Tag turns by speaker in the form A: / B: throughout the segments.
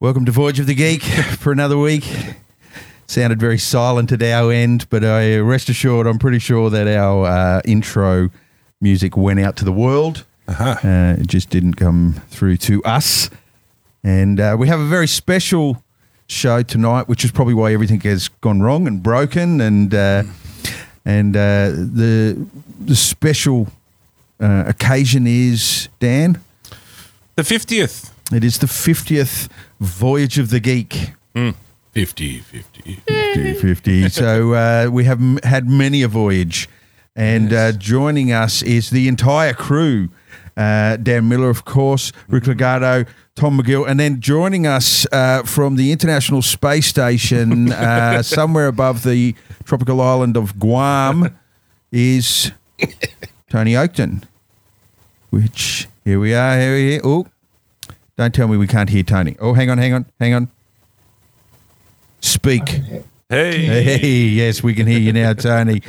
A: Welcome to Voyage of the Geek for another week. Sounded very silent at our end, but I uh, rest assured, I'm pretty sure that our uh, intro music went out to the world. Uh-huh. Uh, it just didn't come through to us. And uh, we have a very special show tonight, which is probably why everything has gone wrong and broken. And uh, and uh, the the special uh, occasion is Dan.
B: The 50th.
A: It is the 50th Voyage of the Geek.
B: Hmm.
C: 50 50.
A: 50. so uh, we have m- had many a voyage, and uh, joining us is the entire crew. Uh, Dan Miller, of course, Rick Legato, Tom McGill, and then joining us uh, from the International Space Station, uh, somewhere above the tropical island of Guam, is Tony Oakton. Which here we are. Here we are. Oh, don't tell me we can't hear Tony. Oh, hang on, hang on, hang on. Speak.
B: Hey.
A: Hey, yes, we can hear you now, Tony.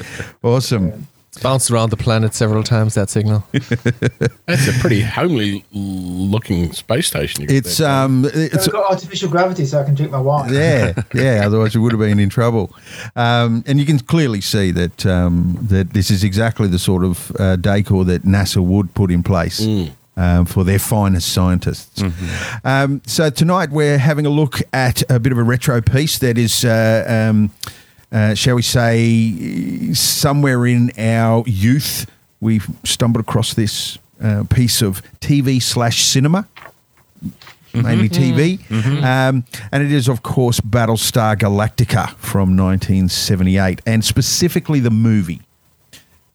A: Awesome.
D: Bounced around the planet several times, that signal.
C: That's a pretty homely looking space station. you got
A: It's
C: there.
A: um, it's
E: I've got artificial gravity so I can drink my wine.
A: yeah, yeah. Otherwise, we would have been in trouble. Um, and you can clearly see that um, that this is exactly the sort of uh, decor that NASA would put in place. Um, for their finest scientists. Um, so tonight we're having a look at a bit of a retro piece that is, uh, um, uh, shall we say, somewhere in our youth we stumbled across this uh, piece of TV slash cinema mainly TV. Um, and it is, of course, Battlestar Galactica from 1978, and specifically the movie.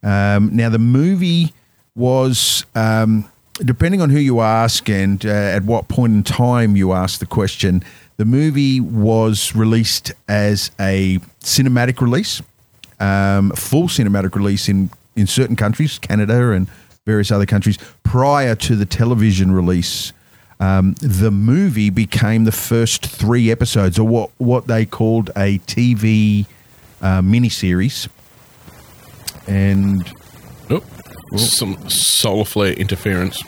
A: Um, now, the movie was, um, depending on who you ask and uh, at what point in time you ask the question, the movie was released as a cinematic release, um, full cinematic release in, in certain countries, Canada and various other countries, prior to the television release. Um, the movie became the first three episodes, or what, what they called a TV uh, miniseries. And
C: Oh, some solar flare interference.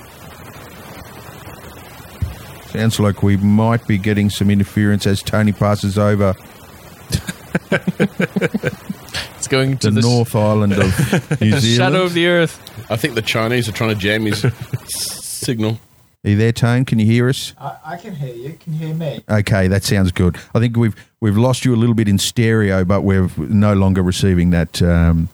A: Sounds like we might be getting some interference as Tony passes over
D: It's going to
A: the
D: the, s-
A: North Island of New
D: the
A: Zealand.
D: shadow of the earth.
C: I think the Chinese are trying to jam his signal.
A: Are you there, Tone? Can you hear us?
E: I, I can hear you. Can you hear me?
A: Okay, that sounds good. I think we've we've lost you a little bit in stereo, but we're no longer receiving that um,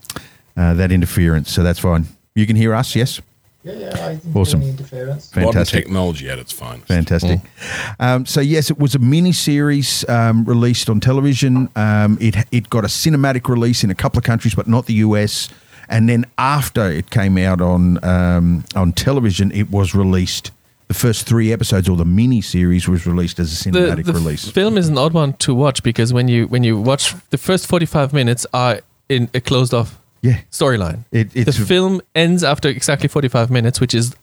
A: uh, that interference, so that's fine. You can hear us, yes?
E: Yeah, yeah. I didn't
A: Awesome.
E: hear any interference.
C: Modern
A: Fantastic.
C: technology at its finest.
A: Fantastic.
D: Mm-hmm.
A: Um, so yes, it was a mini series um, released on television. Um, it it got a cinematic release in a couple of countries, but not the US. And then after it came out on um, on television, it was released. The first three episodes, or the mini series, was released as a
D: The,
A: cinematic
D: the
A: release.
D: film is an odd one to watch because when you when you watch the first 45 minutes are in a closed off
A: yeah,
D: storyline.
A: it,
D: The
A: it's
D: film ends after exactly 45 minutes, which is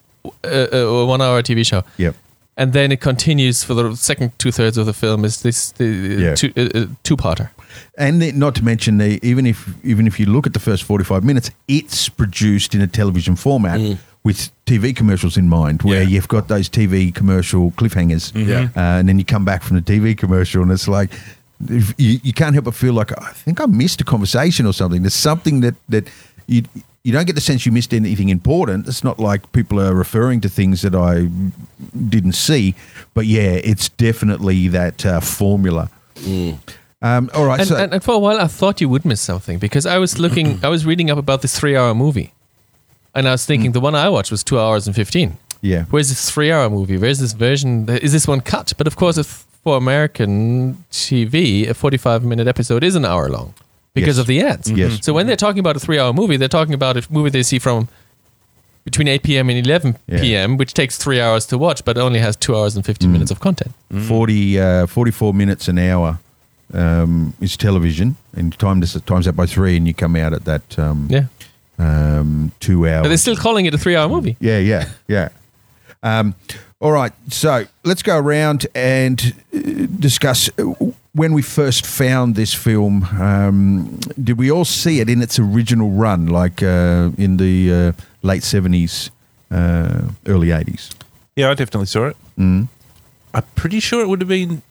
D: a, a, a one hour TV show.
A: yeah,
D: And then it continues for the second two thirds of the film is this the,
A: Yeah.
D: two, uh, uh, two-parter.
A: and the, not to mention the even if even if you look at the first forty five minutes, it's produced in a television format with TV commercials in mind, where
C: Yeah.
A: you've got those TV commercial cliffhangers,
C: Yeah.
A: uh, and then you come back from the TV commercial, and it's like if you, you can't help but feel like I think I missed a conversation or something. There's something that that you. You don't get the sense you missed anything important. It's not like people are referring to things that I didn't see, but yeah, it's definitely that uh, formula. Um, all right,
D: And,
A: so
D: and, and for a while, I thought you would miss something because I was looking, I was reading up about this three hour movie. And I was thinking the one I watched was two hours and 15.
A: Mm. Yeah.
D: Where's this three-hour movie? Where's this version? Is this one cut? But of course, if for American TV, a forty-five-minute episode is an hour long because
A: Yes. Mm-hmm.
D: of the ads.
A: Yes.
D: So when they're talking about a three-hour movie, they're talking about a movie they see from between eight p.m. and eleven
A: Yeah. Mm.
D: p.m., which takes three hours to watch, but only has two hours and fifteen minutes of content.
A: 40, uh, 44 minutes an hour um, is television, and time this, times that by three, and you come out at that um,
D: Yeah,
A: um, two hours.
D: but they're still calling it a three-hour movie.
A: Yeah, yeah, yeah. Um, all right, so let's go around and uh, discuss uh, when we first found this film. Um, did we all see it in its original run, like uh, in the uh, late seventies, uh, early eighties?
B: Yeah, I definitely saw it.
A: Mm.
B: I'm pretty sure it would have been.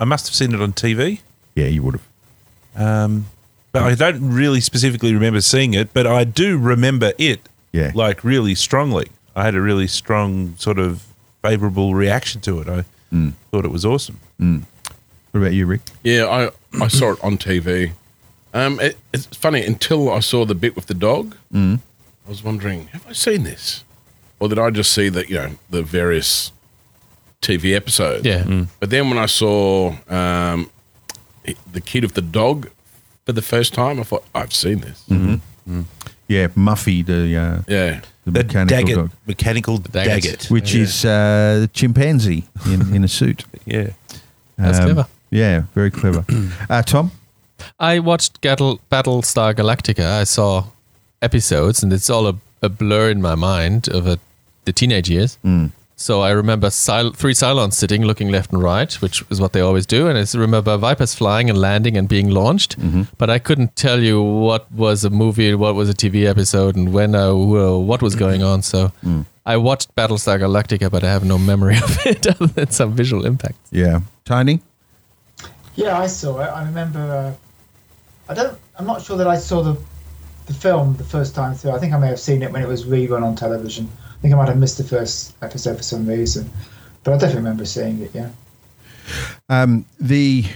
B: I must have seen it on TV,
A: Yeah, you would have.
B: um, but I don't really specifically remember seeing it. But I do remember it,
A: Yeah.
B: like really strongly. I had a really strong sort of favourable reaction to it. I
A: Mm.
B: thought it was awesome.
A: What about you, Rick?
C: Yeah, I, I saw it on TV. Um, it, it's funny until I saw the bit with the dog. Mm. I was wondering, have I seen this, or did I just see the you know the various TV episodes?
D: Yeah.
C: But then when I saw um, it- the kid of the dog for the first time, I thought I've seen this.
A: Yeah, Muffy, the uh,
C: Yeah.
A: the
B: The
A: mechanical
B: Daggett,
A: dog,
B: mechanical
D: Daggett.
B: Daggett.
A: which is uh, the chimpanzee in, in a suit.
B: Yeah,
A: Um,
D: That's clever.
A: Yeah, very clever. Uh, Tom.
D: I watched Gattle, Battlestar Galactica. I saw episodes, and it's all a, a blur in my mind of a, the teenage years. So I remember sil- three Cylons sitting, looking left and right, which is what they always do. And I s- remember Vipers flying and landing and being launched. But I couldn't tell you what was a movie, what was a TV episode, and when, uh, who- what was going on. So I watched Battlestar Galactica, but I have no memory of it other than some visual impact.
A: Yeah, Tony.
E: Yeah, I saw it. I remember. Uh, I don't. I'm not sure that I saw the the film the first time through. I think I may have seen it when it was rerun on television. I think I might have missed the first episode for some reason, but I definitely remember seeing it. Yeah.
A: Um, the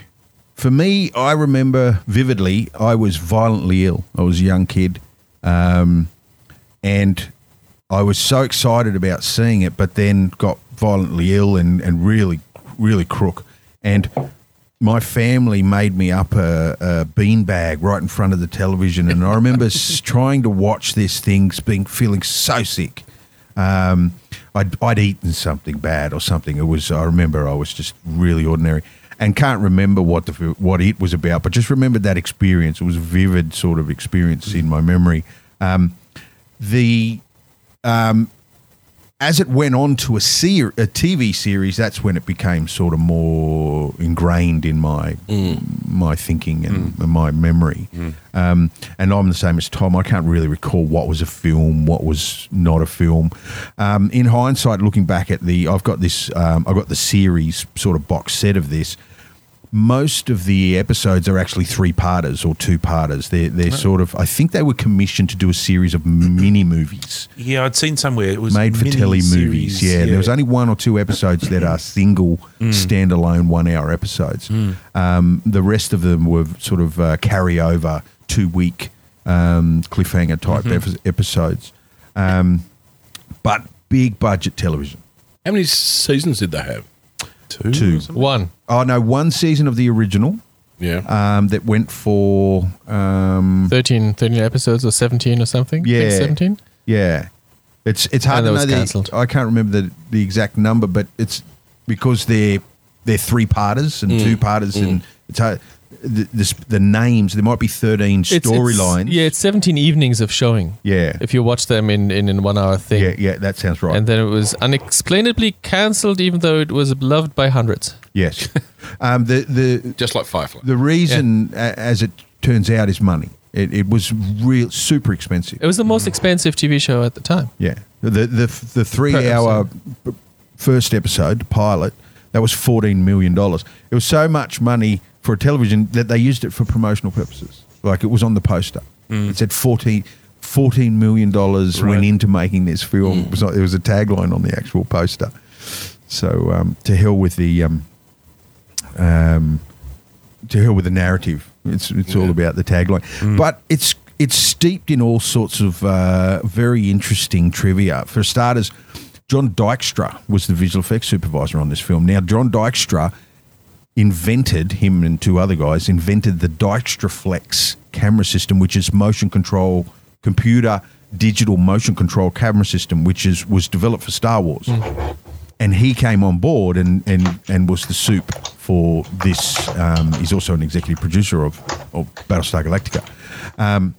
A: for me, I remember vividly. I was violently ill. I was a young kid, um, and I was so excited about seeing it, but then got violently ill and and really really crook. And my family made me up a, a beanbag right in front of the television, and I remember s- trying to watch this thing, being feeling so sick um, I'd, I'd eaten something bad or something. It was I remember I was just really ordinary and can't remember what the what it was about, but just remembered that experience. It was a vivid sort of experience in my memory. Um, the um, as it went on to a, ser- a TV series, that's when it became sort of more ingrained in my my thinking and my memory. Um, and I'm the same as Tom. I can't really recall what was a film, what was not a film. Um, in hindsight, looking back at the, I've got this, um, I've got the series sort of box set of this. Most of the episodes are actually three parters or two parters. They're, they're sort of, I think they were commissioned to do a series of mini movies
B: yeah. I'd seen somewhere it was
A: made for telly
B: mini-series.
A: movies. Yeah, there was only one or two episodes that are single, standalone, one-hour episodes. Um, the rest of them were sort of uh, carryover, two-week um, cliffhanger type epi- episodes. Um, but big budget television.
C: How many seasons did they have?
B: two.
A: Two.
B: or something.
D: One.
A: Oh no, one season of the original
C: Yeah.
A: um, that went for um,
D: 13, 13 episodes or 17 or something? I think
A: Yeah.
D: 17?
A: Yeah, it's it's hard
D: And
A: to
D: that
A: know.
D: was
A: the-
D: cancelled.
A: I can't remember the, the exact number, but it's because they're they're three parters
D: Mm.
A: and two parters, and it's hard, the, the s- the names. There might be thirteen
D: It's- it's-
A: storylines.
D: Yeah, it's 17 evenings of showing.
A: yeah,
D: If you watch them in in, in one hour thing.
A: yeah, yeah. That sounds right.
D: And then it was unexplainably cancelled, even though it was loved by hundreds.
A: yes, um, the the
C: Just like Firefly.
A: the reason, a, as it turns out, is money. It, it was real super expensive.
D: It was the most expensive TV show at the time.
A: Yeah, the the the three
D: Per
A: hour p- first episode the pilot that was fourteen million dollars. It was so much money for a television that they used it for promotional purposes. Like it was on the poster. It said 14, 14 million dollars went
B: Right.
A: into making this film. It was not, it was a tagline on the actual poster. So um, to hell with the um, um, to hell with the narrative. It's it's all about the tagline, but it's it's steeped in all sorts of uh, very interesting trivia. For starters, John Dykstra was the visual effects supervisor on this film. Now, John Dykstra invented him and two other guys invented the Dykstra Flex camera system, which is motion control computer digital motion control camera system, which is was developed for Star Wars. And he came on board and and and was the soup for this. Um, he's also an executive producer of, of Battlestar Galactica. Um,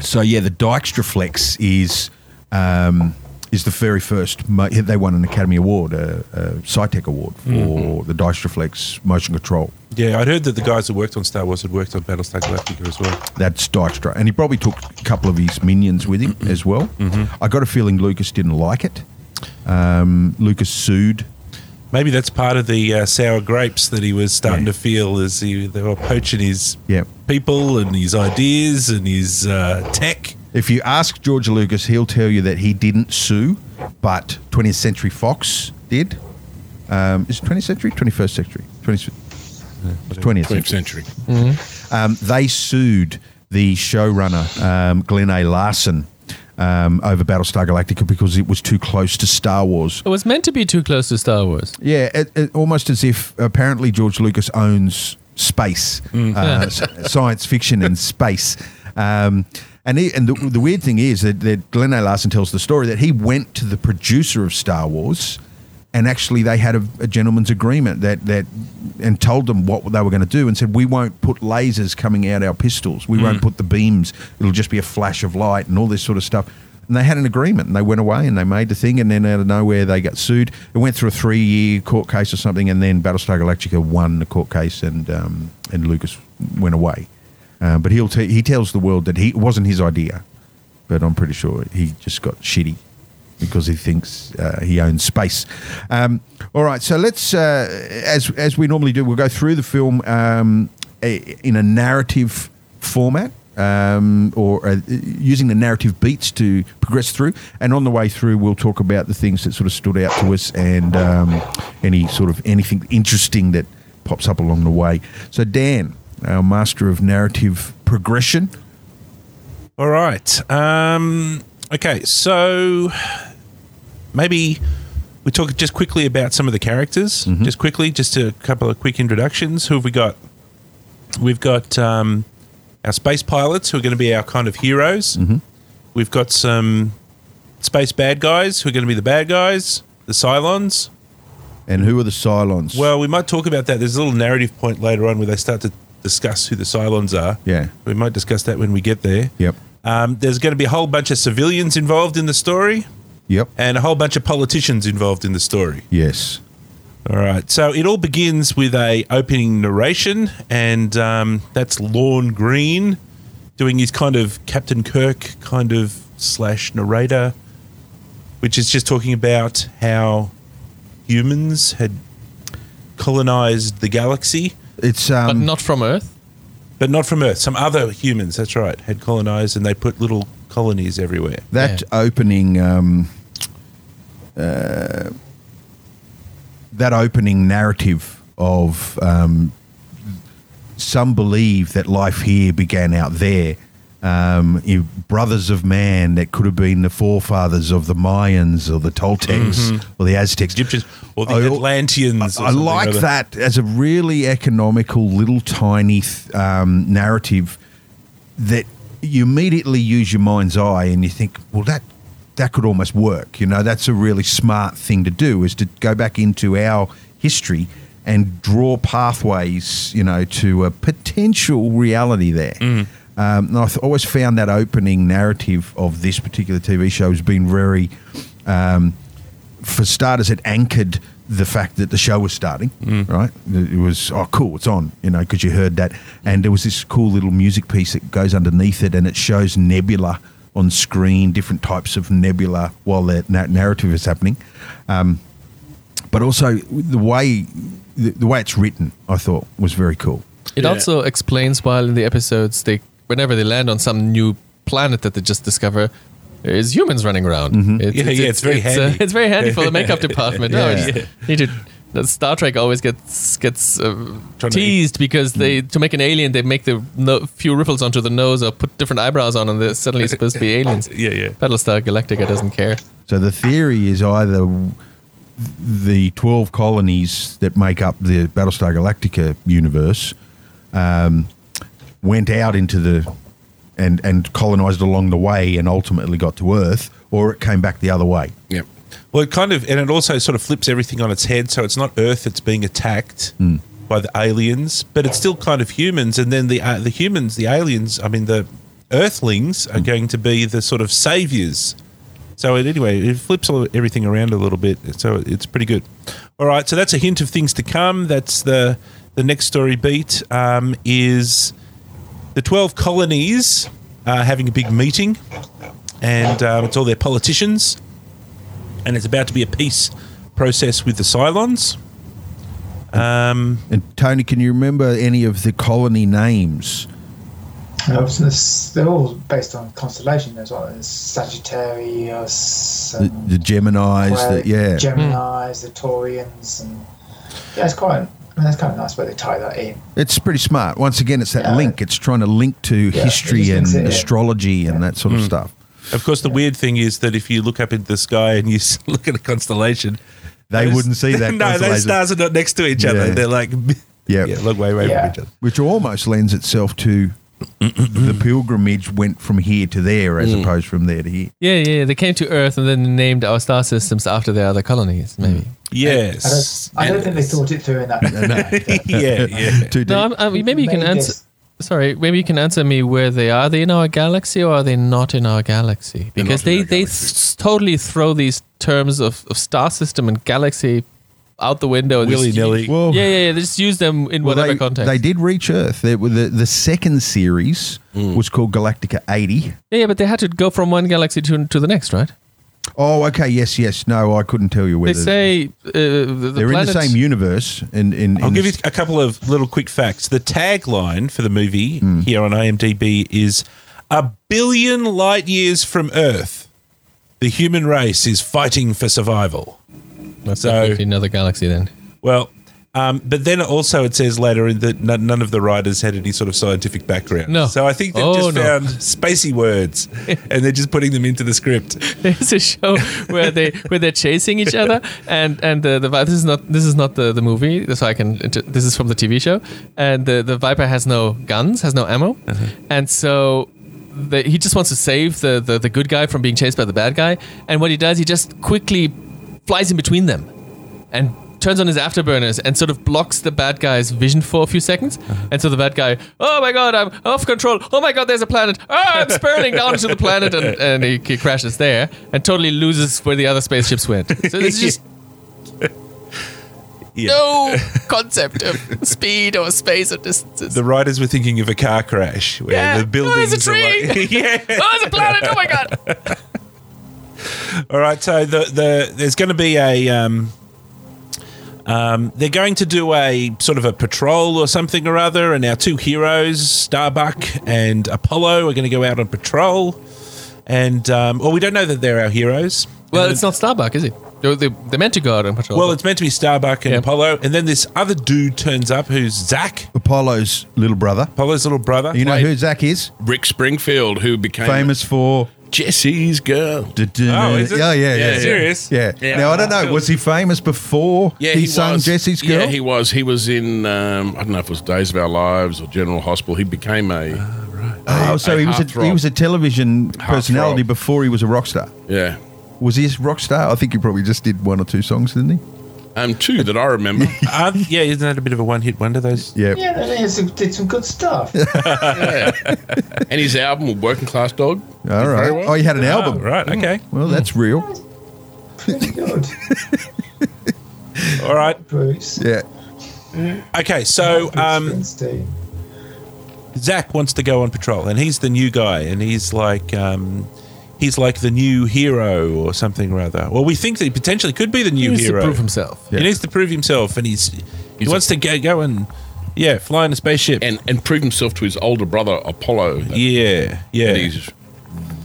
A: So yeah, the Dykstra Flex is um, is the very first. Mo- they won an Academy Award, a, a SciTech Award for the Dykstra Flex motion control.
B: Yeah, I'd heard that the guys who worked on Star Wars had worked on Battlestar Galactica as well.
A: That's Dykstra, and he probably took a couple of his minions with him as well. I got a feeling Lucas didn't like it. Um, Lucas sued.
B: Maybe that's part of the uh, sour grapes that he was starting
A: Yeah.
B: to feel as he they were poaching his
A: Yeah.
B: people and his ideas and his uh, tech.
A: If you ask George Lucas, he'll tell you that he didn't sue, but 20th Century Fox did. Um, is it 20th century? 21st century? 20th, 20th century.
C: 20th century.
A: um, they sued the showrunner um, Glenn A. Larson um, over Battlestar Galactica because it was too close to Star Wars.
D: It was meant to be too close to Star Wars.
A: Yeah, it, it, almost as if apparently George Lucas owns space, uh, s- science fiction, and space. Um, and he, and the, the weird thing is that, that Glenn A. Larson tells the story that he went to the producer of Star Wars, and actually they had a, a gentleman's agreement that that and told them what they were going to do, and said we won't put lasers coming out our pistols, we won't put the beams, it'll just be a flash of light and all this sort of stuff. And they had an agreement and they went away and they made the thing. And then out of nowhere, they got sued. It went through a three year court case or something. And then Battlestar Galactica won the court case and, um, and Lucas went away. Uh, but he'll te- he tells the world that he it wasn't his idea. But I'm pretty sure he just got shitty because he thinks uh, he owns space. Um, all right, so let's, uh, as, as we normally do, we'll go through the film um, a- in a narrative format um, or uh, using the narrative beats to progress through. And on the way through, we'll talk about the things that sort of stood out to us and um, any sort of anything interesting that pops up along the way. So, Dan, our master of narrative progression.
B: All right. Um, okay, so maybe we talk just quickly about some of the characters. Just quickly, just a couple of quick introductions. Who have we got? We've got um, our space pilots who are going to be our kind of heroes. We've got some space bad guys who are going to be the bad guys, the Cylons.
A: And who are the Cylons?
B: Well, we might talk about that. There's a little narrative point later on where they start to discuss who the Cylons are.
A: Yeah.
B: We might discuss that when we get there.
A: yep,
B: Um, there's going to be a whole bunch of civilians involved in the story
A: yep,
B: and a whole bunch of politicians involved in the story.
A: yes.
B: All right. So it all begins with a opening narration, and um, that's Lorne Green doing his kind of Captain Kirk kind of slash narrator, which is just talking about how humans had colonized the galaxy,
A: It's
D: But
A: um,
D: not from Earth.
B: but not from Earth. Some other humans, that's right, had colonized, and they put little colonies everywhere.
A: that opening. Um, uh, that opening narrative of um, some believe that life here began out there. Um, you- brothers of man that could have been the forefathers of the Mayans or the Toltecs or the Aztecs.
B: Egyptians or the
A: I-
B: Atlanteans. or
A: I
B: something
A: like
B: or other.
A: that as a really economical little tiny th- um, narrative that you immediately use your mind's eye and you think, well, that that could almost work. You know, that's a really smart thing to do is to go back into our history and draw pathways, you know, to a potential reality there.
B: Mm.
A: Um, and I've always found that opening narrative of this particular TV show has been very for starters, it anchored the fact that the show was starting, right? It was, oh, cool, it's on, you know, because you heard that. And there was this cool little music piece that goes underneath it and it shows nebula on screen, different types of nebula while that na- narrative is happening Um, but also the way the, the way it's written, I thought was very cool.
D: It
C: Yeah.
D: also explains why in the episodes they, whenever they land on some new planet that they just discover, there's humans running around. It's,
B: Yeah, yeah, it's very
D: uh,
B: handy.
D: it's very handy for the makeup department. Oh,
A: Yeah.
D: I just need to that Star Trek always gets gets uh,
B: Trying to
D: teased because they
B: Mm.
D: to make an alien they make the no, few ripples onto the nose or put different eyebrows on, and they're suddenly supposed to be aliens.
B: Yeah, yeah.
D: Battlestar Galactica doesn't care.
A: So the theory is either the 12 colonies that make up the Battlestar Galactica universe um, went out into the and and colonized along the way and ultimately got to Earth, or it came back the other way.
C: Yep.
B: Well, it kind of, and it also sort of flips everything on its head. So it's not Earth that's being attacked by the aliens, but it's still kind of humans. And then the uh, the humans, the aliens, I mean, the Earthlings are going to be the sort of saviors. So it, anyway, it flips all, everything around a little bit. So it's pretty good. All right, so that's a hint of things to come. That's the the next story beat um, is the twelve colonies uh, having a big meeting, and um, it's all their politicians and it's about to be a peace process with the Cylons.
A: And Tony, can you remember any of the colony names?
E: Uh, so this- they're all based on constellation as well. There's Sagittarius,
A: The,
E: and
A: the Gemini's, the,
E: Aquarius,
A: yeah,
E: Gemini's, the Taurians, and yeah, it's quite. I mean, that's kind of nice where they tie that in.
A: it's pretty smart. Once again, it's that
E: Yeah.
A: link. It's trying to link to
E: it
A: history
E: just
A: and
E: links it, yeah.
A: astrology and that sort of stuff.
B: Of course, the weird thing is that if you look up into the sky and you s- look at a constellation,
A: They
B: those-
A: wouldn't see that.
B: no, those
A: constellation.
B: stars are not next to each other.
A: Yeah.
B: They're like,
A: Yeah.
B: yeah, look way, way
E: Yeah.
B: from each other.
A: which almost lends itself to the pilgrimage went from here to there as opposed from there to here.
D: Yeah, yeah. They came to Earth and then named our star systems after their other colonies. Maybe.
E: I don't,
B: Yes,
E: I don't think they thought it through in that.
B: yeah, yeah.
A: Too deep.
D: No, I'm, I'm, maybe you can
E: Made
D: answer.
E: this-
D: Sorry, maybe you can answer me where they are. Are they in our galaxy or are they not in our galaxy?
C: They're
D: Because
C: not in
D: they
C: our
D: they
C: galaxy.
D: s- totally throw these terms of, of star system and galaxy out the window. They just-
B: Willy nilly.
A: Well-
D: Yeah, yeah, yeah. They just use them in
A: Well,
D: whatever
A: they,
D: context.
A: they did reach Earth. They were the, the second series was called Galactica 80.
D: Yeah, yeah, but they had to go from one galaxy to to the next, right?
A: Oh, okay. Yes, yes. No, I couldn't tell you
D: They
A: whether
D: say uh, the, the
A: they're
D: planet.
A: in the same universe. In, in,
B: I'll
A: in
B: give you
A: this-
B: a couple of little quick facts. The tagline for the movie
A: Hmm.
B: here on IMDb is A billion light years from Earth, the human race is fighting for survival.
D: That's
B: so-
D: definitely another galaxy then.
B: Well, um, but then also it says later in that none, none of the writers had any sort of scientific background.
D: No.
B: So I think they've
D: Oh,
B: just
D: no.
B: found spacey words and they're just putting them into the script.
D: There's a show where they where they're chasing each other, and and the, the vi- this is not this is not the, the movie. So I can this is from the TV show, and the the viper has no guns, has no ammo, and so. The, he just wants to save the, the, the good guy from being chased by the bad guy, and what he does, he just quickly flies in between them, and turns on his afterburners and sort of blocks the bad guy's vision for a few seconds.
B: Uh-huh.
D: And so the bad guy, oh my god, I'm off control. Oh my god, there's a planet. Ah, I'm spiraling down to the planet, and, and he, he crashes there and totally loses where the other spaceships went. So there's just
B: Yeah.
D: no concept of speed or space or distance.
B: The writers were thinking of a car crash where
D: Yeah.
B: the buildings
D: Oh, there's a
B: are like, yeah.
D: oh, there's a planet. Oh my god.
B: All right, so the, the there's going to be a um, um, they're going to do a sort of a patrol or something or other, and our two heroes, Starbuck and Apollo, are going to go out on patrol, and um, well, we don't know that they're our heroes.
D: Well,
B: And
D: it's not Starbuck, is it? They're, they're, they're meant to go out on patrol.
B: Well, it's meant to be Starbuck and
D: Yeah.
B: Apollo, and then this other dude turns up who's Zach,
A: Apollo's little brother.
B: Apollo's little brother.
A: You know
D: Wait.
A: who Zach is?
C: Rick Springfield, who became
A: Famous for.
C: Jesse's girl.
A: Oh,
B: is it?
A: Yeah, yeah, yeah.
C: Yeah,
A: yeah.
B: serious?
A: Yeah.
C: Yeah.
A: Now, I don't know. Was he famous before he, sung Jesse's Girl?
C: Yeah, he was. He was in. Um, I don't know if it was Days of Our Lives or General Hospital. He became a.
A: oh,
C: a-
A: so
C: a
A: he was, a, he
C: heartthrob.
A: was a television personality before he was a rock star.
C: Yeah.
A: Was he a rock star? I think he probably just did one or two songs, didn't he?
C: Um, two that I remember.
B: Uh, yeah, isn't that a bit of a one-hit wonder? Those
A: Yeah.
E: Yeah, they did some, did some good stuff.
C: yeah. And his album, Working Class Dog.
A: All right.
C: well.
A: Oh, he had an
B: Ah,
A: album.
B: right? Okay,
A: Well, that's real.
E: Pretty good,
B: all right,
E: Bruce.
A: Yeah.
B: okay. So.
E: Bruce
B: Um,
E: Springsteen.
B: Zach wants to go on patrol, and he's the new guy, and he's like, um, he's like the new hero or something or other. Well, we think that he potentially could be the
D: he
B: new
D: needs to
B: hero.
D: prove himself.
A: Yeah.
B: He needs to prove himself, and he's, he wants to go, go and yeah, fly in a spaceship.
C: And, and proved himself to his older brother, Apollo. that-
B: yeah,
C: that
B: yeah.
C: He's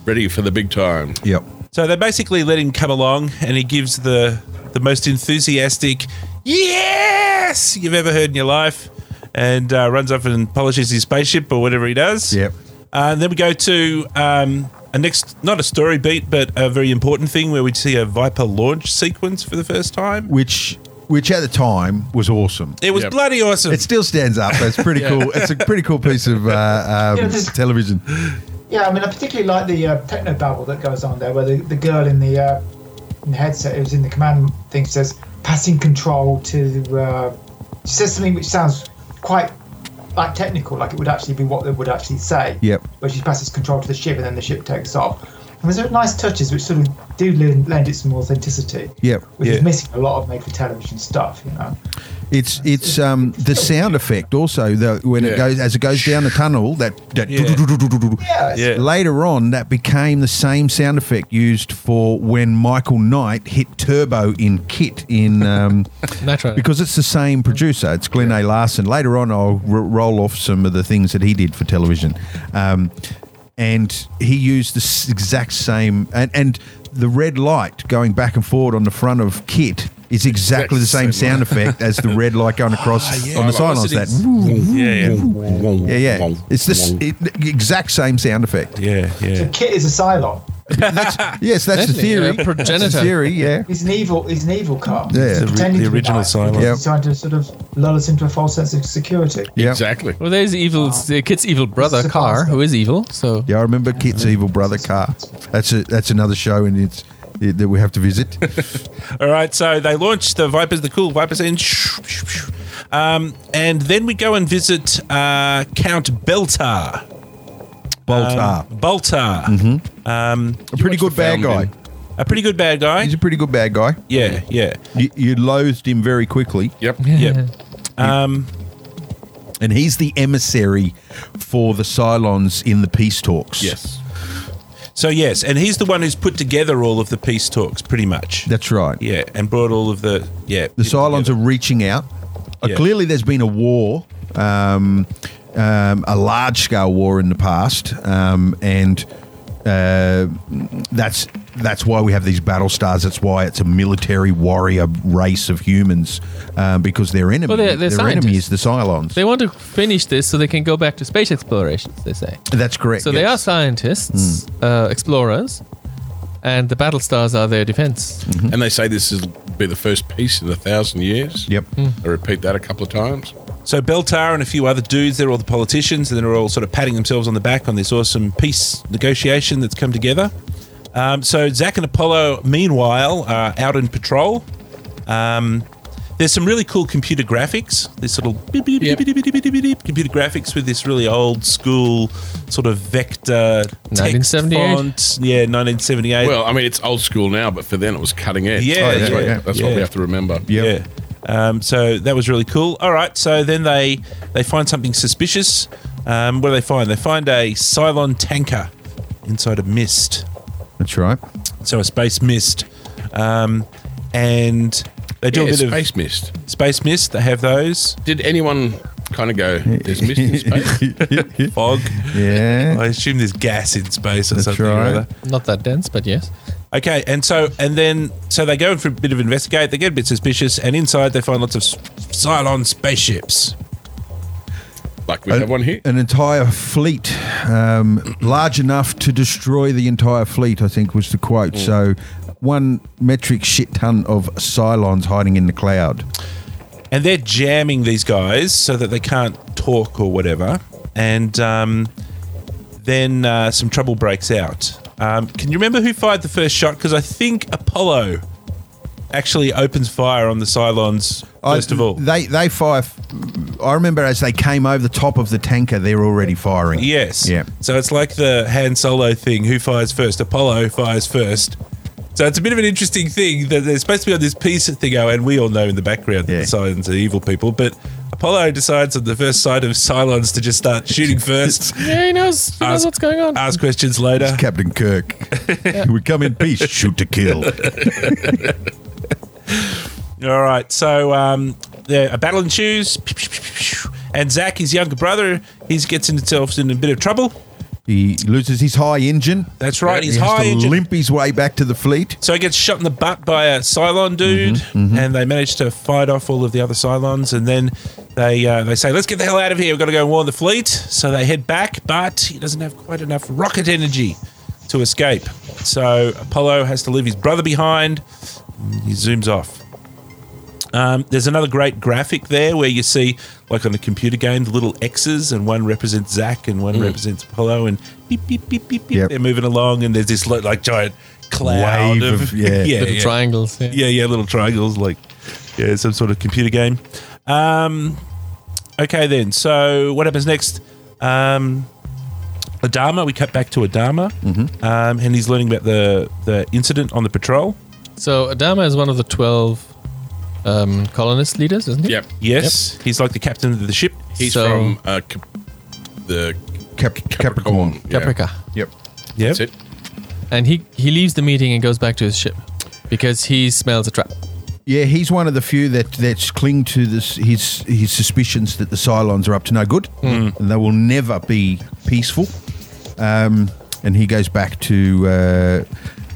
C: ready for the big time.
A: Yep.
B: So they basically let him come along, and he gives the the most enthusiastic. yes you've ever heard in your life, and uh, runs off and polishes his spaceship or whatever he does.
A: Yep.
B: Uh, and then we go to um, a next, not a story beat, but a very important thing where we see a Viper launch sequence for the first time.
A: which which at the time was awesome.
B: It was
C: Yep.
B: bloody awesome.
A: It still stands up. It's pretty cool. It's a pretty cool piece of uh, um,
E: Yeah, just-
A: television.
E: Yeah, I mean, I particularly like the uh, techno babble that goes on there, where the, the girl in the, uh, in the headset who's in the command thing says, passing control to. Uh, she says something which sounds quite like technical, like it would actually be what they would actually say.
A: Yep.
E: Where she passes control to the ship and then the ship takes off. And there's sort of nice touches which sort of do lend, lend it some authenticity.
A: Yep.
E: Which
B: Yeah.
E: is missing a lot of made for television stuff, you know.
A: It's it's um, the sound effect also the, when it
C: Yeah.
A: goes as it goes down the tunnel that that
B: Yeah.
A: do-do-do-do-do-do-do.
E: Yeah. it's-
B: Yeah.
A: later on that became the same sound effect used for when Michael Knight hit Turbo in Kit in um,
D: Nitro.
A: because it's the same producer. It's Glenn A. Larson. Later on, I'll r- roll off some of the things that he did for television, um, and he used the s- exact same and and the red light going back and forward on the front of Kit is exactly the same
C: Exact same
A: sound effect as the red light going across on the sidelines. That
B: yeah, yeah,
A: yeah, yeah, it's this it, the exact same sound effect.
B: yeah,
E: So
B: yeah.
E: Kit is a Cylon.
A: Yes, that's the
D: Definitely,
A: theory.
D: a
A: That's the
D: progenitor.
A: theory. Yeah,
E: He's an evil. He's an evil cop.
A: Yeah.
E: He's
A: The
B: ri-
E: pretending
B: the
E: to be
B: original
E: nice
B: Cylon.
E: because
A: Yep.
E: He's trying to sort of lull us into a false sense of security.
A: yeah,
C: Exactly.
D: Well, there's evil, the kid's evil brother,
E: Surprise.
D: Carr, who is evil. So
A: Yeah, I remember Kit's evil brother car. That's a, that's another show, and it's it, that we have to visit.
C: Um,
B: All right, so they launch the Vipers, the cool Vipers, and um, and then we go and visit uh, Count Beltar. Um,
A: Boltar,
B: Boltar,
A: Mm-hmm. a pretty good bad guy.
C: film,
B: a pretty good bad guy.
A: He's a pretty good bad guy.
B: Yeah, yeah,
A: You, you loathed him very quickly,
C: Yep.
B: yeah. Um,
A: and he's the emissary for the Cylons in the peace talks.
C: Yes.
B: so yes, and he's the one who's put together all of the peace talks, pretty much.
A: that's right.
B: Yeah, and brought all of the yeah.
A: The Cylons are reaching out. Uh,
B: Yeah.
A: Clearly, there's been a war, um, um, a large scale war in the past, um, and uh, that's that's why we have these battle stars. That's why it's a military warrior race of humans um, because their enemy,
D: Well, they're- they're
A: their enemy
D: scientists.
A: is the Cylons.
D: they want to finish this so they can go back to space explorations, they say.
A: that's correct.
D: So they
A: yes.
D: are scientists, uh, explorers, and the battle stars are their defense.
A: Mm-hmm.
C: And they say this is be the first piece in a thousand years.
A: Yep.
C: I repeat that a couple of times.
B: So Beltar and a few other dudes, they're all the politicians, and they're all sort of patting themselves on the back on this awesome peace negotiation that's come together. Um, so Zack and Apollo, meanwhile, are out in patrol. Um, there's some really cool computer graphics. This little beep, beep,
C: Yep.
B: beep, beep, beep, beep, beep, beep, computer graphics with this really old school sort of vector text
D: 1978?
B: font. Yeah, 1978.
C: Well, I mean, it's old school now, but for then it was cutting edge.
B: Yeah,
C: that's,
A: yeah,
C: what,
A: yeah.
C: that's what
B: Yeah.
C: we have to remember.
A: Yep.
B: Yeah. Um, so that was really cool. All right. So then they they find something suspicious. Um, what do they find? They find a Cylon tanker inside a mist.
A: That's right.
B: So a space mist. Um, and they do
C: Yeah,
B: a bit
C: space mist.
B: of space mist. They have those
C: Did anyone kind of go, there's mist in space?
B: fog. I
A: Yeah.
B: assume there's gas in space or
A: That's
B: something or
A: right.
B: other.
D: Not that dense, but yes.
B: Okay, and so and then so they go for a bit of investigate. They get a bit suspicious, and inside they find lots of s- Cylon spaceships.
C: like we have one here?
A: An entire fleet, um, large enough to destroy the entire fleet, I think was the quote. So, one metric shit ton of Cylons hiding in the cloud.
B: and they're jamming these guys so that they can't talk or whatever. And um, then uh, some trouble breaks out. Um, can you remember who fired the first shot? Because I think Apollo actually opens fire on the Cylons
A: I-
B: first of all.
A: They they fire. f- I remember as they came over the top of the tanker, they're already firing.
B: yes.
A: Yeah.
B: So it's like the Han Solo thing: who fires first? Apollo fires first. So it's a bit of an interesting thing that they're supposed to be on this peace thing, oh, and we all know in the background
A: Yeah.
B: that the Cylons are evil people, but Apollo decides on the first sight of Cylons to just start shooting first.
D: Yeah, he knows, he knows
B: Ask-
D: what's going on.
B: ask questions later.
A: Captain Kirk. He would come in peace, shoot to kill.
B: All right, so um, there, a battle ensues, and Zach, his younger brother, he gets himself in a bit of trouble.
A: He loses his high engine.
B: That's right,
A: He
B: his
A: has
B: high
A: to
B: engine.
A: limp his way back to the fleet.
B: So he gets shot in the butt by a Cylon dude, and they manage to fight off all of the other Cylons. And then they uh, they say, "Let's get the hell out of here. We've got to go and warn the fleet." So they head back, but he doesn't have quite enough rocket energy to escape. So Apollo has to leave his brother behind. He zooms off. Um, there's another great graphic there where you see, like on a computer game, the little X's, and one represents Zach and one represents Apollo, and beep, beep, beep, beep, beep.
A: Yep.
B: They're moving along, and there's this like, like giant cloud
A: Wave
B: of,
A: of- yeah.
B: yeah,
D: Little
B: yeah.
D: triangles. Yeah.
B: yeah, yeah, little triangles, like yeah, some sort of computer game. Um, okay, then. So what happens next? Um, Adama. We cut back to Adama, um, and he's learning about the the incident on the patrol.
D: So Adama is one of the 12 um, colonist leaders, isn't he?
C: Yep.
B: Yes, he's like the captain of the ship.
C: He's
D: So-
C: from uh, Cap- the
A: Cap- Capricorn.
C: Capricorn. Yeah.
D: Caprica.
A: Yep.
B: Yep.
C: That's it.
D: And he, he leaves the meeting and goes back to his ship because he smells a trap.
A: Yeah, he's one of the few that that's cling to this his his suspicions that the Cylons are up to no good,
B: Hmm.
A: and they will never be peaceful. Um, and he goes back to. Uh,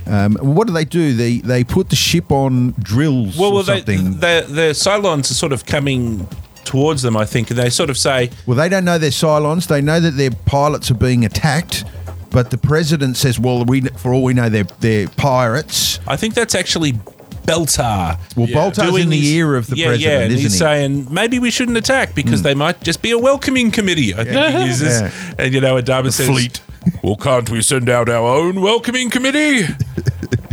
A: um, what do they do? They they put the ship on drills
B: Well,
A: or
B: well, they,
A: something.
B: the the Cylons are sort of coming towards them. I think and they sort of say,
A: well, they don't know they're Cylons. They know that their pilots are being attacked, but the president says, "Well, we for all we know, they're they're pirates."
B: "I think that's actually Beltar."
A: Well,
C: Yeah.
A: Boltar's in the
B: his-
A: ear of the
B: yeah,
A: president,
B: yeah, and
A: isn't
B: he's
A: he? Hmm.
B: saying maybe we shouldn't attack because they might just be a welcoming committee. I think he uses,
A: Yeah.
B: and you know, Adama says,
A: fleet.
B: "Well, can't we send out our own welcoming committee?"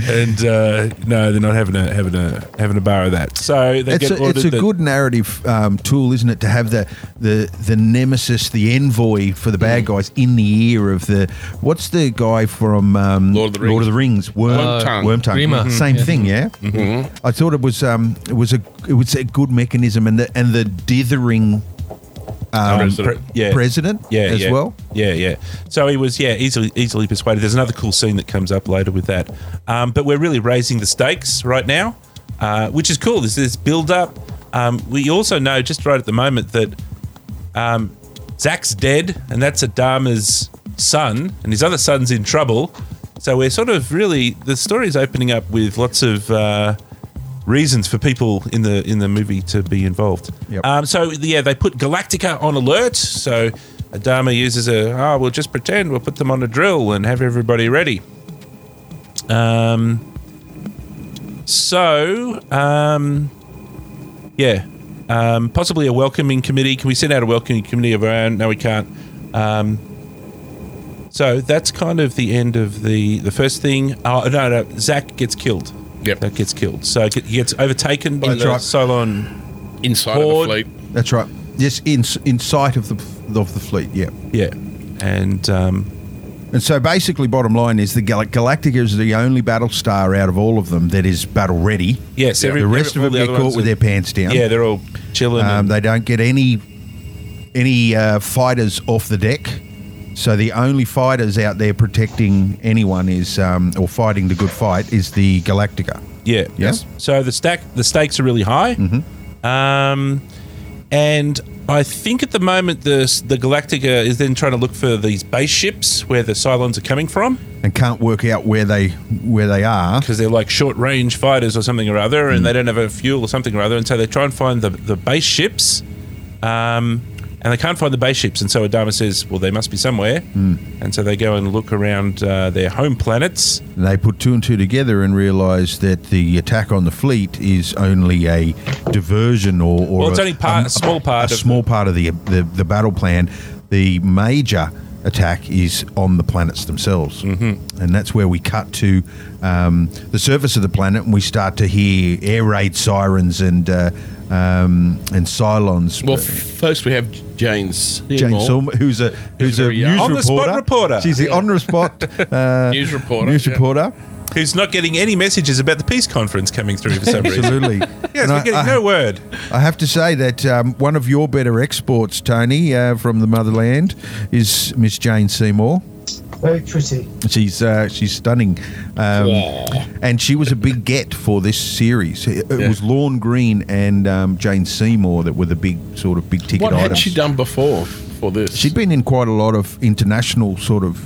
B: and uh, no, they're not having a having a having a bar of that. So they
A: It's
B: get
A: a, it's
B: ordered
A: a
B: that-
A: good narrative um, tool, isn't it, to have the, the the nemesis, the envoy for the
B: Mm.
A: bad guys in the ear of the what's the guy from um,
C: Lord of the
A: Lord of the Rings, Worm,
C: Wormtongue.
A: Wormtongue.
B: Mm-hmm.
D: Grima.
A: same
D: Mhm.
A: thing, yeah. I thought it was um, it was a it was a good mechanism, and the and the dithering um,
C: President.
B: yeah.
A: president,
B: yeah,
A: as
B: yeah.
A: well.
B: Yeah, yeah. So he was, yeah, easily easily persuaded. There's another cool scene that comes up later with that. Um, but we're really raising the stakes right now, uh, which is cool. There's this build up. Um, we also know just right at the moment that um, Zach's dead, and that's Adama's son, and his other son's in trouble. So we're sort of really the story's opening up with lots of. Uh, reasons for people in the in the movie to be involved.
A: Yep.
B: Um, so yeah, they put Galactica on alert. So Adama uses a oh, we'll just pretend we'll put them on a drill and have everybody ready. Um, so um, yeah, um, possibly a welcoming committee. Can we send out a welcoming committee of our own? No, we can't. Um, so that's kind of the end of the the first thing. Oh no, no, Zach gets killed.
C: Yep.
B: that gets killed. So get- he gets overtaken by
A: That's
B: the
A: right.
B: Cylon.
C: Inside
B: Horde.
C: of the fleet.
A: That's right. Yes, in in sight of the of the fleet. Yeah.
B: Yeah, and um,
A: And so basically, bottom line is the Gal- Galactica is the only battle star out of all of them that is battle ready.
B: yes, every,
A: the rest
B: every-
A: of them get
B: all the other
A: caught
B: ones
A: with
B: are-
A: their pants down.
B: Yeah, they're all chilling.
A: um,
B: and-
A: they don't get any any uh, fighters off the deck. So the only fighters out there protecting anyone is, um, or fighting the good fight, is the Galactica.
B: yeah,
A: Yes.
B: So the stack the stakes are really high. Um, and I think at the moment the the Galactica is then trying to look for these base ships where the Cylons are coming from.
A: And can't work out where they where they are.
B: because they're like short range fighters or something or other,
A: Hmm.
B: and they don't have a fuel or something or other, and so they try and find the, the base ships, um, and they can't find the base ships, and so Adama says, "Well, they must be somewhere,"
A: Hmm.
B: and so they go and look around uh, their home planets.
A: And they put two and two together and realise that the attack on the fleet is only a diversion, or, or
B: Well, it's
A: a,
B: only part- a small part of
A: a
B: the-
A: small part of the, the the battle plan. The major attack is on the planets themselves, mm-hmm. and that's where we cut to um, the surface of the planet, and we start to hear air raid sirens and uh, um, and Cylons.
C: Well,
A: Uh,
C: first we have Jane Seymour,
A: Jane Silmer, who's a who's a
C: very young.
A: news
B: On-the-spot
A: reporter.
B: reporter.
A: She's the on the spot uh,
C: news reporter.
A: news
C: yeah.
A: reporter.
B: Who's not getting any messages about the peace conference coming through for some reason?
A: Absolutely.
B: Yes,
A: And
B: we're
A: I-
B: getting
A: I-
B: no word.
A: I have to say that um, one of your better exports, Tony, uh, from the motherland, is Miss Jane Seymour.
E: Very pretty.
A: She's uh, she's stunning, um, and she was a big get for this series. It, it
C: Yeah.
A: was Lorne Green and um, Jane Seymour that were the big sort of big ticket
C: What had
A: items.
C: she done before? before this.
A: She'd been in quite a lot of international sort of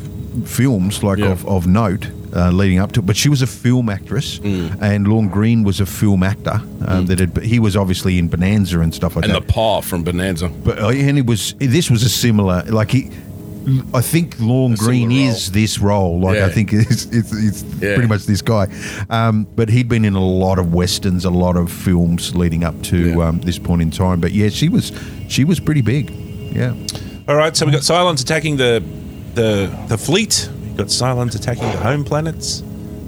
A: films, like
C: Yeah.
A: of, of note, uh, leading up to it. But she was a film actress,
C: Mm.
A: and Lorne Green was a film actor. Um, That had, he was obviously in Bonanza and stuff like
C: and
A: that.
C: the par from Bonanza.
A: but uh, and it was this was a similar like he. I think Lorne
C: A similar
A: Green is
C: role.
A: this role. Like
C: Yeah.
A: I think it's it's, it's
C: Yeah.
A: pretty much this guy. Um, but he'd been in a lot of westerns, a lot of films leading up to
C: Yeah.
A: um, this point in time. But yeah, she was she was pretty big. Yeah.
B: All right, so we got Cylons attacking the the the fleet. We got Cylons attacking the home planets.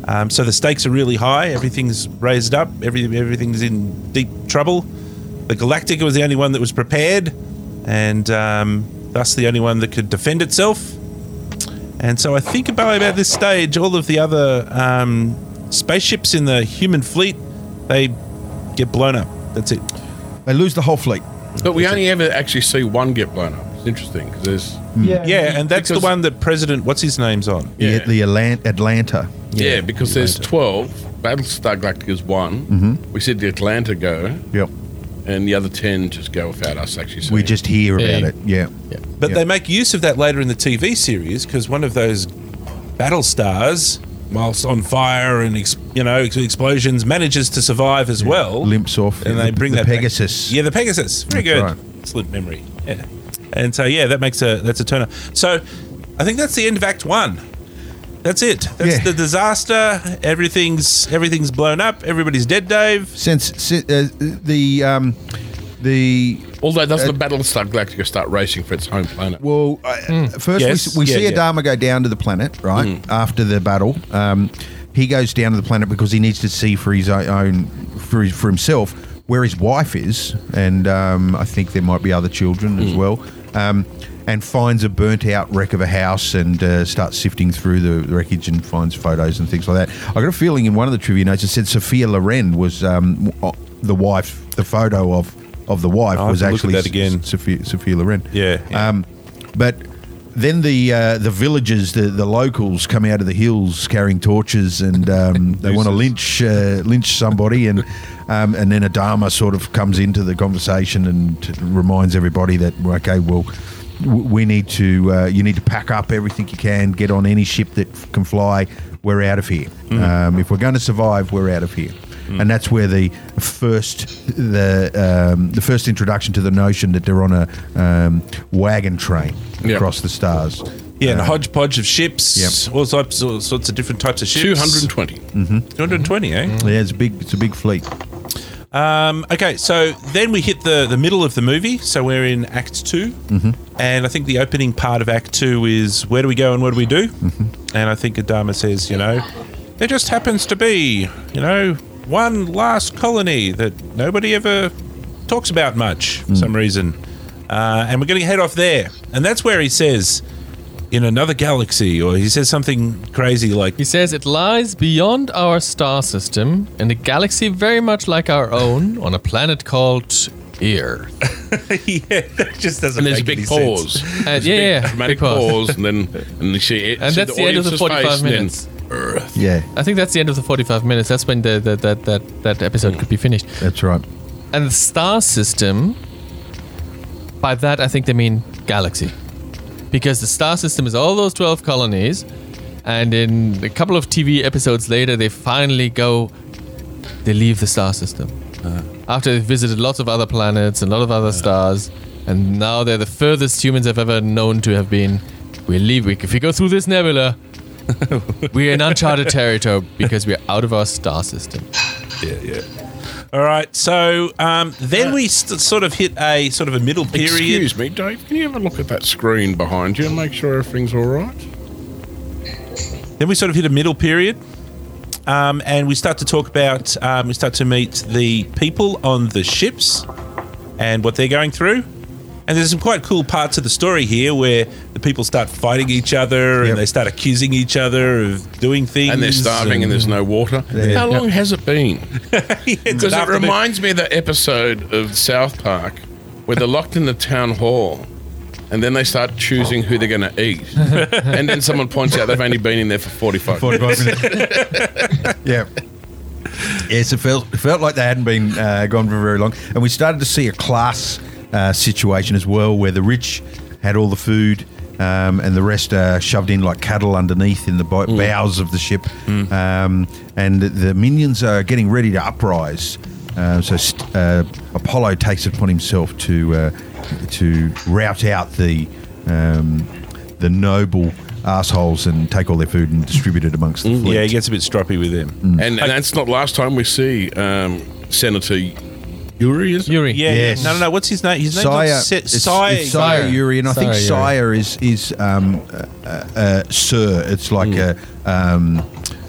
B: Um, so the stakes are really high. Everything's raised up. Every, everything's in deep trouble. The Galactica was the only one that was prepared, and um, thus the only one that could defend itself. And so I think about about this stage, all of the other um, spaceships in the human fleet, they get blown up. That's it.
A: They lose the whole fleet.
C: But we only ever actually see one get blown up. It's interesting because there's
A: Mm.
E: Yeah,
B: Yeah, and that's
C: Because-
B: the one that President, what's his name's on.
A: The,
C: Yeah.
A: the Atlant- Atlanta.
C: yeah, because there's twelve. Battlestar Galactica's one. Mm-hmm. We see the Atlanta go,
A: Yep.
C: and the other ten just go without us actually. Seeing.
A: We just hear about
D: Yeah.
A: it. Yeah.
B: But
A: Yeah.
B: they make use of that later in the TV series because one of those battle stars, whilst on fire and ex- you know ex- explosions, manages to survive as well.
A: Limps off.
B: and
A: Yeah,
B: they
A: the-
B: bring
A: the
B: that back.
A: Pegasus.
B: Yeah, the Pegasus. Very
A: That's
B: good.
A: right.
B: Excellent memory. Yeah, and so yeah, that makes a that's a turner. So I think that's the end of Act One. That's it. That's
A: Yeah.
B: the disaster. Everything's everything's blown up. Everybody's dead, Dave.
A: Since si- uh, the um, the
C: although does
A: Uh,
C: the Battlestar Galactica start racing for its home planet?
A: Well, uh, first
B: Hmm. Yes.
A: we, we
B: Yeah,
A: see
B: yeah.
A: Adama go down to the planet, right? After the battle, um, he goes down to the planet because he needs to see for his o- own for his, for himself where his wife is, and um, I think there might be other children as well. Um, and finds a burnt out wreck of a house and uh, starts sifting through the wreckage and finds photos and things like that. I got a feeling in one of the trivia notes it said Sophia Loren was um, w- o- the wife, the photo of of the wife
B: I'll have
A: was
B: to look at
A: actually
B: that
A: S-
B: again.
A: Sophia, Sophia Loren.
B: Yeah, yeah.
A: Um, but then the uh, the villagers, the, the locals, come out of the hills carrying torches, and um, they want to lynch uh, lynch somebody, and um, and then Adama sort of comes into the conversation and reminds everybody that okay, well. w- We need to. Uh, you need to pack up everything you can. Get on any ship that f- can fly. We're out of here.
B: Mm.
A: Um, if we're going to survive, we're out of here. And that's where the first the um, the first introduction to the notion that they're on a um, wagon train
C: Yeah.
A: across the stars. Uh,
B: Yeah, and a hodgepodge of ships.
A: Yep.
B: All sorts, all sorts of different types of ships.
C: Two hundred and twenty.
A: Mm.
B: 220, eh?
A: Yeah, it's a big. It's a big fleet.
B: Um, okay, so then we hit the, the middle of the movie. So we're in Act 2. Mm-hmm. And I think the opening part of Act 2 is where do we go and what do we do? Mm-hmm. And I think Adama says, you know, there just happens to be, you know, one last colony that nobody ever talks about much for some reason. Uh, and we're going to head off there. And that's where he says, in another galaxy, or he says something crazy like,
D: He says it lies beyond our star system in a galaxy very much like our own on a planet called Earth.
B: yeah, that just doesn't
C: And there's a
B: make any
C: big
B: sense.
C: pause.
D: Uh, yeah, yeah,
C: Dramatic
D: big pause.
C: pause, and then and she
D: And that's the end of the 45 minutes.
A: Yeah,
D: I think that's the end of the 45 minutes. That's when the, the, that, that, that episode could be finished.
A: that's right.
D: And the star system, by that I think they mean galaxy. Because the star system is all those 12 colonies, and in a couple of TV episodes later, they finally go, they leave the star system. After they've visited lots of other planets and a lot of other stars, and now they're the furthest humans have ever known to have been. We leave, we, if we go through this nebula, we're in uncharted territory because we're out of our star system.
B: All right, so um, then we st- sort of hit a sort of a middle period.
C: Excuse me, Dave. Can you have a look at that screen behind you and make sure everything's all right?
B: Then we sort of hit a middle period, um, and we start to talk about um, we start to meet the people on the ships and what they're going through. And there's some quite cool parts of the story here where the people start fighting each other
A: Yep.
B: and they start accusing each other of doing things.
C: And they're starving, and there's no water.
A: uh, Yeah.
C: How long has it been?
B: it's
C: Because
B: an
C: it
B: afternoon.
C: reminds me of the episode of South Park where they're locked in the town hall and then they start choosing who they're going to eat. and then someone points out they've only been in there for 45 minutes.
A: Forty-five minutes. yeah. Yes, it felt it felt like they hadn't been uh, gone for very long, and we started to see a class uh, situation as well, where the rich had all the food, um, and the rest are shoved in like cattle underneath in the bo- bows of the ship. Um, and the, the minions are getting ready to uprise. Uh, so st- uh, Apollo takes it upon himself to uh, to rout out the um, the noble assholes and take all their food and distribute it amongst the fleet.
B: Mm, Yeah, he gets a bit stroppy with him.
A: Mm.
C: And, and that's not last time we see um, Senator Yuri, is it?
D: Yuri.
B: Yeah,
A: Yes.
B: yeah. No, no, no. What's his name? His name's not
A: Sire,
B: Se-
A: it's-
B: Sire.
A: it's Sire Yuri, and I think
D: Sire
A: Sire is is um, uh, uh, Sir. It's like a um,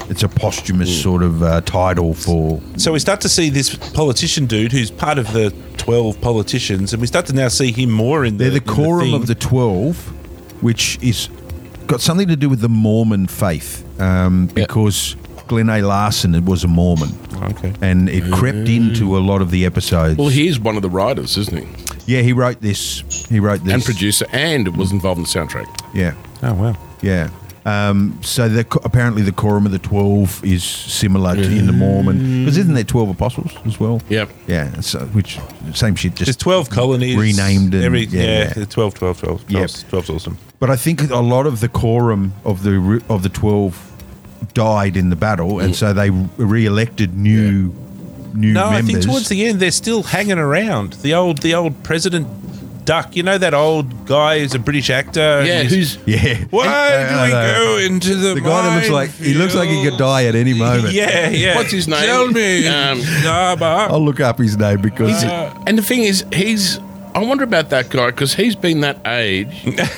A: it's a posthumous sort of uh, title for
B: So we start to see this politician dude who's part of the 12 politicians, and we start to now see him more in the.
A: they're the
B: in
A: quorum
B: thing.
A: of the twelve, which is got something to do with the Mormon faith um,
D: Yeah.
A: because Glenn A. Larson was a Mormon,
B: Okay.
A: and it crept into a lot of the episodes.
C: Well, he's one of the writers, isn't he?
A: yeah, he wrote this. He wrote this
C: And producer, and was involved in the soundtrack.
A: Yeah.
B: Oh, wow.
A: Yeah. Um, so the, apparently the quorum of the twelve is similar to in the
B: Mm.
A: Mormon because isn't there twelve apostles as well?
C: Yep.
A: Yeah. So which same shit. Just
B: There's 12 colonies.
A: Renamed and-
B: every,
A: yeah,
B: yeah,
A: yeah.
B: 12, 12, 12.
A: Yep.
B: 12's 12's awesome.
A: But I think a lot of the quorum of the re- of the twelve died in the battle, and so they re-elected new new
B: No,
A: members.
B: I think towards the end they're still hanging around. The old the old President Duck, you know that old guy who's a British
A: Uh,
B: actor.
C: Yeah,
B: and
C: who's
A: yeah.
B: Why
A: Uh,
B: do we
A: no.
B: go into the
A: The guy that looks like he looks like he could die at any moment.
B: Yeah, yeah.
C: What's his name?
B: Tell me.
C: Um,
B: Starbuck.
A: I'll look up his name because
C: He's- and the thing is, he's. I wonder about that guy because he's been that age.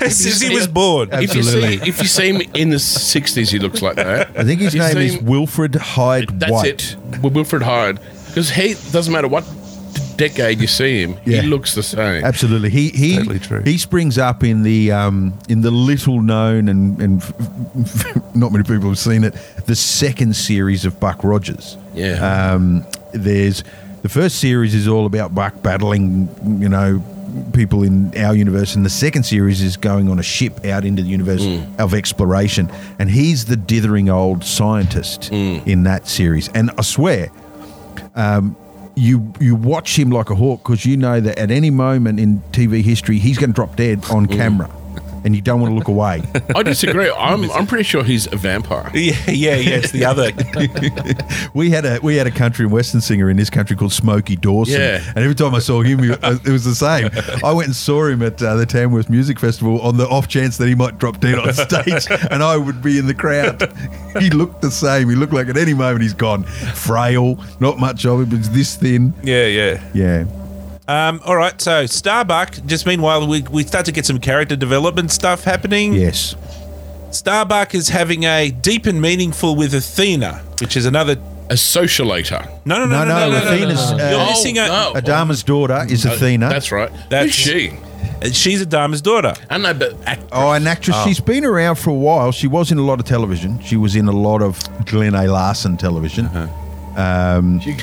B: Since he was born.
A: Uh,
C: If you see,
A: Absolutely.
C: if you see him in the sixties, he looks like that.
A: I think his
C: You
A: name
C: see
A: is
C: him-
A: Wilfred Hyde
C: That's
A: White.
C: it. With Wilfred Hyde, because he doesn't matter what d- decade you see him,
A: Yeah.
C: he looks the same.
A: Absolutely, he he
B: Totally true.
A: he springs up in the um, in the little known and and not many people have seen it. The second series of Buck Rogers.
C: Yeah.
A: Um, there's the first series is all about Buck battling, you know, people in our universe, and the second series is going on a ship out into the universe
B: Mm.
A: of exploration, and he's the dithering old scientist
B: Mm.
A: in that series. And I swear, you you watch him like a hawk because you know that at any moment in TV history he's going to drop dead on
C: Mm.
A: camera, and you don't want to look away.
C: I disagree. I'm I'm pretty sure he's a vampire.
B: Yeah, yeah, yeah. It's the other.
A: we had a we had a country and western singer in this country called Smokey Dawson,
C: Yeah.
A: and every time I saw him, he- uh, it was the same. I went and saw him at uh, the Tamworth Music Festival on the off chance that he might drop dead on stage, and I would be in the crowd. he looked the same. He looked like at any moment he's gone. Frail, not much of him, but he's this thin.
B: Yeah, yeah.
A: Yeah.
B: Um, all right. So Starbuck. Just meanwhile, we, we start to get some character development stuff happening.
A: Yes.
B: Starbuck is having a deep and meaningful with Athena, which is another.
C: A socialiter.
B: No, no,
A: No,
B: no, no, no.
A: no,
B: no, no,
A: Athena's,
B: no, no.
A: uh,
B: You're
A: Oh,
B: missing a.
C: no.
A: Adama's daughter is Athena.
C: Uh, That's right.
B: That's-
C: Who's she?
B: She's Adama's daughter.
C: I know, but act-
A: Oh, an actress. She's been around for a while. She was in a lot of television. She was in a lot of Glenn A. Larson television. Because
C: Uh-huh. she-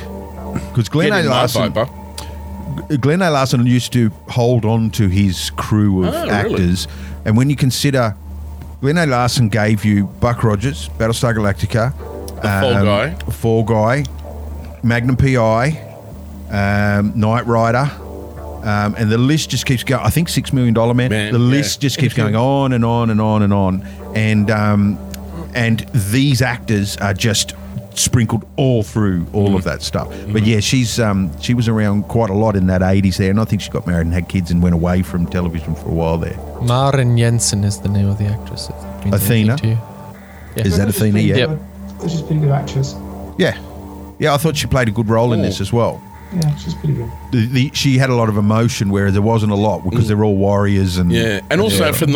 A: Glenn
C: get
A: A.
C: in my
A: Larson,
C: viper.
A: Glenn A. Larson used to hold on to his crew of
C: Oh, really?
A: actors, and when you consider Glenn A. Larson gave you Buck Rogers, Battlestar Galactica,
C: Fall
A: um,
C: Guy.
A: Fall Guy, Magnum PI, um, Knight Rider. Um, and the list just keeps going. I think Six Million Dollar Man.
C: Man,
A: the
C: yeah.
A: list just keeps going on and on and on and on. And um, and these actors are just sprinkled all through all
C: Mm-hmm.
A: of that stuff. But yeah, she's um, she was around quite a lot in that eighties there, and I think she got married and had kids and went away from television for a while there.
D: Maren Jensen is the name of the actress. if that means anything
A: Athena?
D: to you. Yeah.
A: Is that
E: She's
A: Athena
E: pretty
A: yet?
E: good. She's a pretty good actress.
A: Yeah, yeah. I thought she played a good role in this as well.
E: Yeah, she's pretty good.
A: The, the, she had a lot of emotion, whereas there wasn't a lot because they're all warriors and
C: Yeah, and also for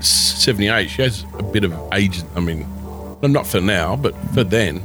C: 1978, she has a bit of age. I mean, well, not for now, but for then.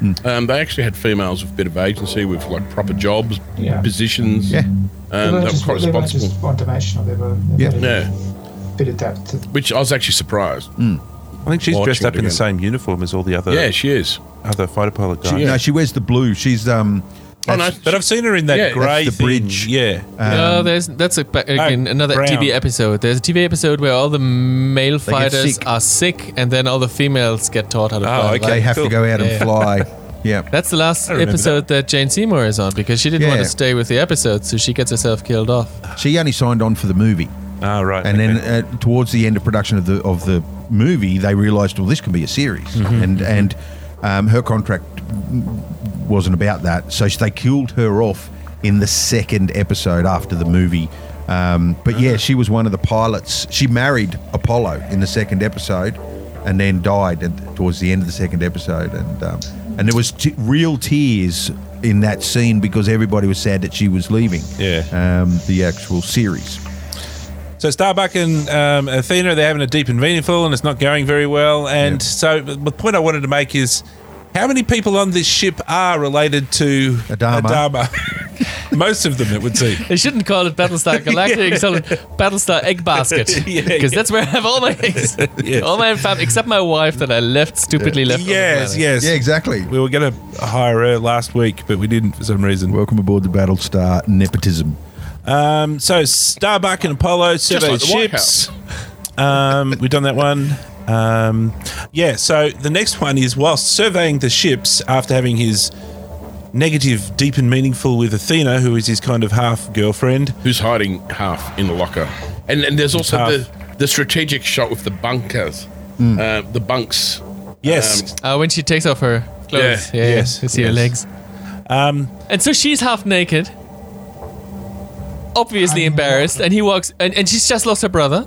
A: Hmm.
C: Um, they actually had females with a bit of agency, with like proper jobs,
E: Yeah.
C: positions.
A: Yeah.
E: They
C: um,
E: were
C: that were
E: just-
C: quite
E: they were
C: responsible.
E: just one dimensional. They were they
A: Yeah.
E: had a
C: Yeah,
E: bit of depth to
C: which I was actually surprised.
B: I think she's
C: Watching
B: dressed up
C: it
B: in the
C: again.
B: same uniform as all the other
C: Yeah, she is.
B: other fighter pilot guys.
A: No, she wears the blue. She's um.
C: Oh,
A: that's-
C: no,
B: But I've seen her in that
C: Yeah, that's
B: grey
A: the
B: thing.
A: bridge.
B: Yeah.
A: um,
D: no, there's that's a, ba- again, another
B: Brown.
D: TV episode. There's a TV episode where all the male fighters
A: sick.
D: are sick, and then all the females get taught how to fly.
B: okay.
A: They have
B: cool.
A: to go out and
D: Yeah.
A: fly. yeah.
D: That's the last
B: remember
D: episode that. Jane Seymour is on because she didn't want
A: Yeah.
D: to stay with the episode, so she gets herself killed off.
A: She only signed on for the movie.
B: Ah, right.
A: And
B: okay.
A: then uh, towards the end of production of the of the movie, they realised, well, this can be a series, and and um, her contract wasn't about that, so they killed her off in the second episode after the movie. Um, but yeah, she was one of the pilots. She married Apollo in the second episode, and then died at, towards the end of the second episode, and um, and there was t- real tears in that scene because everybody was sad that she was leaving.
B: Yeah.
A: um, the actual series.
B: So Starbuck and um, Athena, they're having a deep and meaningful, and it's not going very well. And so the point I wanted to make is, how many people on this ship are related to
A: Adama.
B: Adama? Most of them, it would seem.
D: They shouldn't call it Battlestar Galactic. It's called Battlestar Egg Basket because
B: Yeah, yeah.
D: that's where I have all my eggs,
B: Yes.
D: all my fam, except my wife that I left stupidly left. on the
B: Yes,
D: planet.
B: yes.
A: Yeah, exactly.
B: We were going to hire her last week, but we didn't for some reason.
A: Welcome aboard the Battlestar Nepotism.
B: Um, so Starbuck and Apollo survey
C: like the White
B: ships. Um, we've done that one. Um, yeah. So the next one is whilst surveying the ships after having his negative, deep and meaningful with Athena, who is his kind of half girlfriend.
C: Who's hiding half in a locker? And and there's also
B: Half.
C: the the strategic shot with the bunkers, uh, the bunks.
B: Yes.
C: Um,
D: Uh, when she takes off her clothes,
C: Yeah,
D: yeah,
B: yes,
D: yes, you see her
B: yes.
D: legs.
B: Um,
D: And so she's half naked, obviously embarrassed, and he walks, and, and she's just lost her brother,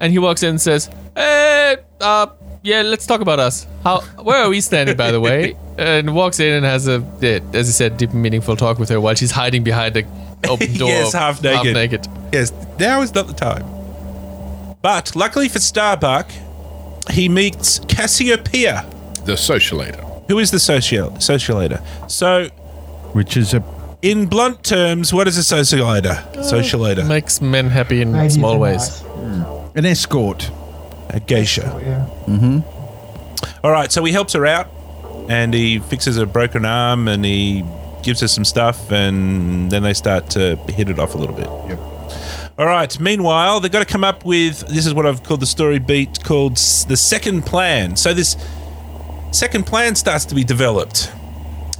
D: and he walks in and says, "Hey, uh, yeah, let's talk about us. How, where are we standing, by the way?" And walks in and has a, yeah, as I said, deep and meaningful talk with her while she's hiding behind the open door,
B: Yes, half naked.
D: naked.
B: yes. Now is not the time. um, But luckily for Starbuck, he meets Cassiopeia,
C: the socialator.
B: who is the social sociolator. So,
A: which is a
B: in blunt terms, what is a sociolator? Sociolator.
D: Makes men happy in
E: Ladies
D: small
E: and
D: ways.
E: that.
A: an escort.
B: A geisha.
E: Yeah.
B: All right, so he helps her out and he fixes a broken arm and he gives her some stuff and then they start to hit it off a little bit. Yep. All right, meanwhile, they've got to come up with this is what I've called the story beat called s- the second plan. So this second plan starts to be developed.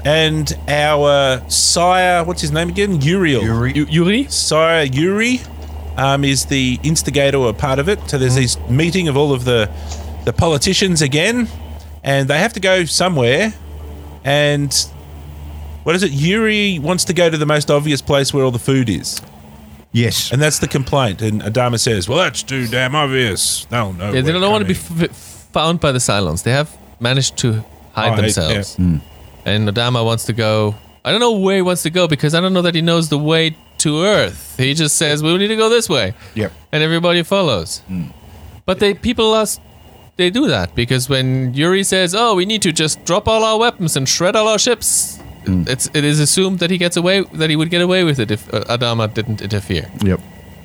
B: And our sire, what's his name again? Uriel.
D: Y- Yuri,
B: Sire Yuri um, is the instigator or part of it. So there's this meeting of all of the the politicians again, and they have to go somewhere. And what is it? Yuri wants to go to the most obvious place where all the food is,
A: Yes.
B: and that's the complaint. And Adama says, "Well, that's too damn obvious. They'll know."
D: yeah, they
B: Oh, we're
D: don't want to be
B: coming." Oh,
D: f- f- found by the Cylons. They have managed to hide
B: Hide,
D: themselves. Mm. And Adama wants to go. I don't know where he wants to go because I don't know that he knows the way to Earth. He just says we need to go this way,
A: Yep.
D: and everybody follows. But they people are, s- they do that because when Yuri says, "Oh, we need to just drop all our weapons and shred all our ships," it's it is assumed that he gets away that he would get away with it if uh, Adama didn't interfere.
A: Yep.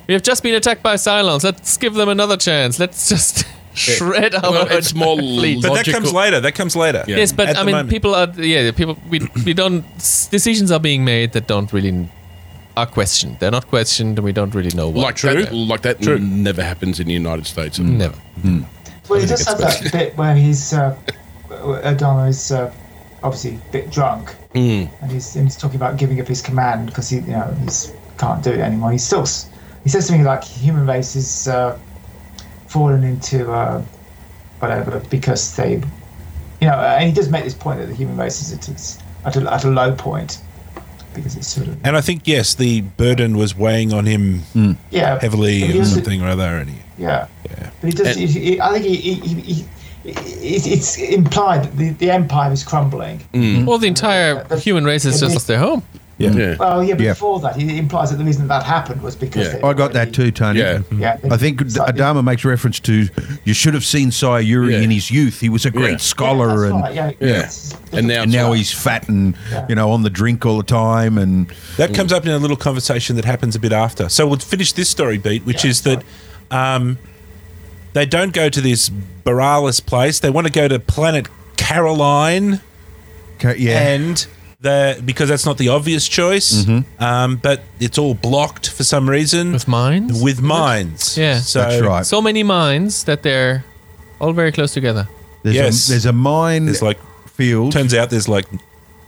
D: We have just been attacked by Cylons. Let's give them another chance. Let's just shred our.
C: Well, it's more
D: fleet.
B: But that
C: Logical-
B: comes later. That comes later.
C: Yeah.
D: Yes, but
B: At
D: I
B: the
D: mean,
B: moment.
D: people are yeah, people we, we don't s- decisions are being made that don't really are questioned. They're not questioned, and we don't really know why.
C: Like that, like that n- never happens in the United States.
D: Never.
E: Well, he does have that bit where he's uh, Adama is uh, obviously a bit drunk, and he's and he's talking about giving up his command because he you know he's can't do it anymore. He's still s- he says something like human race is uh, fallen into uh, whatever because they you know and he does make this point that the human race is at its at a, at a low point because it's sort of
B: And I think yes, the burden was weighing on him
E: yeah but
B: heavily
E: he
B: or
E: also-
B: something or other. And he-
E: Yeah. But he does. He, he, I think he. he, he, he it, it's implied that the, the empire is crumbling.
D: Well, the entire human race has just lost their home.
C: Yeah.
E: Well, yeah.
A: Yeah.
E: Before that, he implies that the reason that happened was because
C: Yeah.
E: they
A: I got that
E: already-
A: too, Tony. Mm-hmm.
C: Yeah.
E: Yeah, they
A: I think
E: decided-
A: Adama makes reference to you should have seen Sire Yuri
C: Yeah.
A: in his youth. He was a great
C: Yeah.
E: Yeah, that's
A: scholar and
E: right, yeah, It's-
C: And now,
A: and now
C: it's-
A: he's fat and
E: Yeah.
A: you know on the drink all the time and
B: That comes up in a little conversation that happens a bit after. So we'll finish this story beat, which is that um, they don't go to this Baralis place. They want to go to planet Caroline,
A: ca- yeah.
B: and the because that's not the obvious choice.
A: Mm-hmm.
B: Um, but it's all blocked for some reason
D: With mines?
B: With mines,
D: Yeah.
B: So
A: That's right.
D: So many mines that they're all very close together.
A: There's
B: yes.
A: a, there's a mine
B: There's like
A: field.
B: turns out there's like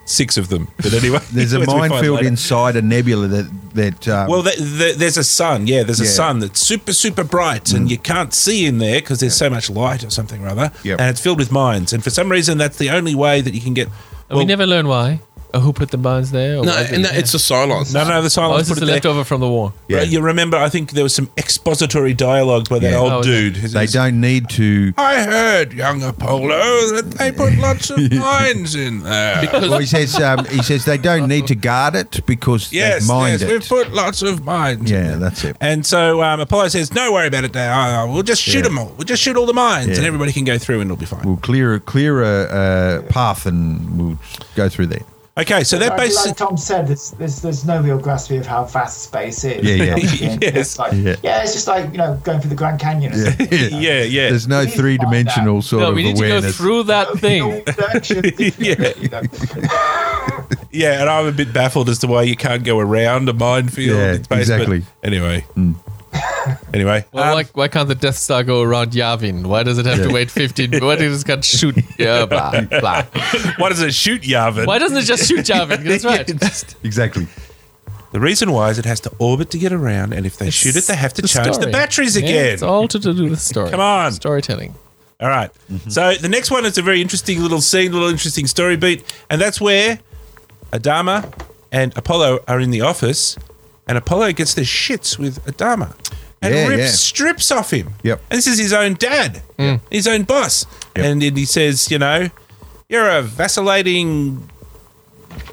B: six of them. But anyway,
A: There's a
B: as we find
A: minefield
B: later.
A: inside a nebula that that. Um,
B: Well, th th there's a sun. Yeah, there's a
A: Yeah. Mm.
B: sun that's super, super bright, and you can't see in there because there's so much light or something or other.
A: Yep.
B: And it's filled with mines. And for some reason, that's the only way that you can get.
D: And we never learn why or who put the mines there. Or
C: No,
D: why they-
C: and that, it's the silence.
B: No, no, the
D: oh,
B: silence
D: this
B: put
D: is
B: it
D: the
B: there.
D: leftover from the war.
A: Yeah.
B: Right, You remember? I think there was some expository dialogue by that
A: Yeah.
B: old
D: Oh, is it?
B: dude. His-
A: they
B: his-
A: don't need to.
B: I heard, young Apollo, that they put lots of mines in there.
A: Well, he says um, he says they don't need to guard it because
B: yes,
A: they've mined
B: yes, we've
A: it.
B: put lots of mines. in
A: yeah,
B: there.
A: that's it.
B: And so um, Apollo says, "No worry about it, Dad. We'll just shoot
A: Yeah.
B: them all. We'll just shoot all the mines,
A: Yeah.
B: and everybody can go through, and it'll be fine."
A: We'll clear a clear a uh, path and we'll go through there.
B: Okay, so that
E: Like,
B: basically
E: like Tom said, there's, there's there's no real grasp of how vast space is.
A: Yeah, yeah.
E: It's
B: Yes.
E: like-
A: Yeah.
E: yeah. it's just like you know going through the Grand Canyon. Or something.
B: yeah, yeah.
A: There's no
E: We need to
A: three dimensional
E: find
A: sort
D: no,
A: of
D: we need to go
A: awareness.
D: through that thing.
E: yeah.
B: yeah, and I'm a bit baffled as to why you can't go around a minefield.
A: Yeah,
B: in space, but
A: exactly. Hmm.
B: Anyway, anyway,
D: Well,
B: um,
D: why, why can't the Death Star go around Yavin? Why does it have to wait 15? Why does it can't shoot? Yeah, blah, blah.
B: why does it shoot Yavin?
D: Why doesn't it just shoot Yavin? That's right.
A: exactly.
B: The reason why is it has to orbit to get around, and if they shoot it, they have to charge the
D: story.
B: batteries
D: Yeah,
B: again.
D: it's all to do with the story.
B: Come on.
D: Storytelling.
B: All right. So the next one is a very interesting little scene, little interesting story beat, and that's where Adama and Apollo are in the office, and Apollo gets the shits with Adama and
A: Yeah,
B: rips
A: yeah.
B: strips off him.
A: Yep.
B: And this is his own dad, his own boss,
A: Yep.
B: and then he says, you know, you're a vacillating,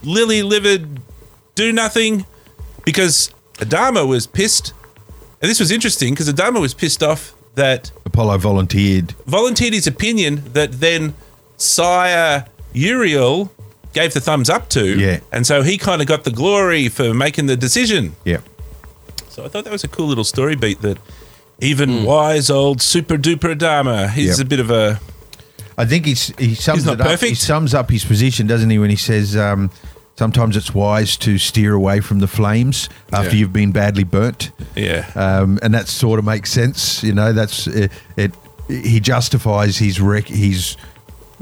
B: lily-livered, do nothing, because Adama was pissed, and this was interesting because Adama was pissed off that
A: Apollo volunteered.
B: volunteered his opinion that then Sire Uriel gave the thumbs up to.
A: Yeah.
B: And so he kind of got the glory for making the decision.
A: Yeah.
B: So I thought that was a cool little story beat that even
C: Hmm.
B: wise old super duper Adama, he's
A: Yeah.
B: a bit of a.
A: I think he's he sums
B: He's not
A: it up. He
B: perfect.
A: sums up his position, doesn't he, when he says um, sometimes it's wise to steer away from the flames after
C: Yeah.
A: you've been badly burnt.
B: Yeah.
A: um, and that sort of makes sense. You know, that's it. it he justifies his rec- his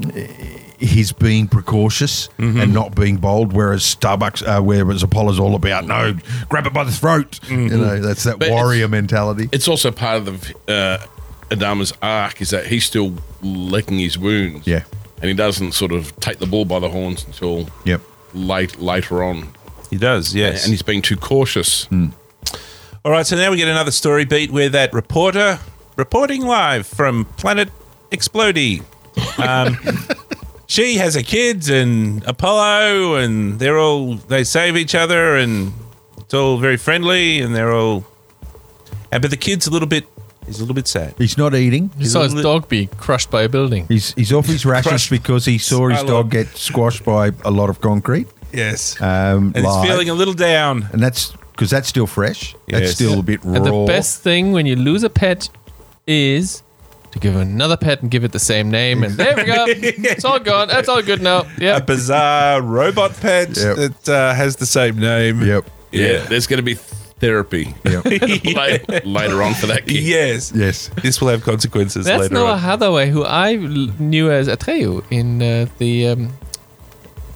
A: uh, his being precautious
B: Mm-hmm.
A: and not being bold, whereas Starbucks, uh, whereas Apollo's all about no, grab it by the throat.
B: Mm-hmm.
A: You know, that's that
C: But it's-
A: warrior mentality.
C: It's also part of the uh, Adama's arc is that he's still licking his wounds.
A: Yeah.
C: and he doesn't sort of take the bull by the horns until
A: Yep.
C: late later on,
B: he does, yes.
C: and he's being too cautious.
B: All right, so now we get another story beat where that reporter, reporting live from Planet Explodey, um, she has her kids and Apollo, and they're all, they save each other, and it's all very friendly, and they're all. And, but the kid's a little bit, he's a little bit sad.
A: He's not eating.
D: You
B: He's
D: saw
B: a
D: his
B: little-
D: dog be crushed by a building.
A: He's he's off his rashes
B: Crushed.
A: because he saw his
B: I love-
A: dog get squashed by a lot of concrete.
B: Yes.
A: Um,
B: and
A: live.
B: he's feeling a little down.
A: and that's because that's still fresh. That's
B: Yes.
A: still a bit raw.
D: And the best thing when you lose a pet is to give another pet and give it the same name. And there we go. it's all gone. That's all good now.
B: A
D: Yeah.
B: bizarre robot pet
A: Yep.
B: that uh, has the same name.
A: Yep.
C: Yeah, there's going to be therapy
A: Yep.
C: later, later on for that kid.
B: Yes.
A: yes.
B: This will have consequences
D: That's
B: later
D: Noah
B: on.
D: Hathaway, who I l- knew as Atreyu in uh, the um,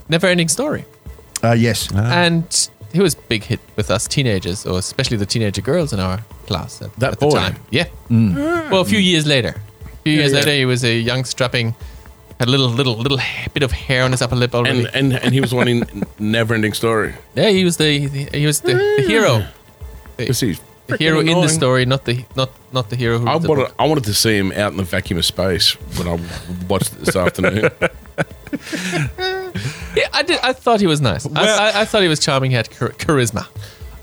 D: Never Ending Story.
A: Uh, yes.
C: Uh-huh.
D: And he was a big hit with us teenagers, or especially the teenager girls in our class at,
C: That
D: at the
C: boy.
D: time. Yeah. Well, a few years later. A few years later, he was a young, strapping, had a little, little, little ha- bit of hair on his upper lip already.
C: And, and and he was one in Never Ending Story.
D: yeah, he was the, the- he was the, the hero,
C: Is he
D: the hero in the
C: annoying.
D: story, not the not not the hero who.
C: I
D: wrote the
C: wanted,
D: book.
C: I wanted to see him out in the vacuum of space when I watched it this afternoon.
D: Yeah, I did. I thought he was nice.
B: Well-
D: I, I, I thought he was charming. Had char- charisma.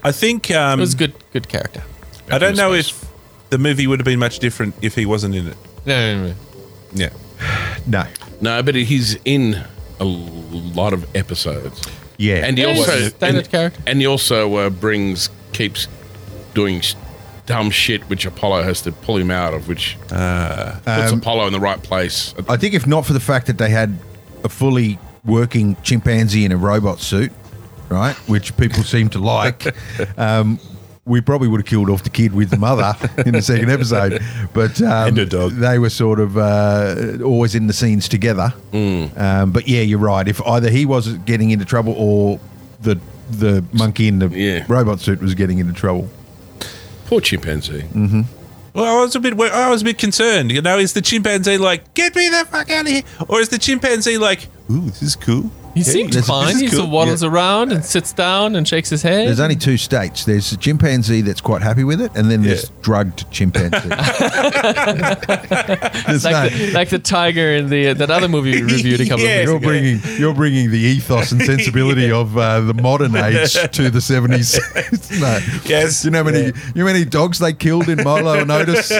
B: I think. Um,
D: It was a good, good character.
B: I don't know
C: Space.
B: if the movie would have been much different if he wasn't in it.
D: No, no, no, no.
B: Yeah.
A: No.
C: No, but he's in a lot of episodes,
A: Yeah.
C: and he
D: Yeah, he's
C: also
D: a standard
C: and,
D: character.
C: and he also uh, brings keeps doing sh- dumb shit, which Apollo has to pull him out of, which puts Apollo in the right place.
A: I think if not for the fact that they had a fully working chimpanzee in a robot suit, right, which people seem to like, um, we probably would have killed off the kid with the mother in the second episode, but um,
B: And the dog.
A: they were sort of uh, always in the scenes together.
B: Mm.
A: Um, but yeah, you're right. If either he was getting into trouble or the the monkey in the
C: Yeah.
A: robot suit was getting into trouble.
C: Poor chimpanzee.
B: Well, I was a bit, wor- I was a bit concerned. You know, is the chimpanzee like, get me the fuck out of here, or is the chimpanzee like, ooh, this is cool?
D: He seemed
A: this is-
D: fine.
A: this
D: He
A: is
D: sort
A: cool.
D: of waddles around and sits down and shakes his head.
A: There's only two states. There's a chimpanzee that's quite happy with it, and then there's drugged chimpanzee. There's no-
D: like, the, like the tiger in the that other movie we reviewed a couple
B: Yeah.
D: of
A: you're
D: weeks ago.
A: bringing you're bringing the ethos and sensibility of uh, the modern age to the 70s. no.
B: Yes.
A: You know how many you know how many dogs they killed in Milo and Otis?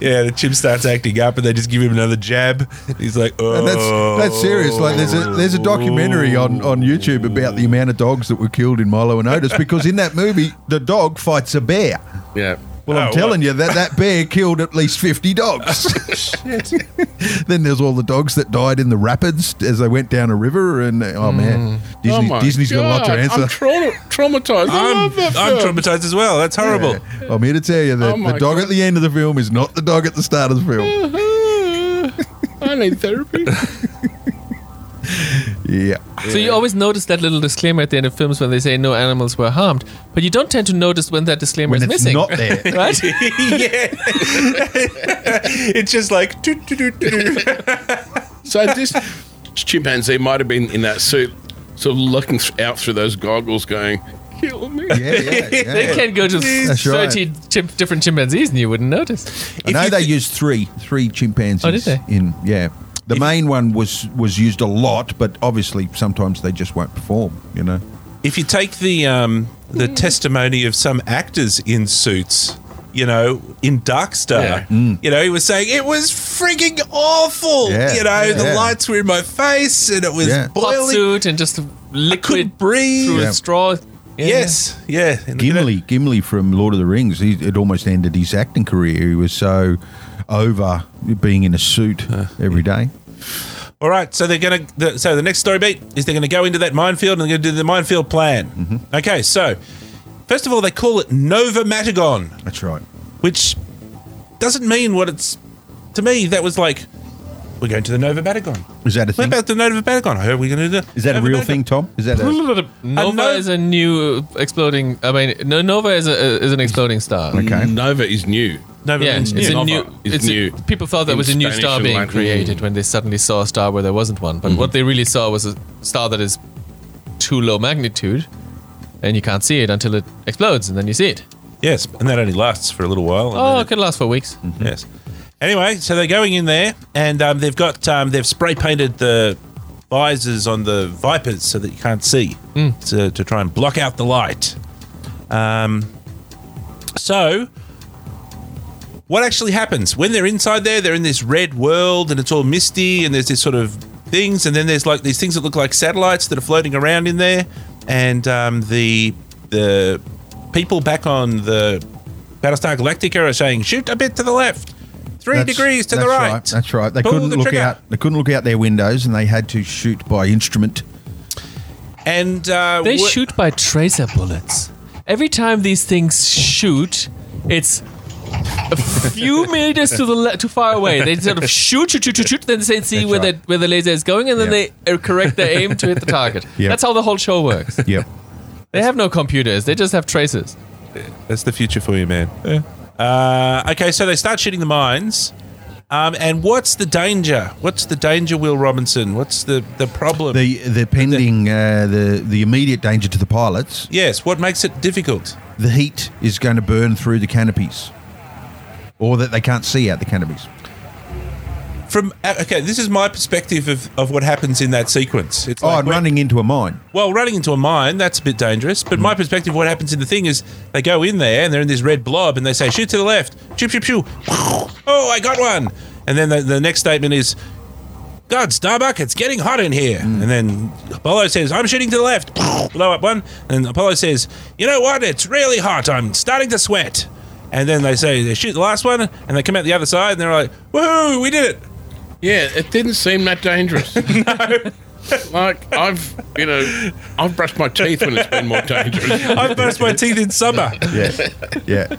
B: Yeah, the chimp starts acting up, and they just give him another jab. He's like, oh,
A: And that's that's serious. Like there's a there's a documentary on, on YouTube about the amount of dogs that were killed in Milo and Otis because in that movie the dog fights a bear.
C: Yeah.
A: Well,
B: Oh,
A: I'm
B: what?
A: telling you that that bear killed at least 50 dogs. then there's all the dogs that died in the rapids as they went down a river. And oh, man, Disney,
C: my
A: Disney's got a lot to
C: God,
A: answer.
C: I'm trau- traumatized. I
B: I'm,
C: love that
B: I'm
C: film.
B: traumatized as well. That's horrible.
A: Yeah. I'm here to tell you that
C: Oh my
A: the dog
C: God.
A: at the end of the film is not the dog at the start of the film.
C: Uh, I need therapy.
A: yeah.
D: So you always notice that little disclaimer at the end of films when they say no animals were harmed, but you don't tend to notice when that disclaimer
A: When
D: is
A: it's
D: missing.
A: not there.
D: right?
B: yeah, it's just like, doot, doot, doot, doot, doot.
C: so this chimpanzee might have been in that suit, sort of looking th- out through those goggles, going, "Kill me."
A: Yeah, yeah, yeah.
D: They can't go to
A: That's right.
D: 30 chim- different chimpanzees and you wouldn't notice.
A: I know they used three three chimpanzees.
D: Oh, did they?
A: In yeah, the main one was was used a lot, but obviously sometimes they just won't perform. You know.
B: if you take the um, the testimony of some actors in suits, you know, in
C: Yeah.
B: Darkstar, you know, he was saying it was freaking awful.
A: Mm. Yeah.
B: You know, the
A: Yeah.
B: lights were in my face and it was
A: Yeah. Hot
D: Hot
B: boiling.
D: suit and just liquid
B: Couldn't breathe.
D: through
A: Yeah.
D: a straw. Yeah.
B: Yes, yeah. And, you know,
A: Gimli, Gimli from Lord of the Rings. He, it almost ended his acting career. He was so over being in a suit every day.
B: All right, so they're going to. The, so the next story beat is they're going to go into that minefield and they're going to do the minefield plan.
A: Mm-hmm.
B: Okay, so first of all, they call it Nova Matagon.
A: That's right.
B: which doesn't mean what it's to me. That was like we're going to the Nova Batagon.
A: Is that a
B: What
A: thing?
B: about the Nova Batagon? I heard we're going to do.
A: Is that a
B: Nova
A: real
B: Batagon.
A: thing, Tom? Is that a,
D: Nova
B: no-
D: is a new uh, exploding. I mean, no, Nova is a, uh, is an exploding star.
A: okay?
C: Nova is new.
B: Nova
D: Yeah,
B: means
D: it's
B: new.
D: a
C: Nova
D: new.
C: is
D: It's a-
C: new.
D: people thought that
C: In
D: was a new
C: Spanish
D: star
C: or
D: being
C: Latin.
D: created when they suddenly saw a star where there wasn't one.
A: Mm-hmm.
D: But what they really saw was a star that is too low magnitude, and you can't see it until it explodes, and then you see it.
B: yes, and that only lasts for a little while. and
D: Oh,
B: then
D: it could last for weeks.
B: Yes. Anyway, so they're going in there, and um, they've got um, they've spray painted the visors on the vipers so that you can't see
D: Hmm.
B: to, to try and block out the light. Um, so. What actually happens when they're inside there? They're in this red world, and it's all misty, and there's this sort of things, and then there's like these things that look like satellites that are floating around in there, and um, the the people back on the Battlestar Galactica are saying, shoot a bit to the left, three
A: That's-
B: degrees to the
A: that's
B: right.
A: That's right. They
B: Pull
A: couldn't
B: the
A: look
B: trigger."
A: out. They couldn't look out their windows, and they had to shoot by instrument.
B: And uh,
D: They
B: wha-
D: shoot by tracer bullets. Every time these things shoot, it's a few meters to the le- too far away. They sort of shoot, shoot, shoot, shoot, shoot. Then they see where
A: right.
D: the where the laser is going, and then
A: Yeah.
D: they uh, correct their aim to hit the target.
A: Yeah.
D: That's how the whole show works.
A: Yep.
D: They have no computers. They just have tracers.
B: That's the future for you, man. Uh, okay, so they start shooting the mines. Um, and what's the danger? What's the danger, Will Robinson? What's the, the problem?
A: the the pending uh, the the immediate danger to the pilots.
B: yes, what makes it difficult?
A: The heat is going to burn through the canopies, or that they can't see out the canopies.
B: From uh, okay, this is my perspective of, of what happens in that sequence. It's
A: oh,
B: like
A: and
B: when-
A: running into a mine.
B: Well, running into a mine, that's a bit dangerous. But my perspective of what happens in the thing is they go in there and they're in this red blob and they say, shoot to the left, shoot, shoot, shoot. Oh, I got one. And then the, the next statement is, God, Starbuck, it's getting hot in here. And then Apollo says, I'm shooting to the left, blow up one. And Apollo says, you know what? It's really hot. I'm starting to sweat. And then they say, they shoot the last one and they come out the other side and they're like, woohoo, we did it.
C: Yeah, it didn't seem that dangerous. Like I've, you know, I've brushed my teeth when it's been more dangerous.
B: I've burst my teeth in summer.
A: Yeah, yeah.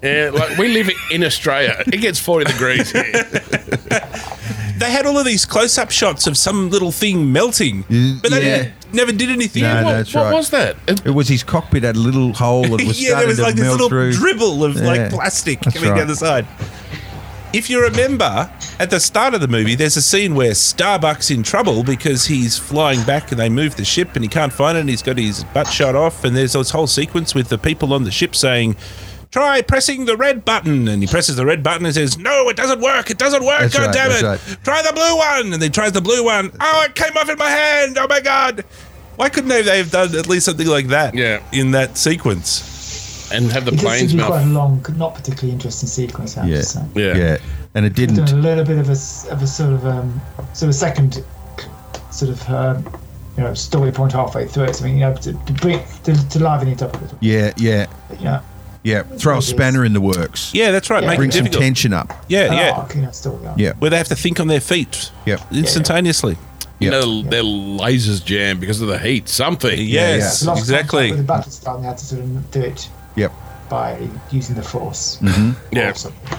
C: Yeah, like we live in Australia. It gets forty degrees here.
B: They had all of these close-up shots of some little thing melting,
A: Mm,
B: but they
A: yeah.
B: didn't, never did anything.
A: No,
C: what
A: no. that's
C: what
A: right.
C: was that? It-
A: It was his cockpit had a little hole that was
B: yeah,
A: starting
B: there was
A: to
B: like this
A: melt
B: little
A: through.
B: dribble of like
A: Yeah,
B: plastic
A: that's
B: coming
A: right.
B: down the side. If you remember, at the start of the movie, there's a scene where Starbuck's in trouble because he's flying back and they move the ship and he can't find it and he's got his butt shot off. And there's this whole sequence with the people on the ship saying, Try pressing the red button. And he presses the red button and says, No, it doesn't work. It doesn't work.
A: That's
B: God
A: right,
B: damn
A: that's
B: it.
A: right.
B: Try the blue one. And then tries the blue one. Oh, it came off in my hand. Oh, my God. Why couldn't they have done at least something like that
C: Yeah.
B: in that sequence?
C: And have the
E: It did
C: planes
E: seem quite a
C: melt.
E: long, not particularly interesting sequence. I have
A: Yeah.
E: to say.
C: Yeah.
A: yeah, and it
E: Done
A: didn't.
E: a little bit of a, s- of a sort of um, sort of second sort of um, you know story point halfway through it. Something you know to, to bring to, to liven it up a little.
A: Yeah, yeah,
E: Bit, you know,
A: yeah. Throw a spanner in the works.
B: Yeah, that's right.
E: Yeah. Ah.
B: Make
A: Bring
B: it
A: some
B: difficult.
A: tension up.
B: yeah,
E: an
B: yeah.
E: arc, you know, story arc.
A: Yeah,
B: Where they have to think on their feet
A: yeah, yeah.
B: instantaneously.
C: You
A: Yeah.
C: know, their lasers jam because of the heat. Something.
B: Yes,
E: They lost contact
B: exactly.
E: With the battle star, and they had to sort of do it by using the force.
C: Yeah.
A: Mm-hmm.
E: Or something.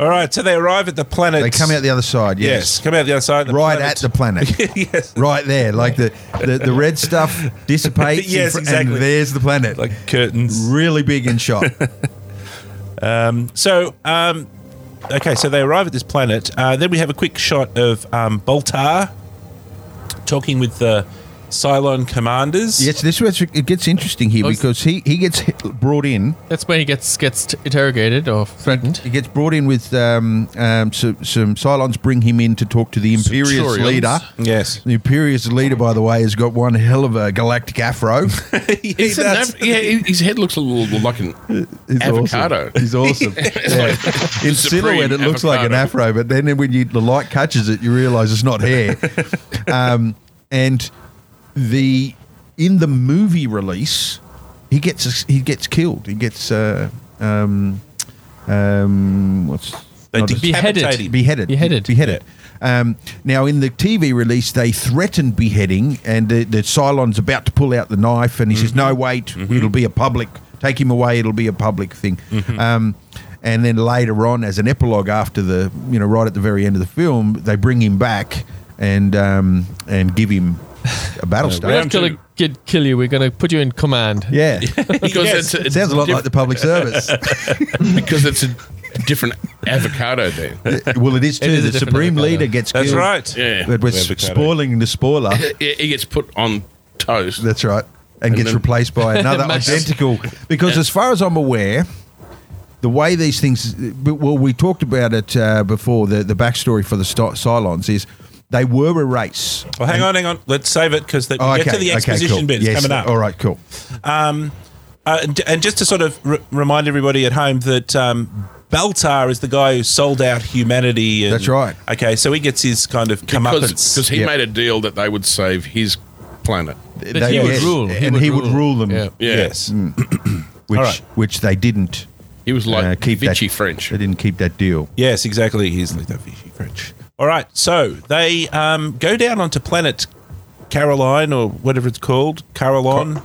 B: All right, so they arrive at the planet.
A: They come out the other side.
B: yes.
A: Yes,
B: come out the other side. the
A: right
B: planet.
A: at the planet.
B: yes,
A: Right there, like the the, the red stuff dissipates. in
B: Yes,
A: fr-
B: exactly.
A: And there's the planet, like
B: like curtains.
A: really big in shot.
B: So, um, okay, so they arrive at this planet. Uh, then we have a quick shot of um, Boltar talking with the Cylon commanders.
A: yes, this was it gets interesting here because he he gets hit- brought in.
D: That's when he gets gets t- interrogated or threatened.
A: He gets brought in with um, um, so, some Cylons. Bring him in to talk to the Imperious
D: Centurions.
A: leader.
B: Yes.
A: The Imperious leader, by the way, has got one hell of a galactic afro.
B: He
C: Isn't
B: does.
C: that- yeah, his his head looks a little like an
A: He's
C: Avocado.
A: Awesome. He's awesome. Yeah. In silhouette, it looks like an afro, but then when you, the light catches it, you realise it's not hair. um, and the in the movie release, he gets he gets killed. He gets uh, um, um, what's
B: They
A: not a-
B: decapitate
D: Beheaded.
B: him.
A: beheaded.
D: Beheaded.
A: Beheaded. Um, now, in the TV release, they threatened beheading, and the, the Cylon's about to pull out the knife, and he says, "No, wait! It'll be a public. Take him away. It'll be a public thing." Um, and then later on, as an epilogue, after the you know, right at the very end of the film, they bring him back and um, and give him a battle
D: We're
A: star.
D: not gonna get, kill you. We're gonna put you in command.
A: Yeah,
C: because
B: Yes.
C: it's,
A: it
C: it's
A: sounds a lot
C: diff-
A: like the public service.
C: because it's a different avocado then.
A: well, it is too.
D: is
A: the
D: a different
A: supreme
D: avocado.
A: leader gets
B: That's
A: killed.
B: right.
C: Yeah.
A: But we're
B: Avocado.
A: spoiling the spoiler.
C: Yeah, he gets put on toast.
A: That's right. And, gets
C: then-
A: replaced by another
D: Max.
A: identical. Because as far as I'm aware, the way these things, but- well, we talked about it uh, before. The the backstory for the Sto- Cylons is they were a race.
B: Well, hang on, hang on. Let's save it because we
A: Oh,
B: get to the exposition
A: cool.
B: bit. It's
A: Yes,
B: coming up.
A: All right, cool.
B: Uh, and, and just to sort of r- remind everybody at home that um, Baltar is the guy who sold out humanity. And,
A: That's right.
B: Okay, so he gets his kind of
C: Because
B: comeuppance.
C: because he
A: Yeah.
C: made a deal that they would save his planet.
A: They,
D: he would rule. He
A: and
D: would
A: he would
D: rule.
A: rule them,
D: Yeah.
C: Yeah.
B: Yes.
A: Mm. which
B: All right.
A: which they didn't
C: He was like
A: uh, keep. that-
C: Vichy French.
A: They didn't keep that deal.
B: Yes, exactly. He's like that Vichy French. All right, so they um, go down onto planet Caroline or whatever it's called, Carolon.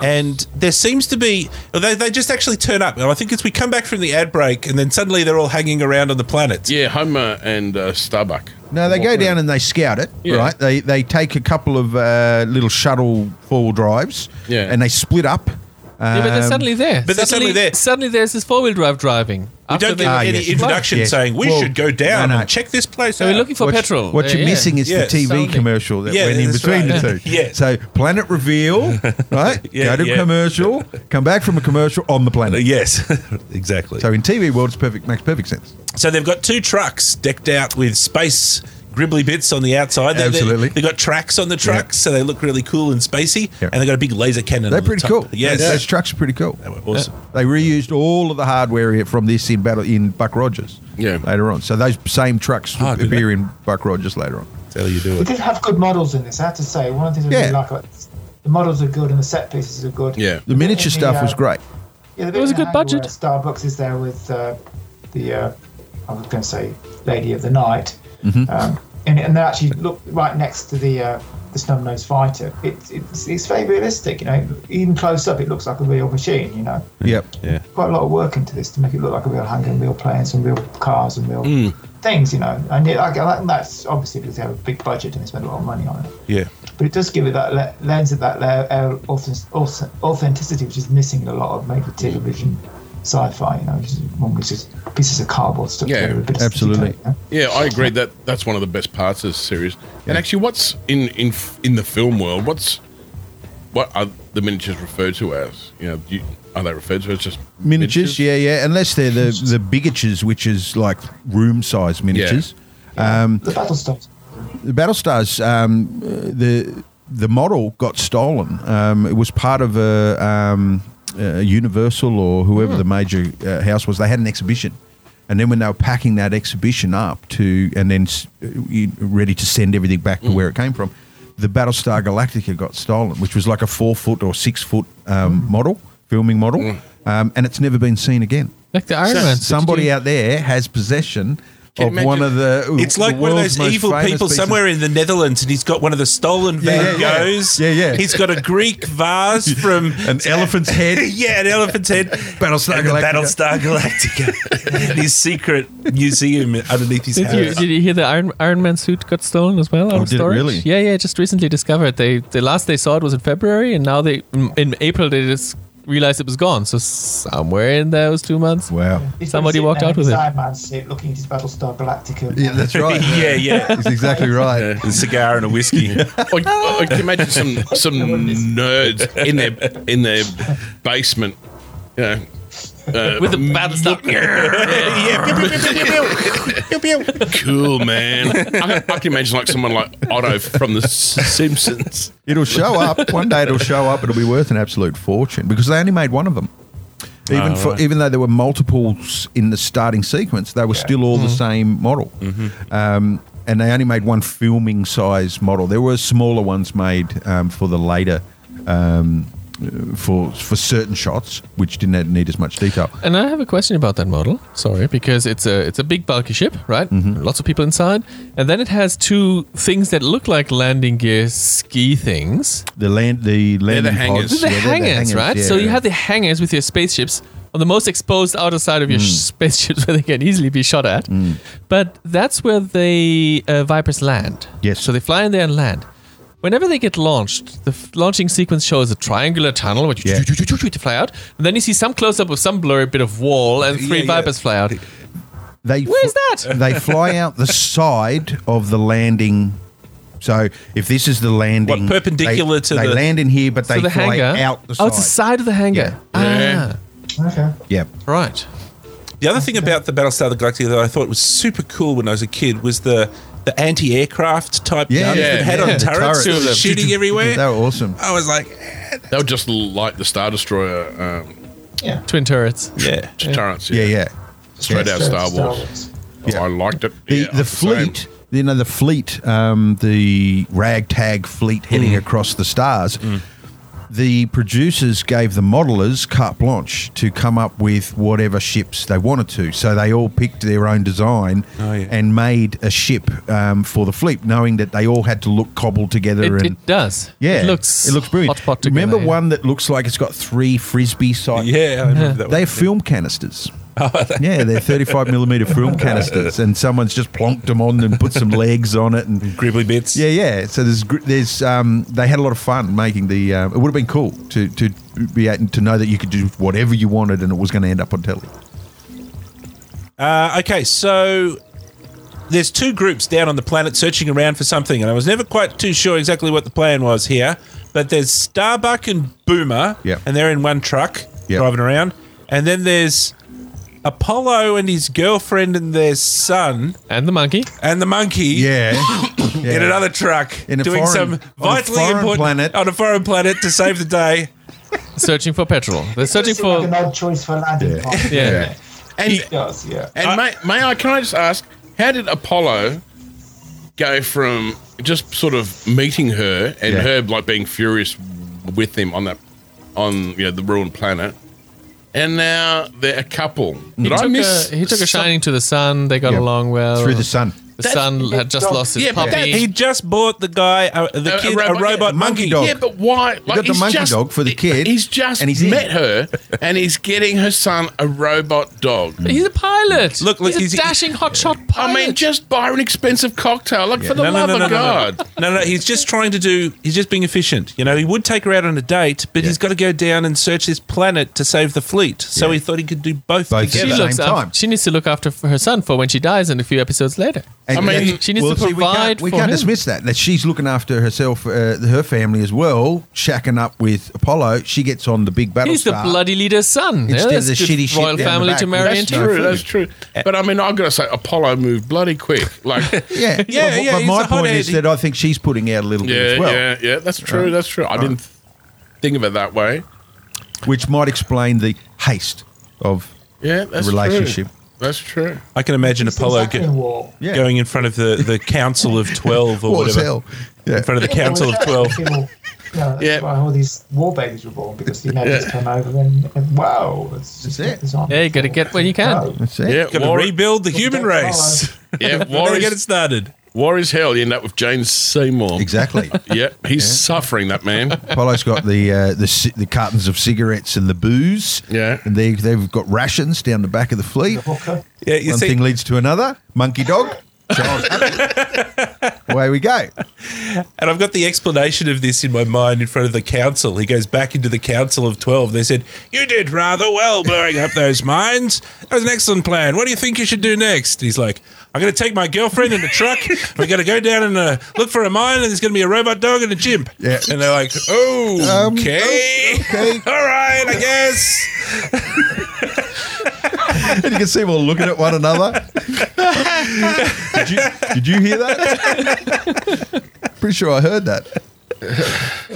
B: and there seems to be they, they just actually turn up. And I think it's we come back from the ad break and then suddenly they're all hanging around on the planet.
C: Yeah, Homer and uh, Starbuck.
A: No, they go down and they scout it,
C: Yeah.
A: right? They they take a couple of uh, little shuttle four wheel drives,
C: Yeah.
A: and they split up.
D: Yeah, but they're
A: Um,
D: suddenly there.
B: but they're suddenly there.
D: Suddenly there's this four-wheel drive driving.
B: We don't get
A: Ah,
B: any
A: yes.
B: introduction
A: Yes.
B: saying we
A: Well,
B: should go down
A: no, no.
B: and check this place
D: So
B: out.
D: we're looking for
A: what
D: petrol.
A: what you're
D: Yeah, yeah.
A: missing is
B: Yes.
A: the TV
D: Sounding.
A: commercial that
B: Yeah,
A: went in
B: that's
A: between
B: right.
A: the two.
B: Yeah.
A: So planet reveal, right?
B: Yeah,
A: Go to
B: yeah.
A: commercial, come back from a commercial on the
B: Uh,
A: planet.
B: Yes, exactly.
A: So
B: So,
A: in TV world, it's perfect. Makes perfect sense.
B: they've got two trucks decked out with space gribbly bits on the outside. They- they-
A: Absolutely.
B: They've got tracks on the trucks, so they look really cool and spacey.
A: Yeah.
B: And they've got a big laser cannon.
A: They're
B: on the
A: pretty
B: top.
A: cool.
B: Yes.
A: those, those trucks are pretty cool.
B: They were awesome.
A: They reused all of the hardware here from this in battle in Buck Rogers.
C: Yeah.
A: later on. So those same trucks
B: Oh, did
A: appear in Buck Rogers later on.
B: That's how you do
E: They
B: it.
E: did have good models in this. I have to say, one of the things I
A: Yeah.
E: really like about this, the models are good and the set pieces are good. uh,
C: Yeah.
A: The miniature
E: Yeah,
A: stuff
E: yeah.
A: was great.
E: yeah
D: It was a good budget.
E: Starbucks is there with uh, the uh, I was going to say Lady of the Night. Um, and, and they actually look right next to the uh, the snub-nosed fighter. It, it's it's very realistic, you know. Even close up, it looks like a real machine, you know.
A: Yep.
B: Yeah.
E: Quite a lot of work into this to make it look like a real hangar and real planes and real cars and real things, you know. And it, like, and that's obviously because they have a big budget and they spend a lot of money on it.
B: Yeah.
E: But it does give it that le- lens of that layer, air- authentic- auth- authenticity, which is missing in a lot of maybe
C: Mm-hmm.
E: television sci-fi. You know, just normally it's just pieces of cardboard stuck
C: Yeah,
E: together. with bits of
A: absolutely.
E: detail, you know?
C: Yeah, I agree that that's one of the best parts of the series. And actually, what's in in f- in the film world? What's what are the miniatures referred to as? You know, do you, are they referred to as just
A: miniatures. Yeah, yeah. Unless they're the the bigatures, which is like room size miniatures.
E: The battle stops.
A: The Battlestars, um, uh, the the model got stolen. Um, it was part of a, um, a Universal or whoever
B: Hmm.
A: the major uh, house was. They had an exhibition, and then when they were packing that exhibition up to and then s- uh, you- ready to send everything back
B: Hmm.
A: to where it came from, the Battlestar Galactica got stolen, which was like a four foot or six foot um,
B: Hmm.
A: model, filming model, um, and it's never been seen again.
D: Like the Iron Man.
A: Somebody out there has possession.
C: Can
A: Of
C: you
A: one
C: imagine-
A: of the
B: It's like
A: the
B: one of
A: world's
B: those
A: most
B: evil
A: famous
B: people
A: pieces-
B: somewhere in the Netherlands, and he's got one of the stolen
A: Yeah,
B: Van
A: yeah, yeah.
B: Goghs.
A: Yeah, yeah.
B: He's got a Greek vase from
A: an elephant's head.
B: yeah, an elephant's head.
A: Battlestar
B: and the
A: Galactica.
B: Battlestar Galactica. and his secret museum underneath his
D: Did you,
B: house.
D: did you hear the Iron, Iron Man suit got stolen as well? out
A: Oh,
D: of
A: did it
D: storage?
A: really?
D: Yeah, yeah. Just recently discovered they the last they saw it was in February, and now they in- in April they just realized it was gone. So somewhere in those two months,
A: Wow.
E: He's
D: Somebody
E: sitting
D: walked
E: there
D: out
E: in
D: with
E: his
D: it.
E: Iron Man suit, looking at his Battlestar Galactica.
A: Yeah, that's right.
B: yeah, yeah.
A: That's exactly right.
B: A cigar and a whiskey.
C: Or, or can you imagine some some nerds in their in their basement? You know, uh,
D: with the Battlestar.
C: cool man. I, can- I can imagine like someone like Otto from the S- Simpsons.
A: It'll show up one day. It'll show up. It'll be worth an absolute fortune because they only made one of them. Even for even though there were multiples in the starting sequence, they were still all the same model. Um, and they only made one filming size model. There were smaller ones made um, for the later. Um, for for certain shots, which didn't need as much detail.
D: and I have a question about that model. Sorry, because it's a it's a big bulky ship, right? Lots of people inside, and then it has two things that look like landing gear ski things.
A: The land, the landing
C: the
A: pods.
C: hangers.
D: the
A: Yeah, they're
D: hangars, right? so
A: yeah.
D: you have the hangars with your spaceships on the most exposed outer side of your
A: Mm.
D: sh spaceships where they can easily be shot at. But that's where the uh, Vipers land.
A: Yes.
D: So they fly in there and land. Whenever they get launched, the f- launching sequence shows a triangular tunnel which
A: Yeah.
D: to fly out, and then you see some close up of some blurry bit of wall, and three
A: Yeah, yeah.
D: Vipers fly out.
A: They
D: Where's
A: fl-
D: that?
A: they fly out the side of the landing. So if this is the landing,
B: What, perpendicular
A: they,
B: to
A: they
B: the-
A: land in here, but they
D: so the
A: fly
D: hangar
A: out the side.
D: Oh, it's the side of the hangar.
C: Yeah.
E: Okay.
A: Yeah,
D: Ah, right.
B: The other thing about the Battlestar Galactica that I thought was super cool when I was a kid was the the anti-aircraft type
A: yeah,
B: guns that had
A: yeah,
B: on
A: the turrets.
B: turrets, that were shooting
A: They
B: everywhere.
A: were awesome.
B: I was like,
C: They were just like the Star Destroyer um,
E: Yeah.
D: Twin turrets.
B: yeah.
C: turrets.
A: Yeah, yeah.
C: Straight out of Star Wars.
A: Yeah.
C: Oh, I liked it.
A: The,
C: Yeah,
A: the
C: same.
A: fleet, you know, the fleet, um, the ragtag fleet heading across the stars. The producers gave the modelers carte blanche to come up with whatever ships they wanted to. So they all picked their own design
B: Oh, yeah.
A: and made a ship um, for the fleet, knowing that they all had to look cobbled together.
D: It,
A: and
D: it does.
A: yeah,
D: It looks
A: It looks brilliant.
D: Hot pot together,
A: Remember
D: yeah.
A: one that looks like it's got three frisbee side
B: Yeah, I remember that one.
A: they're film canisters. yeah, they're 35 millimeter film canisters, and someone's just plonked them on and put some legs on it, and
B: Gribbly bits.
A: yeah, yeah. So there's gr- there's um, they had a lot of fun making the. Uh, it would have been cool to to be at, to know that you could do whatever you wanted, and it was going to end up on telly.
B: Uh, okay, so there's two groups down on the planet searching around for something, and I was never quite too sure exactly what the plan was here. But there's Starbuck and Boomer,
A: Yep.
B: and they're in one truck
A: Yep.
B: driving around, and then there's Apollo and his girlfriend and their son
D: And the monkey.
B: and the monkey.
A: Yeah,
B: In another truck,
A: In a
B: doing
A: foreign-
B: some
A: on a
B: vitally
A: foreign
B: important
A: planet.
B: on a foreign planet to save the day.
D: searching for petrol. They're searching
E: Seems
D: for
E: like an odd choice for a landing. pod.
D: yeah.
C: And
E: It does, yeah.
C: And may, may I, can I just ask, how did Apollo go from just sort of meeting her and
A: Yeah.
C: her like being furious with him on that, on you know the ruined planet, and now they're a couple? Did I
D: took
C: miss?
D: a, he took
C: some-
D: a shining to the sun. They got
A: Yeah.
D: along well.
A: through the sun.
D: The son had just lost his
C: Yeah, but
D: puppy.
C: that-
B: He just bought the guy, uh, the
C: A- a
B: kid, a
C: robot-
B: robot,
C: yeah,
A: monkey
B: monkey.
A: dog.
C: Yeah, but why? Like,
A: got the
C: he's
A: monkey
C: just-
A: dog for the kid,
C: He's just
A: and he's in.
C: met her, and he's getting her son a robot dog.
D: he's a pilot.
B: Look, look,
D: he's,
B: he's-
D: a dashing hotshot
C: I
D: pilot.
C: mean, just buy her an expensive cocktail. Like for the
B: No, no,
C: love
B: no, no,
C: of
B: no, no,
C: God.
B: no, no, no. He's just trying to do. He's just being efficient. You know, he would take her out on a date, but he's got to go down and search this planet to save the fleet. So he thought he could do both,
A: Both
D: she
B: together.
A: at the
D: looks
A: same
D: after,
A: time.
D: She needs to look after for her son for when she dies in a few episodes later.
A: And
C: I mean,
D: she needs to
A: see, we
D: provide
A: can't, we
D: for
A: can't
D: him.
A: dismiss that that she's looking after herself, uh, her family as well, shacking up with Apollo. She gets on the big battle
D: He's the
A: star.
D: bloody leader's son.
A: Instead of
D: that's
A: the
D: just
A: shitty shit down
D: royal
A: the
D: family
A: back.
D: to marry
A: That's
C: That's
D: into.
C: true. That's true. But I mean, I've got to say, Apollo moved bloody quick. Like,
A: Yeah,
B: Yeah,
A: But,
B: yeah,
A: but
B: he's
A: my
B: a
A: point is
B: hothead.
A: that I think she's putting out a little bit
C: yeah,
A: as well,
C: yeah, yeah. That's true. That's true. I didn't think of it that way.
A: which might explain the haste of
C: Yeah, that's
A: the relationship.
C: True. That's true.
B: I can imagine
E: These
B: Apollo
E: things happen in
B: go-
E: war.
A: Yeah.
B: going in front of the, the Council of Twelve or
A: What as
B: whatever.
A: hell? Yeah.
B: In front of the Council of
E: Yeah,
B: Twelve.
E: People, yeah, that's
C: Yeah.
E: why all these war babies were born because the Americans came over and, and wow, it's just
A: That's it.
E: this on
D: Yeah, you gotta get what you can.
A: That's it.
C: Yeah,
B: Got to
C: war,
B: rebuild the human
E: Apollo.
B: race.
C: yeah,
B: Got
C: war
B: to get it
C: is,
B: started.
C: war is hell. You end up with James Seymour.
A: Exactly.
C: Yeah, he's suffering. That man.
A: Apollo's got the uh, the ci- the cartons of cigarettes and the booze.
C: Yeah.
A: and they they've got rations down the back of the fleet.
E: Hooker.
B: Yeah, you
A: One
B: see,
A: thing leads to another. Monkey dog. Child's happy. Away we go.
B: And I've got the explanation of this in my mind in front of the council. He goes back into the council of 12. They said, You did rather well blowing up those mines. That was an excellent plan. What do you think you should do next? He's like, I'm going to take my girlfriend in a truck. We're going to go down and uh, look for a mine, and there's going to be a robot dog and a chimp.
A: Yeah.
B: And they're like, Oh,
A: Um,
B: okay.
A: okay.
B: All right, I guess.
A: And you can see them all looking at one another. did, you, did you hear that? Pretty sure I heard that.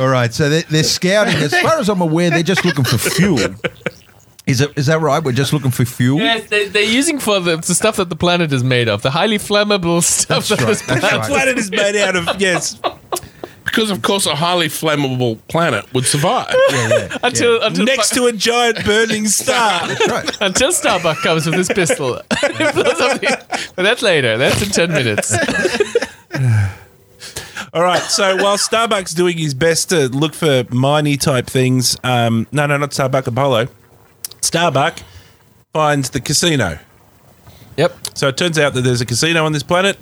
A: All right, so they're, they're scouting. As far as I'm aware, they're just looking for fuel. Is it is that right? We're just looking for fuel.
D: Yes, they, they're using for the, the stuff that the planet is made of, the highly flammable stuff.
A: That's
D: that
A: right.
D: this
A: That's
B: The
A: right.
B: planet is made out of, yes,
C: Because of course, a highly flammable planet would survive.
D: until until
B: next to a giant burning star.
A: Right.
D: until Starbuck comes with his pistol. It blows up the- but that's later. That's in ten minutes.
B: All right. So while Starbucks doing his best to look for miney type things, um, no, no, not Starbuck Apollo. Starbuck finds the casino.
D: Yep.
B: So it turns out that there's a casino on this planet.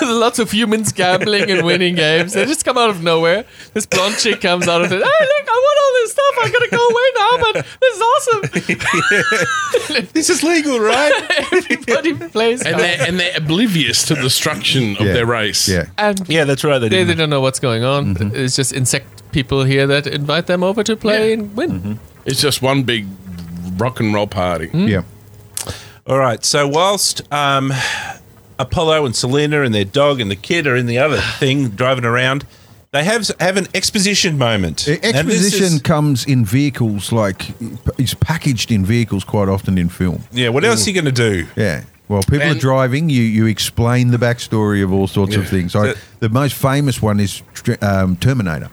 D: Lots of humans gambling and winning games. They just come out of nowhere. This blonde chick comes out and says, "Hey, look! I want all this stuff. I'm gonna go away now, but this is awesome."
B: This is legal, right?
D: Everybody plays.
C: and they're and they're oblivious to the destruction of
A: Yeah.
C: their race.
A: Yeah.
D: and
B: yeah, that's right. They
D: they, they
B: didn't.
D: don't know what's going on. It's just insect people here that invite them over to play and win.
C: it's just one big rock and roll party.
A: Yeah.
B: All right. So whilst um, Apollo and Selena and their dog and the kid are in the other thing driving around, they have have an exposition moment.
A: E-
B: And this
A: Exposition
B: is-
A: comes in vehicles, like it's packaged in vehicles quite often in film.
B: yeah. What else are you going to do?
A: Yeah. Well, people are
C: And-
A: driving. You you explain the backstory of all sorts of things. I,
B: So-
A: the most famous one is tr- um, Terminator,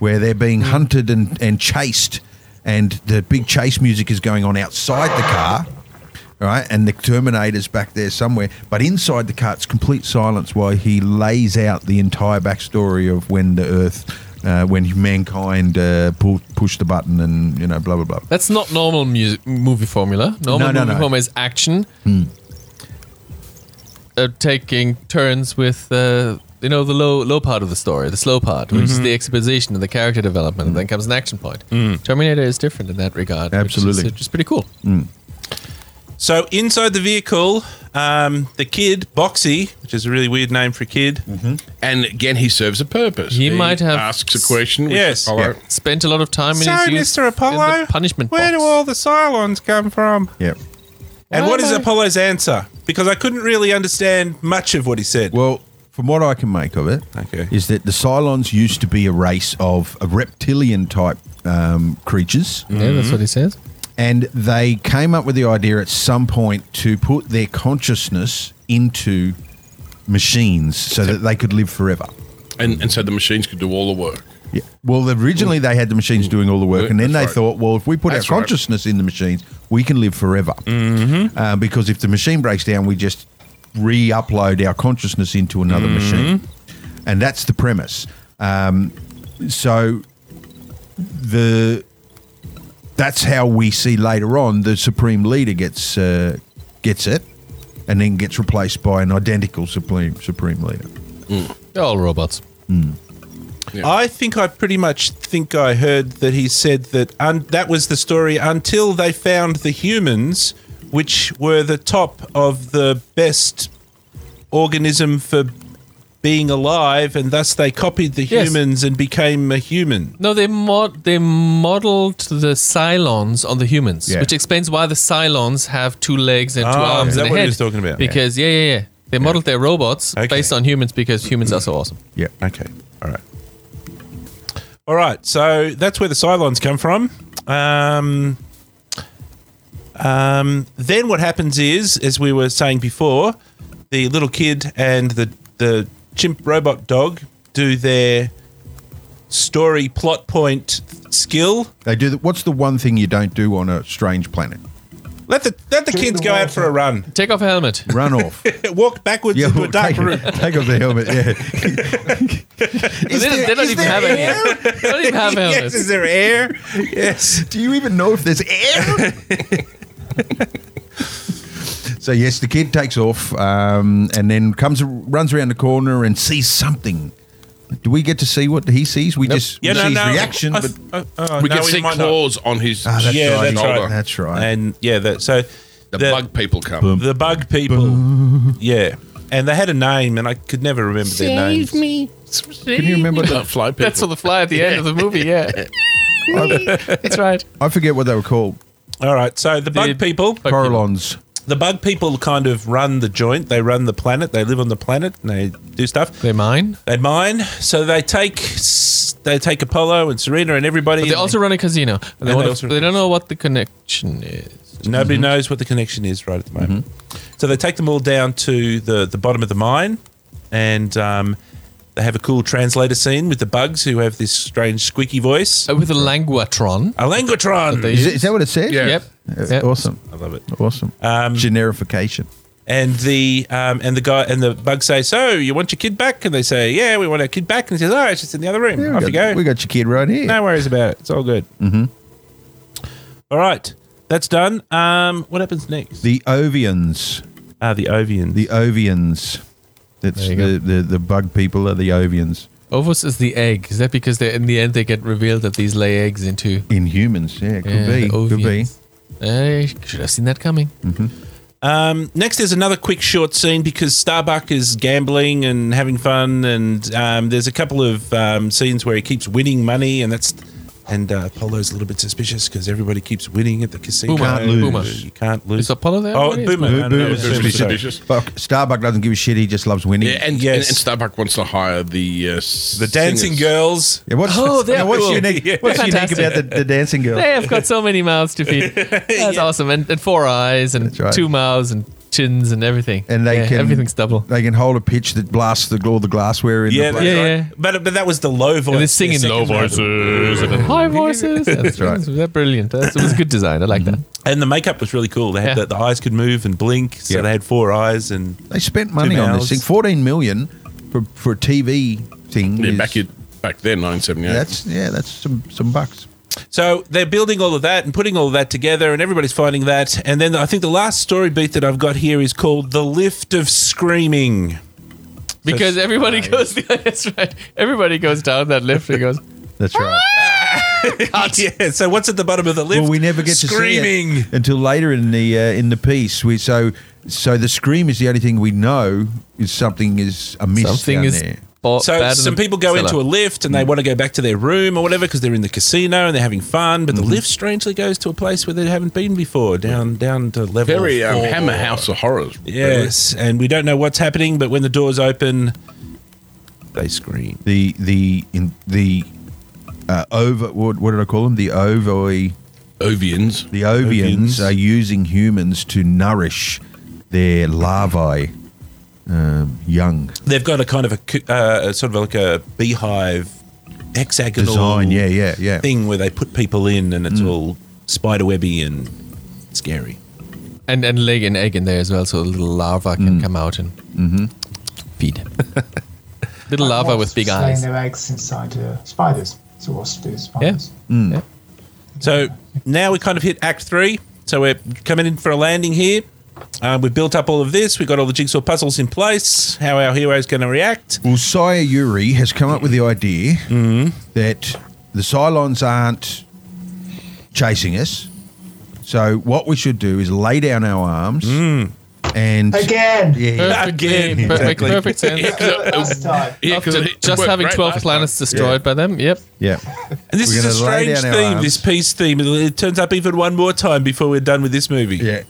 A: where they're being hunted and, and chased, and the big chase music is going on outside the car, right? And the Terminator's back there somewhere, but inside the car, it's complete silence while he lays out the entire backstory of when the Earth. Uh, when mankind uh, pull, pushed the button and you know blah blah blah.
D: That's not normal music, movie formula. Normal
A: No, no,
D: movie
A: no. Hmm.
D: formula is action, uh, taking turns with uh, you know the low low part of the story, the slow part, which
A: Mm-hmm.
D: is the exposition and the character development, and then comes an action point. Terminator is different in that regard.
A: Hmm. Absolutely.
D: which is, which is pretty cool.
B: So inside the vehicle, um, the kid Boxy, which is a really weird name for a kid,
C: And again, he serves a purpose.
D: He might have-
C: asks a question. Which
B: Yes.
C: Apollo-
A: Yeah.
D: Spent a lot of time in
B: So,
D: his youth
B: Mr. Apollo,
D: in the punishment
B: where
D: box.
B: do all the Cylons come from?
A: Yeah.
B: And
D: Why
B: what is
D: am I-
B: Apollo's answer? Because I couldn't really understand much of what he said.
A: Well, from what I can make of it,
B: Okay.
A: is that the Cylons used to be a race of a reptilian type um, creatures,
D: yeah, that's what he says.
A: and they came up with the idea at some point to put their consciousness into machines so that they could live forever.
C: And, and so the machines could do all the work.
A: Yeah. Well, originally they had the machines doing all the work, and then
C: That's
A: they
C: right.
A: thought, well, if we put
C: That's
A: our
C: right.
A: consciousness in the machines, we can live forever. Mm-hmm. Uh, because if the machine breaks down, we just re-upload our consciousness into another
C: Mm-hmm.
A: machine, and that's the premise. Um, so the that's how we see later on the supreme leader gets uh, gets it, and then gets replaced by an identical supreme supreme leader.
D: They're all robots.
C: Yeah.
B: I think I pretty much think I heard that he said that un- that was the story until they found the humans, which were the top of the best organism for being alive, and thus they copied the
D: Yes.
B: humans and became a human.
D: No, they mod- they modeled the Cylons on the humans,
A: Yeah.
D: which explains why the Cylons have two legs and two
B: Oh,
D: arms
B: is that
D: and a
B: what he
D: head.
B: was talking about?
D: Because yeah, yeah, yeah. They modeled their robots
B: Okay.
D: based on humans because humans are so awesome.
A: Yeah.
B: Okay, all right, all right. So that's where the Cylons come from. Um, um, then what happens is, as we were saying before, the little kid and the the chimp robot dog do their story plot point skill.
A: They do. The, what's the one thing you don't do on a strange planet?
B: Let the let the kids go out for a run.
D: Take off a helmet.
A: Run off.
B: Walk backwards into a
A: well,
B: dark
A: take,
B: room.
A: take off the helmet. Yeah.
D: They don't- they don't even have any. They don't even have
B: yes,
D: helmets.
B: is there air? Yes.
A: Do you even know if there's air? so yes, the kid takes off um, and then comes, runs around the corner and sees something. Do we get to see what he sees? We just we see his reaction,
B: I-
A: but
B: I- oh,
C: We
B: no,
C: can
B: he
C: see
B: might not.
C: claws on his
A: Ah, that's
B: Yeah,
A: right.
B: that's right.
A: That's right.
B: and yeah, that so
C: The, bug people come.
B: the bug people, yeah, and they had a name, and I could never remember their names.
C: me.
A: Can you remember? The,
C: Don't fly people.
D: That's on the fly at the end of the movie. Yeah, that's right.
A: I forget what they were called.
B: All right, so the bug people,
D: Bug people.
A: Coralons.
B: the bug people kind of run the joint. They run the planet. They live on the planet, and they do stuff.
D: They're mine.
B: They mine, so they take s- they take Apollo and Serena and everybody.
D: But they
B: and
D: also run a casino. And
B: they
D: they, wanna-
B: also-
D: they don't know what the connection is.
B: Nobody knows what the connection is right at the moment.
D: Mm-hmm.
B: So they take them all down to the, the bottom of the mine and um, they have a cool translator scene with the bugs who have this strange squeaky voice.
D: Uh, with a languatron.
B: A languatron!
D: Oh. They-
A: Is, it, is that what it said?
C: Yeah.
D: Yep.
A: Uh,
D: Yep.
A: Awesome.
B: I love it.
A: Awesome. Generification.
B: And the um, and the guy and the bug say, "So you want your kid back?" And they say, "Yeah, we want our kid back." And he says, "Oh, it's just in the other room.
A: Yeah,
B: Off
A: we,
B: you
A: got,
B: go.
A: we got your kid right here.
B: No worries about it. It's all good." All right, that's done. Um, what happens next?
A: The Ovians.
B: Ah, the Ovians.
A: The Ovians. That's
D: There you
A: the, the, the bug people are the Ovians.
D: Ovus is the egg. Is that because they in the end they get revealed that these lay eggs into
A: In humans, yeah, could
D: Yeah,
A: be,
D: the
A: could be.
D: Ovians. I should have seen that coming.
B: Um, next, there's another quick short scene because Starbuck is gambling and having fun, and um, there's a couple of um, scenes where he keeps winning money, and that's and uh, Apollo's a little bit suspicious because everybody keeps winning at the casino.
D: Boomer,
A: Can't lose. Boomer.
B: You can't lose.
D: Is Apollo there
B: Oh,
D: already?
B: Boomer.
D: Bo-
B: No, no, no,
A: Boomer's
B: Boomer,
A: really
B: sorry.
C: suspicious.
A: Fuck, Starbuck doesn't give a shit. He just loves winning.
C: Yeah, and, and,
B: Yes.
C: and Starbuck wants to hire the uh, s-
B: The dancing
C: singers.
B: girls.
A: Yeah, what's,
D: Oh, they're
A: now, what's
D: cool.
A: unique?
B: Yeah.
A: What's
D: Fantastic.
A: unique about the, the dancing girl?
D: They have got so many mouths to feed. That's awesome. And, and four eyes and
A: That's right.
D: two mouths and chins and everything.
A: And they
D: Yeah,
A: can
D: everything's double.
A: They can hold a pitch that blasts the all the glassware in the
B: Yeah, that's
A: place.
D: Yeah,
B: right.
D: yeah.
B: But but that was the low voice.
D: And they're singing
B: the second one.
D: voices and then high voices. That's
A: right. Mm-hmm.
D: right. They're brilliant. That's, it was good design. I like that.
B: And the makeup was really cool. They had
D: Yeah.
B: the, the eyes could move and blink, so
A: Yeah.
B: they had four eyes and
A: They spent money on this
B: mouths.
A: thing. Fourteen million for for a TV thing.
C: Yeah,
A: is-
C: back in, back then, 1978.
A: That's yeah, that's some some bucks.
B: So they're building all of that and putting all of that together, and everybody's finding that. And then I think the last story beat that I've got here is called "The Lift of Screaming."
D: Because everybody goes. That's right. Everybody goes down that lift and goes.
A: That's right.
B: yeah. So what's at the bottom of the lift?
A: Well, we never get
B: screaming.
A: to see it until later in the uh, in the piece. We so so the scream is the only thing we know is something is amiss.
D: Something
A: down
D: is
A: there.
D: bo-
B: So
D: bad in
B: some
D: the
B: people go
D: cellar.
B: into a lift
A: Mm.
B: and they want to go back to their room or whatever because they're in the casino and they're having fun.
A: Mm-hmm.
B: But the lift strangely goes to a place where they haven't been before, down down to level
C: Very um,
B: four.
C: Hammer House of Horrors.
B: Yes, and we don't know what's happening, but when the doors open, they scream.
A: the the in the uh, over what, what did I call them? The ovoi
C: Ovians.
A: the ovians
B: Ovians.
A: are using humans to nourish their larvae um, young
B: They've got a kind of a cu- uh, sort of like a beehive hexagonal
A: design. Yeah, Mm. yeah, yeah.
B: thing where they put people in, and it's all spider webby and scary.
D: and and leg and egg in there as well, so a little larva
A: Mm.
D: can come out and
A: Mm-hmm.
D: feed. little larva with
E: Wasps
D: big
E: laying
D: eyes.
E: their eggs inside uh, spiders. So wasps do spiders.
A: Mm.
D: Yeah.
B: So now we kind of hit Act Three. So we're coming in for a landing here. Uh, we've built up all of this. We've got all the jigsaw puzzles in place. How our hero's going to react?
A: Well, Saya Yuri has come up with the idea that the Cylons aren't chasing us. So what we should do is lay down our arms and
E: Again.
A: yeah,
D: Perfectly,
B: Again,
D: perfect,
A: exactly.
D: perfect sense.
E: Last time.
C: Yeah, 'cause
D: After
C: it- it
D: just
C: worked
D: having
C: great
D: 12
C: last
D: planets destroyed by them. Yep.
A: yeah.
B: And this
A: We're
B: is a
A: gonna lay
B: strange
A: down
B: theme.
A: our arms.
B: This peace theme. It turns up even one more time before we're done with this movie.
A: Yeah.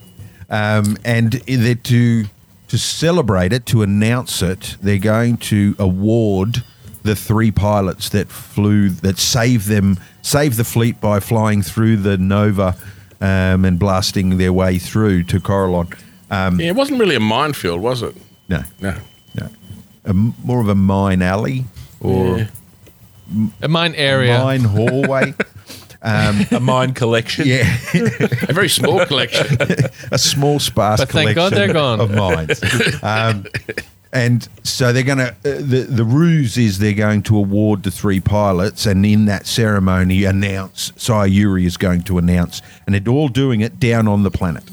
A: Um, and i- that to to celebrate it, to announce it, they're going to award the three pilots that flew that saved them saved the fleet by flying through the Nova um, and blasting their way through to Coralon.
C: Yeah, it wasn't really a minefield, was it?
A: No,
C: No.
A: no, a m more of a mine alley or
C: Yeah.
D: A mine area.
A: mine hallway.
B: A mine collection.
A: yeah,
C: A very small collection.
A: a small sparse
D: But thank
A: collection
D: God they're gone.
A: of mines. um, and so they're going to the the ruse is they're going to award the three pilots, and in that ceremony, announce Sayuri is going to announce, and they're all doing it down on the planet.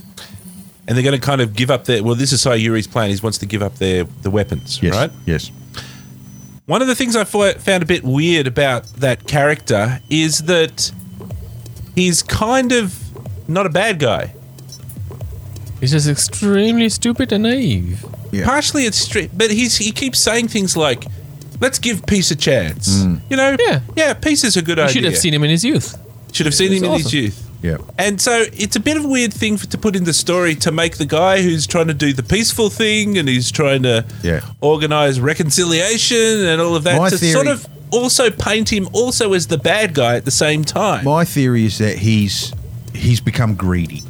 B: And they're going to kind of give up their. Well, this is Sayuri's plan. He wants to give up their the weapons,
A: Yes,
B: right?
A: yes.
B: One of the things I fo- found a bit weird about that character is that he's kind of not a bad guy.
D: He's just extremely stupid and naive.
A: Yeah.
B: Partially, it's stri- but he's he keeps saying things like, "Let's give peace a chance."
A: Mm.
B: You know,
D: Yeah.
B: yeah, peace is a good
D: You
B: idea.
D: should have seen him in his youth.
B: Should have seen
D: It's
B: him in his
D: awesome.
B: youth.
A: Yeah.
B: And so it's a bit of a weird thing for, to put in the story to make the guy who's trying to do the peaceful thing and he's trying to
A: Yeah.
B: organize reconciliation and all of that
A: My
B: to
A: theory-
B: sort of also paint him also as the bad guy at the same time.
A: My theory is that he's he's become greedy,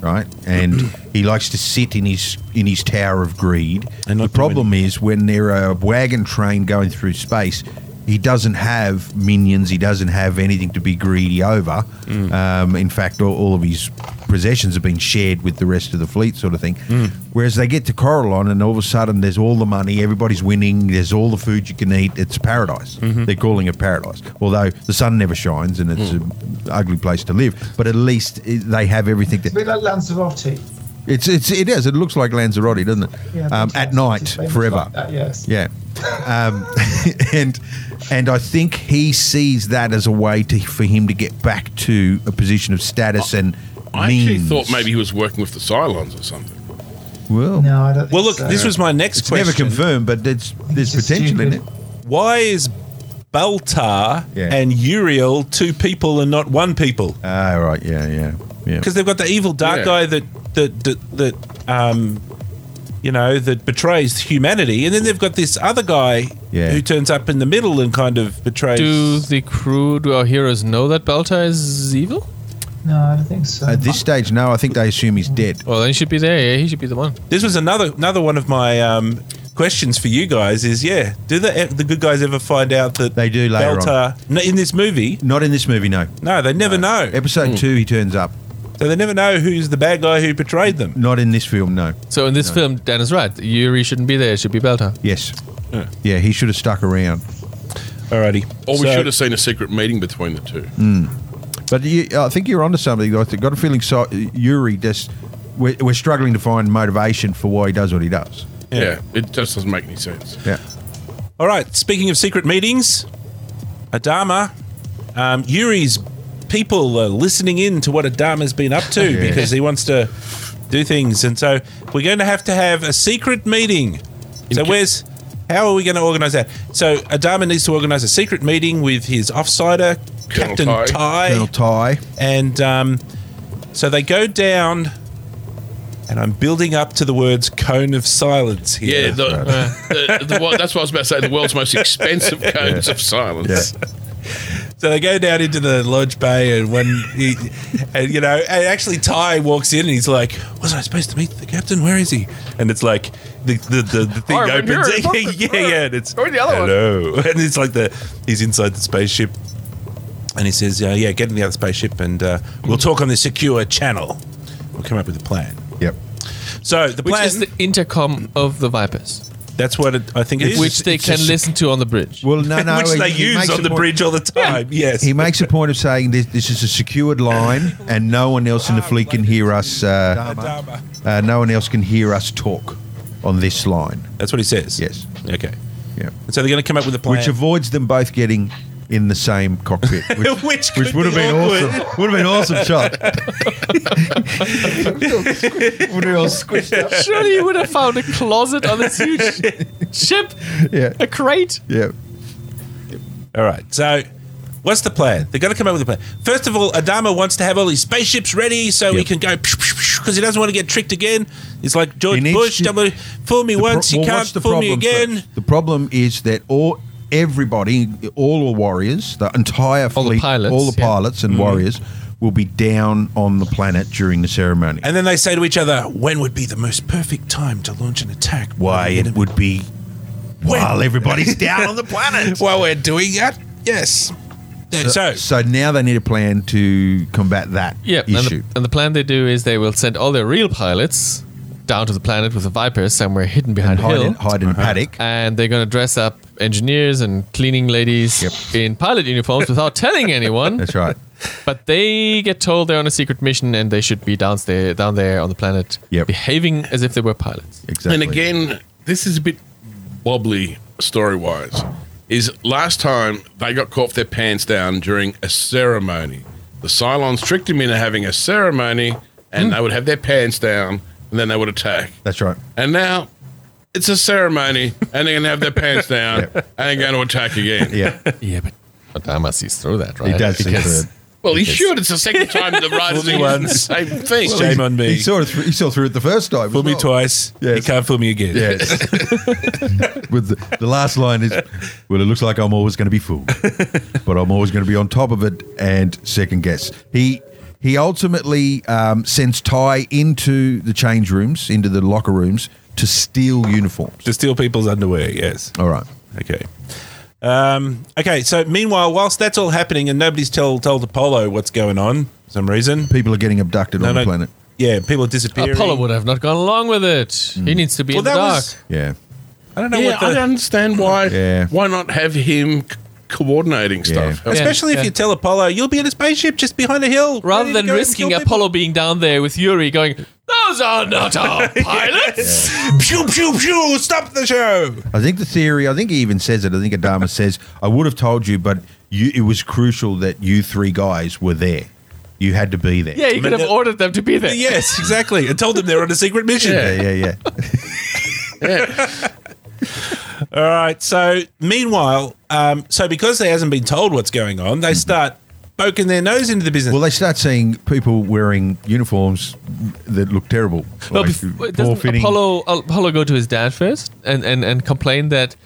A: right? And he likes to sit in his in his tower of greed.
B: And
A: the
B: not do
A: problem is when there are a wagon train going through space, he doesn't have minions. He doesn't have anything to be greedy over. Um, in fact, all, all of his possessions have been shared with the rest of the fleet, sort of thing. Whereas they get to Coralon, and all of a sudden, there's all the money. Everybody's winning. There's all the food you can eat. It's paradise. They're calling it paradise, although the sun never shines, and it's an ugly place to live. But at least eh, they have everything.
E: It's a
A: That,
E: bit like Lanzarote.
A: it's it's it is. It looks like Lanzarote, doesn't it?
E: Yeah,
A: um,
E: Lanzarote
A: at
E: is
A: night,
E: very much
A: forever.
E: like that, yes.
A: Yeah. Um, and and I think he sees that as a way to for him to get back to a position of status and
C: I actually
A: means.
C: thought maybe he was working with the Cylons or something.
A: well,
E: No, I don't. Think
B: well, look,
E: so.
B: this was my next
A: it's
B: question.
A: never confirmed, but it's, there's
E: just
A: potential in it.
E: stupid.
B: Why is Baltar
A: Yeah.
B: and Uriel two people and not one people?
A: Ah, right, yeah, yeah, yeah.
B: Because they've got the evil dark
C: Yeah.
B: guy that that that, that um, you know that betrays humanity, and then they've got this other guy
A: Yeah.
B: who turns up in the middle and kind of betrays.
D: Do the crew, do our heroes know that Balta is evil?
E: No, I don't think so.
A: At Uh, this stage, no, I think they assume he's dead.
D: Well, then he should be there. Yeah, he should be the one.
B: This was another another one of my um, questions for you guys. Is yeah, do the e, the good guys ever find out that
A: They do later on.
B: Baltar no, in this movie?
A: Not in this movie, no.
B: No, they never know.
C: Hmm.
A: Episode two, he turns up.
B: So they never know who's the bad guy who betrayed them.
A: Not in this film, no.
D: So in this film, Dan is right. Yuri shouldn't be there. It should be Balta.
A: Yes. Yeah, he should have stuck around.
B: Alrighty.
C: Or we
B: So-
C: should have seen a secret meeting between the two.
A: But you, I think you're onto something. I got a feeling so, Yuri just we're, we're struggling to find motivation for why he does what he does.
C: Yeah. it just doesn't make any sense.
A: Yeah.
B: All right. Speaking of secret meetings, Adama, um, Yuri's people are listening in to what Adama's been up to
A: Yeah.
B: because he wants to do things, and so we're going to have to have a secret meeting. So where's how are we going to organise that? So Adama needs to organise a secret meeting with his offsider,
C: Colonel
B: Captain
C: Ty.
B: Ty,
A: Colonel Ty.
B: and um, so they go down. And I'm building up to the words "cone of silence"
C: Yeah,
B: here.
C: the, the, the, wo- that's what I was about to say. The world's most expensive cones of silence.
B: So they go down into the lodge bay, and when he, and you know, and actually Ty walks in and he's like, "Was I supposed to meet the captain? Where is he?" And it's like the the, the, the thing
F: Armin,
B: opens,
F: you're fucking-
B: yeah, yeah, and it's
F: Or the other one.
B: hello, and it's like the he's inside the spaceship, and he says, "Yeah, yeah, get in the other spaceship, and uh, we'll talk on the secure channel. We'll come up with a plan."
A: Yep.
B: So the
D: Which
B: plan.
D: is the intercom of the Vipers,
B: that's what it, I think it is.
D: which they
B: It's
D: can
B: just-
D: listen to on the bridge.
A: Well, no, no.
B: which
A: he-
B: they
A: he
B: use
A: makes
B: on
A: a
B: the
A: point-
B: bridge all the time. Yes.
A: He makes a point of saying this, this is a secured line and no one else in the fleet can hear us. Uh,
B: Ah, Adama.
A: uh, no one else can hear us talk on this line.
B: That's what he says.
A: Yes.
B: Okay.
A: Yeah.
B: And so they're going to come up with a plan.
A: Which avoids them both getting in the same cockpit. Which,
B: Which could
A: would have
B: be
A: been
B: awkward.
A: awesome. Would have been awesome shot. would have all squished up.
D: Surely you would have found a closet on this huge ship,
A: Yeah.
D: a crate.
A: Yeah.
B: All right. So, what's the plan? They're going to come up with a plan. First of all, Adama wants to have all his spaceships ready so he
A: Yep.
B: can go because he doesn't want to get tricked again. It's like George
A: needs
B: Bush,
A: to-
B: double, fool me
A: The pro-
B: once,
A: well,
B: you can't
A: what's the
B: fool me
A: problem
B: again.
A: first? The problem is that all everybody, all the warriors, the entire
D: All
A: fleet,
D: the pilots,
A: all the
D: yeah.
A: pilots
B: Mm.
A: and warriors, will be down on the planet during the ceremony.
B: And then they say to each other, "When would be the most perfect time to launch an attack?"
A: Why it would be while everybody's down on the planet.
B: While we're doing that, yes. So,
A: so now they need a plan to combat that
D: Yep. And
A: issue.
D: the, and the plan they do is they will send all their real pilots down to the planet with the Vipers somewhere hidden behind a
A: hide
D: hill.
A: in, hide in a paddock.
D: and they're going to dress up engineers and cleaning ladies in pilot uniforms without telling anyone.
A: That's right.
D: But they get told they're on a secret mission and they should be downstairs, down there on the planet,
A: Yep.
D: behaving as if they were pilots.
A: Exactly.
C: And again, this is a bit wobbly story wise. Is last time they got caught with their pants down during a ceremony. The Cylons tricked them into having a ceremony and they would have their pants down and then they would attack.
A: That's right.
C: And now it's a ceremony and they're going to have their pants down
A: Yeah.
C: and they're going to attack again.
A: Yeah.
D: Yeah, but. But Damas sees through that, right?
A: Uh, He does see
D: Because-
A: through it.
C: Well, he should. It's the second time the writers
B: Only
C: are using the
B: once.
C: same thing.
B: Shame on me.
A: He saw, it through, he saw through it the first time.
B: fool
A: as
B: me
A: well.
B: twice,
A: Yes.
B: you can't fool me again.
A: Yes. With the, the last line is, well, it looks like I'm always going to be fooled, but I'm always going to be on top of it and second guess. He he ultimately um, sends Ty into the change rooms, into the locker rooms to steal uniforms.
B: To steal people's underwear, yes.
A: All right.
B: Okay. Um, okay, so meanwhile, whiwhilst that's all happening and nobody's tell, told Apollo what's going on for some reason.
A: People are getting abducted on the planet.
B: Yeah, people are disappearing.
D: Apollo would have not gone along with it. He needs to be
B: Well,
D: in the
B: that
D: dark.
B: was-
A: Yeah.
B: I don't know
C: Yeah,
B: what the.
C: I don't understand why.
A: Yeah.
C: Why not have him c- coordinating stuff?
D: Yeah.
B: Especially if you tell Apollo, you'll be in a spaceship just behind a hill.
D: Rather
B: ready to
D: than
B: go and
D: risking
B: kill people."
D: Apollo being down there with Yuri going, those are not our pilots.
B: Pew, pew, pew, stop the show.
A: I think the theory, I think he even says it. I think Adama says, I would have told you, but you, it was crucial that you three guys were there. You had to be there.
D: Yeah, you could have
B: that-
D: ordered them to be there.
B: Yes, exactly. And told them they're on a secret mission.
A: Yeah, yeah, yeah.
B: All right. So, meanwhile, um, so because they hasn't been told what's going on, they start poking their nose into the business.
A: Mm-hmm. Well, they start seeing people wearing uniforms that look terrible.
D: No,
A: Like,
D: bef- wait,
A: poor
D: doesn't
A: fitting.
D: Apollo Apollo go to his dad first and, and, and complain that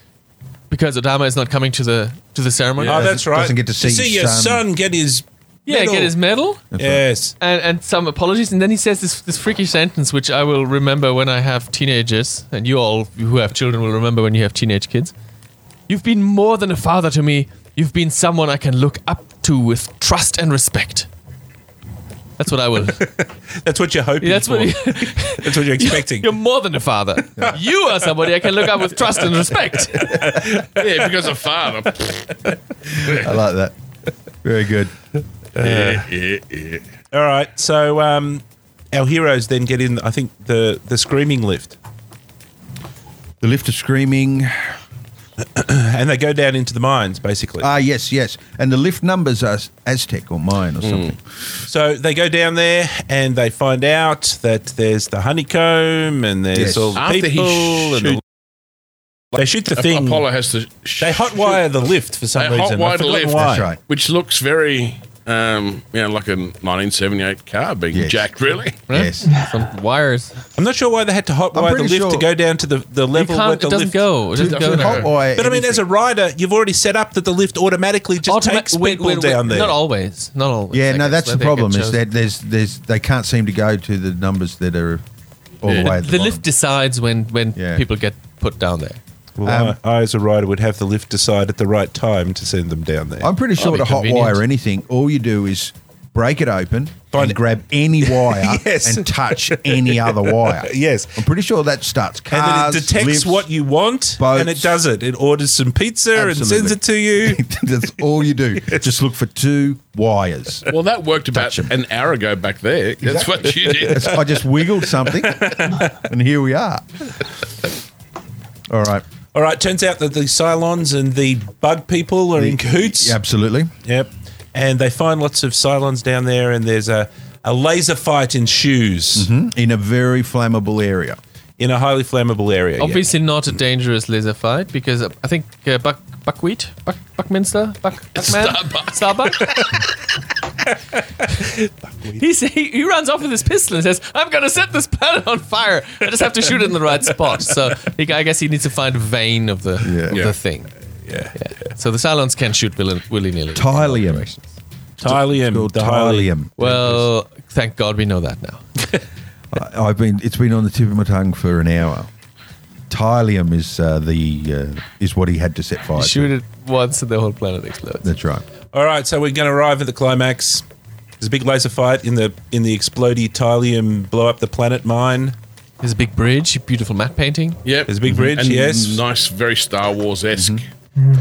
D: because Adama is not coming to the to the ceremony?
B: oh,
A: doesn't-
B: that's right.
A: doesn't get to see his um,
B: your
A: son.
B: son get his.
D: yeah,
B: medal.
D: get his medal
B: Yes.
D: and, and some apologies, and then he says this this freaky sentence which I will remember when I have teenagers, and you all who have children will remember when you have teenage kids. You've been more than a father to me. You've been someone I can look up to with trust and respect. That's what I will.
B: That's what you're hoping
D: Yeah, that's
B: for.
D: what.
B: that's what you're expecting.
D: You're more than a father. You are somebody I can look up with trust and respect.
C: Yeah, if you guys are father.
B: Uh,
A: I like that. Very good.
C: yeah, yeah, yeah.
B: All right. So um, our heroes then get in. I think the the screaming lift,
A: The lift of screaming.
B: and they go down into the mines basically.
A: Ah, yes, yes. And the lift numbers are Aztec or Mayan or something.
B: so they go down there and they find out that there's the honeycomb and there's
A: Yes.
B: all the
C: After he
B: people. and
C: shoots-
B: the- they shoot the thing.
C: Apollo has to. Sh-
B: They hotwire the lift for some
C: They
B: reason.
C: hotwire
B: I've
C: the
B: forgotten
C: lift.
B: why.
A: That's right.
C: which looks very, um, you know, like a 1978 car being
A: Yes.
C: jacked. Really?
A: Yes.
D: Some wires.
B: I'm not sure why they had to hotwire the
A: pretty
B: lift to
A: sure-
B: go down to the, the
D: You
B: level. where
D: can't,
B: the
D: it doesn't
B: lift,
D: go. It doesn't
C: To-
D: go.
C: to
D: nowhere.
C: hot
A: Hotwire
B: But I mean, as a
A: anything.
B: rider, you've already set up that the lift automatically just
D: Automa-
B: takes
D: wait,
B: people
D: wait, wait,
B: down there.
D: Not always. Not always.
A: yeah,
D: I
A: no,
D: guess,
A: that's
D: where
A: the
D: they get
A: problem is
D: chosen.
A: that there's there's they can't seem to go to the numbers that are all
C: Yeah.
A: the way. At
D: the,
A: the,
D: lift decides when when
A: Yeah.
D: people get put down there.
B: Well,
A: Um,
B: I, I, as a rider, would have the lift decide at the right time to send them down there.
A: bottom. I'm pretty sure
D: be
A: to hot
D: convenient.
A: wire anything, all you do is break it open,
B: Find
A: and
B: it.
A: grab any wire
B: Yes.
A: and touch any other wire.
B: Yes.
A: I'm pretty sure that starts
B: and then it
A: cars.
B: detects
A: lifts.
B: what you want and it
A: boats.
B: does it. It orders some pizza and
A: Absolutely.
B: sends it to you.
A: That's all you do. Just look for two wires.
C: Well, that worked about an hour ago back there. That's what you did.
A: That's- I just wiggled something, and here we are. All right.
B: All right, turns out that the Cylons and the bug people are in cahoots.
A: Absolutely.
B: Yep. And they find lots of Cylons down there, and there's a, a laser fight in shoes
A: In a very flammable area.
B: in a highly flammable area. yeah.
D: Obviously, not a dangerous laser fight because uh, I think uh, Buck Buckwheat, Buck, Buckminster, Buck, Buckman, Starbuck. He's, he, he runs off with his pistol and says, "I'm gonna set this planet on fire. I just have to shoot it in the right spot." So he, I guess he needs to find a vein of the
A: Yeah.
D: of
A: Yeah.
D: the thing. Yeah. So the Cylons can shoot willy nilly.
A: Tylium.
B: Tylium.
A: Called
B: The highly-
A: Tylium.
D: Well, thank God we know that now.
A: I- I've been. It's been on the tip of my tongue for an hour. Tylium is uh, the uh, is what he had to set fire.
D: Shoot
A: to.
D: it once and the whole planet explodes.
A: That's right.
B: All right, so we're going to arrive at the climax. There's a big laser fight in the in the explodey Tylium blow up the planet mine.
D: There's a big bridge, beautiful matte painting.
C: Yep.
B: There's a big bridge,
C: and
B: yes. Mm-hmm.
C: Nice, very Star Wars esque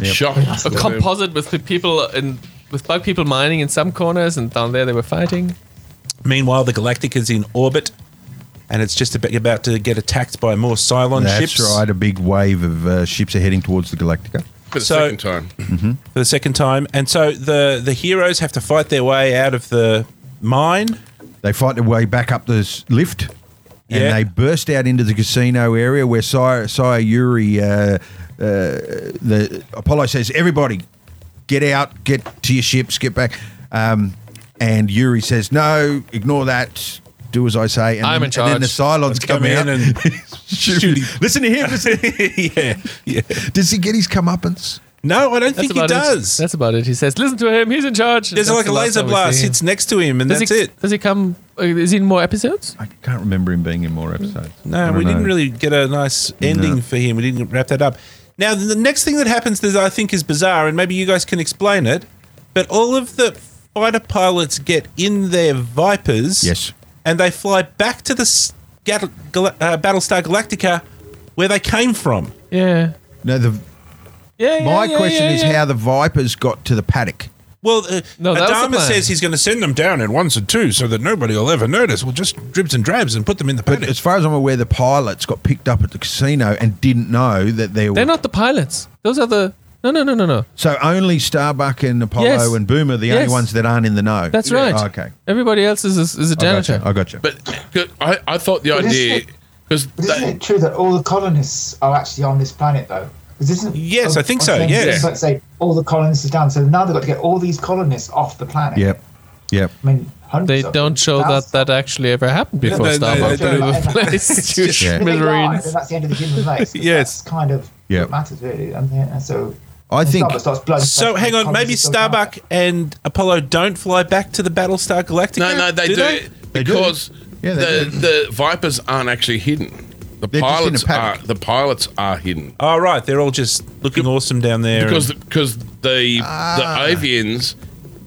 C: shot.
D: a composite with the people in with bug people mining in some corners, and down there they were fighting.
B: Meanwhile, the Galactic is in orbit, and it's just about, about to get attacked by more Cylon
A: That's
B: ships
A: right. A big wave of uh, ships are heading towards the Galactica.
C: For the
B: So-
C: second time.
B: for the second time. And so the the heroes have to fight their way out of the mine.
A: They fight their way back up this lift. And
B: Yeah.
A: they burst out into the casino area where Saya Saya Yuri, uh, uh, the Apollo says, "Everybody, get out, get to your ships, get back." Um, and Yuri says, "No, ignore that. Do as I say." And
D: I'm
A: then,
D: in charge.
A: And then the Cylons come,
B: come in
A: out
B: and
A: shoot, him. Listen to him. Listen to him.
B: yeah, yeah.
A: Does he get his comeuppance?
B: No, I don't think he
D: about
B: does.
D: It. That's about it. He says, "Listen to him. He's in charge."
B: There's
D: That's
B: like
D: the
B: a
D: last
B: laser
D: time we
B: blast
D: see him.
B: hits next to him, and
D: Does
B: that's
D: he,
B: it.
D: Does he come? uh, Is he in more episodes?
A: I can't remember him being in more episodes. I
B: No,
A: don't
B: we didn't
A: know.
B: really get a nice ending for him. We didn't wrap that up. Now, the next thing that happens that I think is bizarre, and maybe you guys can explain it, but all of the fighter pilots get in their Vipers.
A: Yes.
B: And they fly back to the s- Gat- Gal- uh, Battlestar Galactica where they came from.
D: Yeah.
A: No, the
D: Yeah. yeah,
A: my
D: yeah,
A: question
D: yeah,
A: is
D: yeah.
A: how the Vipers got to the paddock.
B: Well, uh,
D: No, that was the
B: Adama
D: plan.
B: says he's going to send them down in ones and twos so that nobody will ever notice. We'll just dribs and drabs and put them in the
A: But
B: paddock.
A: as far as I'm aware, the pilots got picked up at the casino and didn't know that they were.
D: They're not the pilots. Those are the. No, no, no, no, no.
A: so only Starbuck and Apollo
D: Yes.
A: and Boomer are the only
D: Yes.
A: ones that aren't in the know.
D: That's
A: Yeah.
D: right.
A: Oh, okay.
D: Everybody else is a, is a
A: I gotcha.
D: janitor.
A: I gotcha.
C: But good- I, I thought the
E: But
C: idea.
E: isn't it-
C: Because
E: But isn't it true that all the colonists are actually on this planet, though? 'Cause Isn't,
B: Yes, I think so,
E: Okay,
B: yeah.
E: Let's say all the colonists are down, so now they've got to get all these colonists off the planet.
A: yep. Yep.
E: I mean, hundreds
D: They
E: of them,
D: don't show
E: thousands
D: that that actually ever happened before
B: they- they-
D: Starbuck
B: they
D: blew
E: don't.
D: the place to
A: Yeah.
E: If they die,
D: smithereens.
E: then that's the end of the human race. 'cause
B: Yes.
E: that's kind of
A: Yeah.
E: what matters really. And, then- and so
A: I
E: and
A: think-
E: Starbuck starts blood
B: So hang on, maybe Starbuck and Apollo don't fly back to the Battlestar Galactica.
C: no, no, they do,
B: They?
A: They do.
C: because
A: Yeah, they
C: the the Vipers aren't actually hidden. The
A: They're just in a
C: pilots are
A: paddock.
C: the pilots are hidden
B: Oh right, they're all just looking awesome down there.
C: because
B: and-
C: because the the avians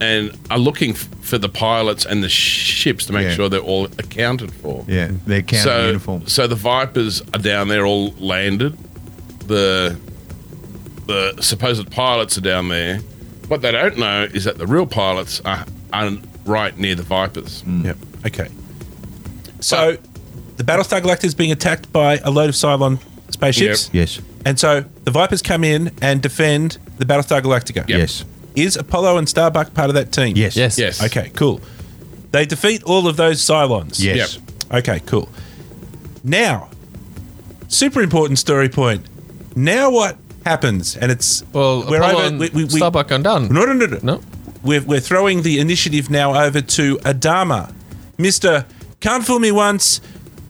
C: and are looking f- for the pilots and the ships to make
A: Yeah.
C: sure they're all accounted for.
A: Yeah. They're counting
C: so,
A: uniforms.
C: So the Vipers are down there, all landed. The the supposed pilots are down there. What they don't know is that the real pilots are, are right near the Vipers.
A: Mm,
B: Yep. Okay. So the Battlestar Galactica is being attacked by a load of Cylon spaceships.
A: Yes.
B: And so the Vipers come in and defend the Battlestar
C: Yep.
B: Galactica.
A: Yes.
B: Is Apollo and Starbuck part of that team?
A: Yes.
D: Yes.
C: Yes.
B: Okay, cool. They defeat all of those Cylons.
A: Yes.
C: Yep.
B: Okay, cool. Now, super important story point. Now what happens? And it's
D: Well,
B: we're
D: Apollo
B: over.
D: and
B: we, we, we,
D: Starbuck are done.
B: No, no, no, no.
D: No?
B: We're, we're throwing the initiative now over to Adama, Mister. Can't fool me once,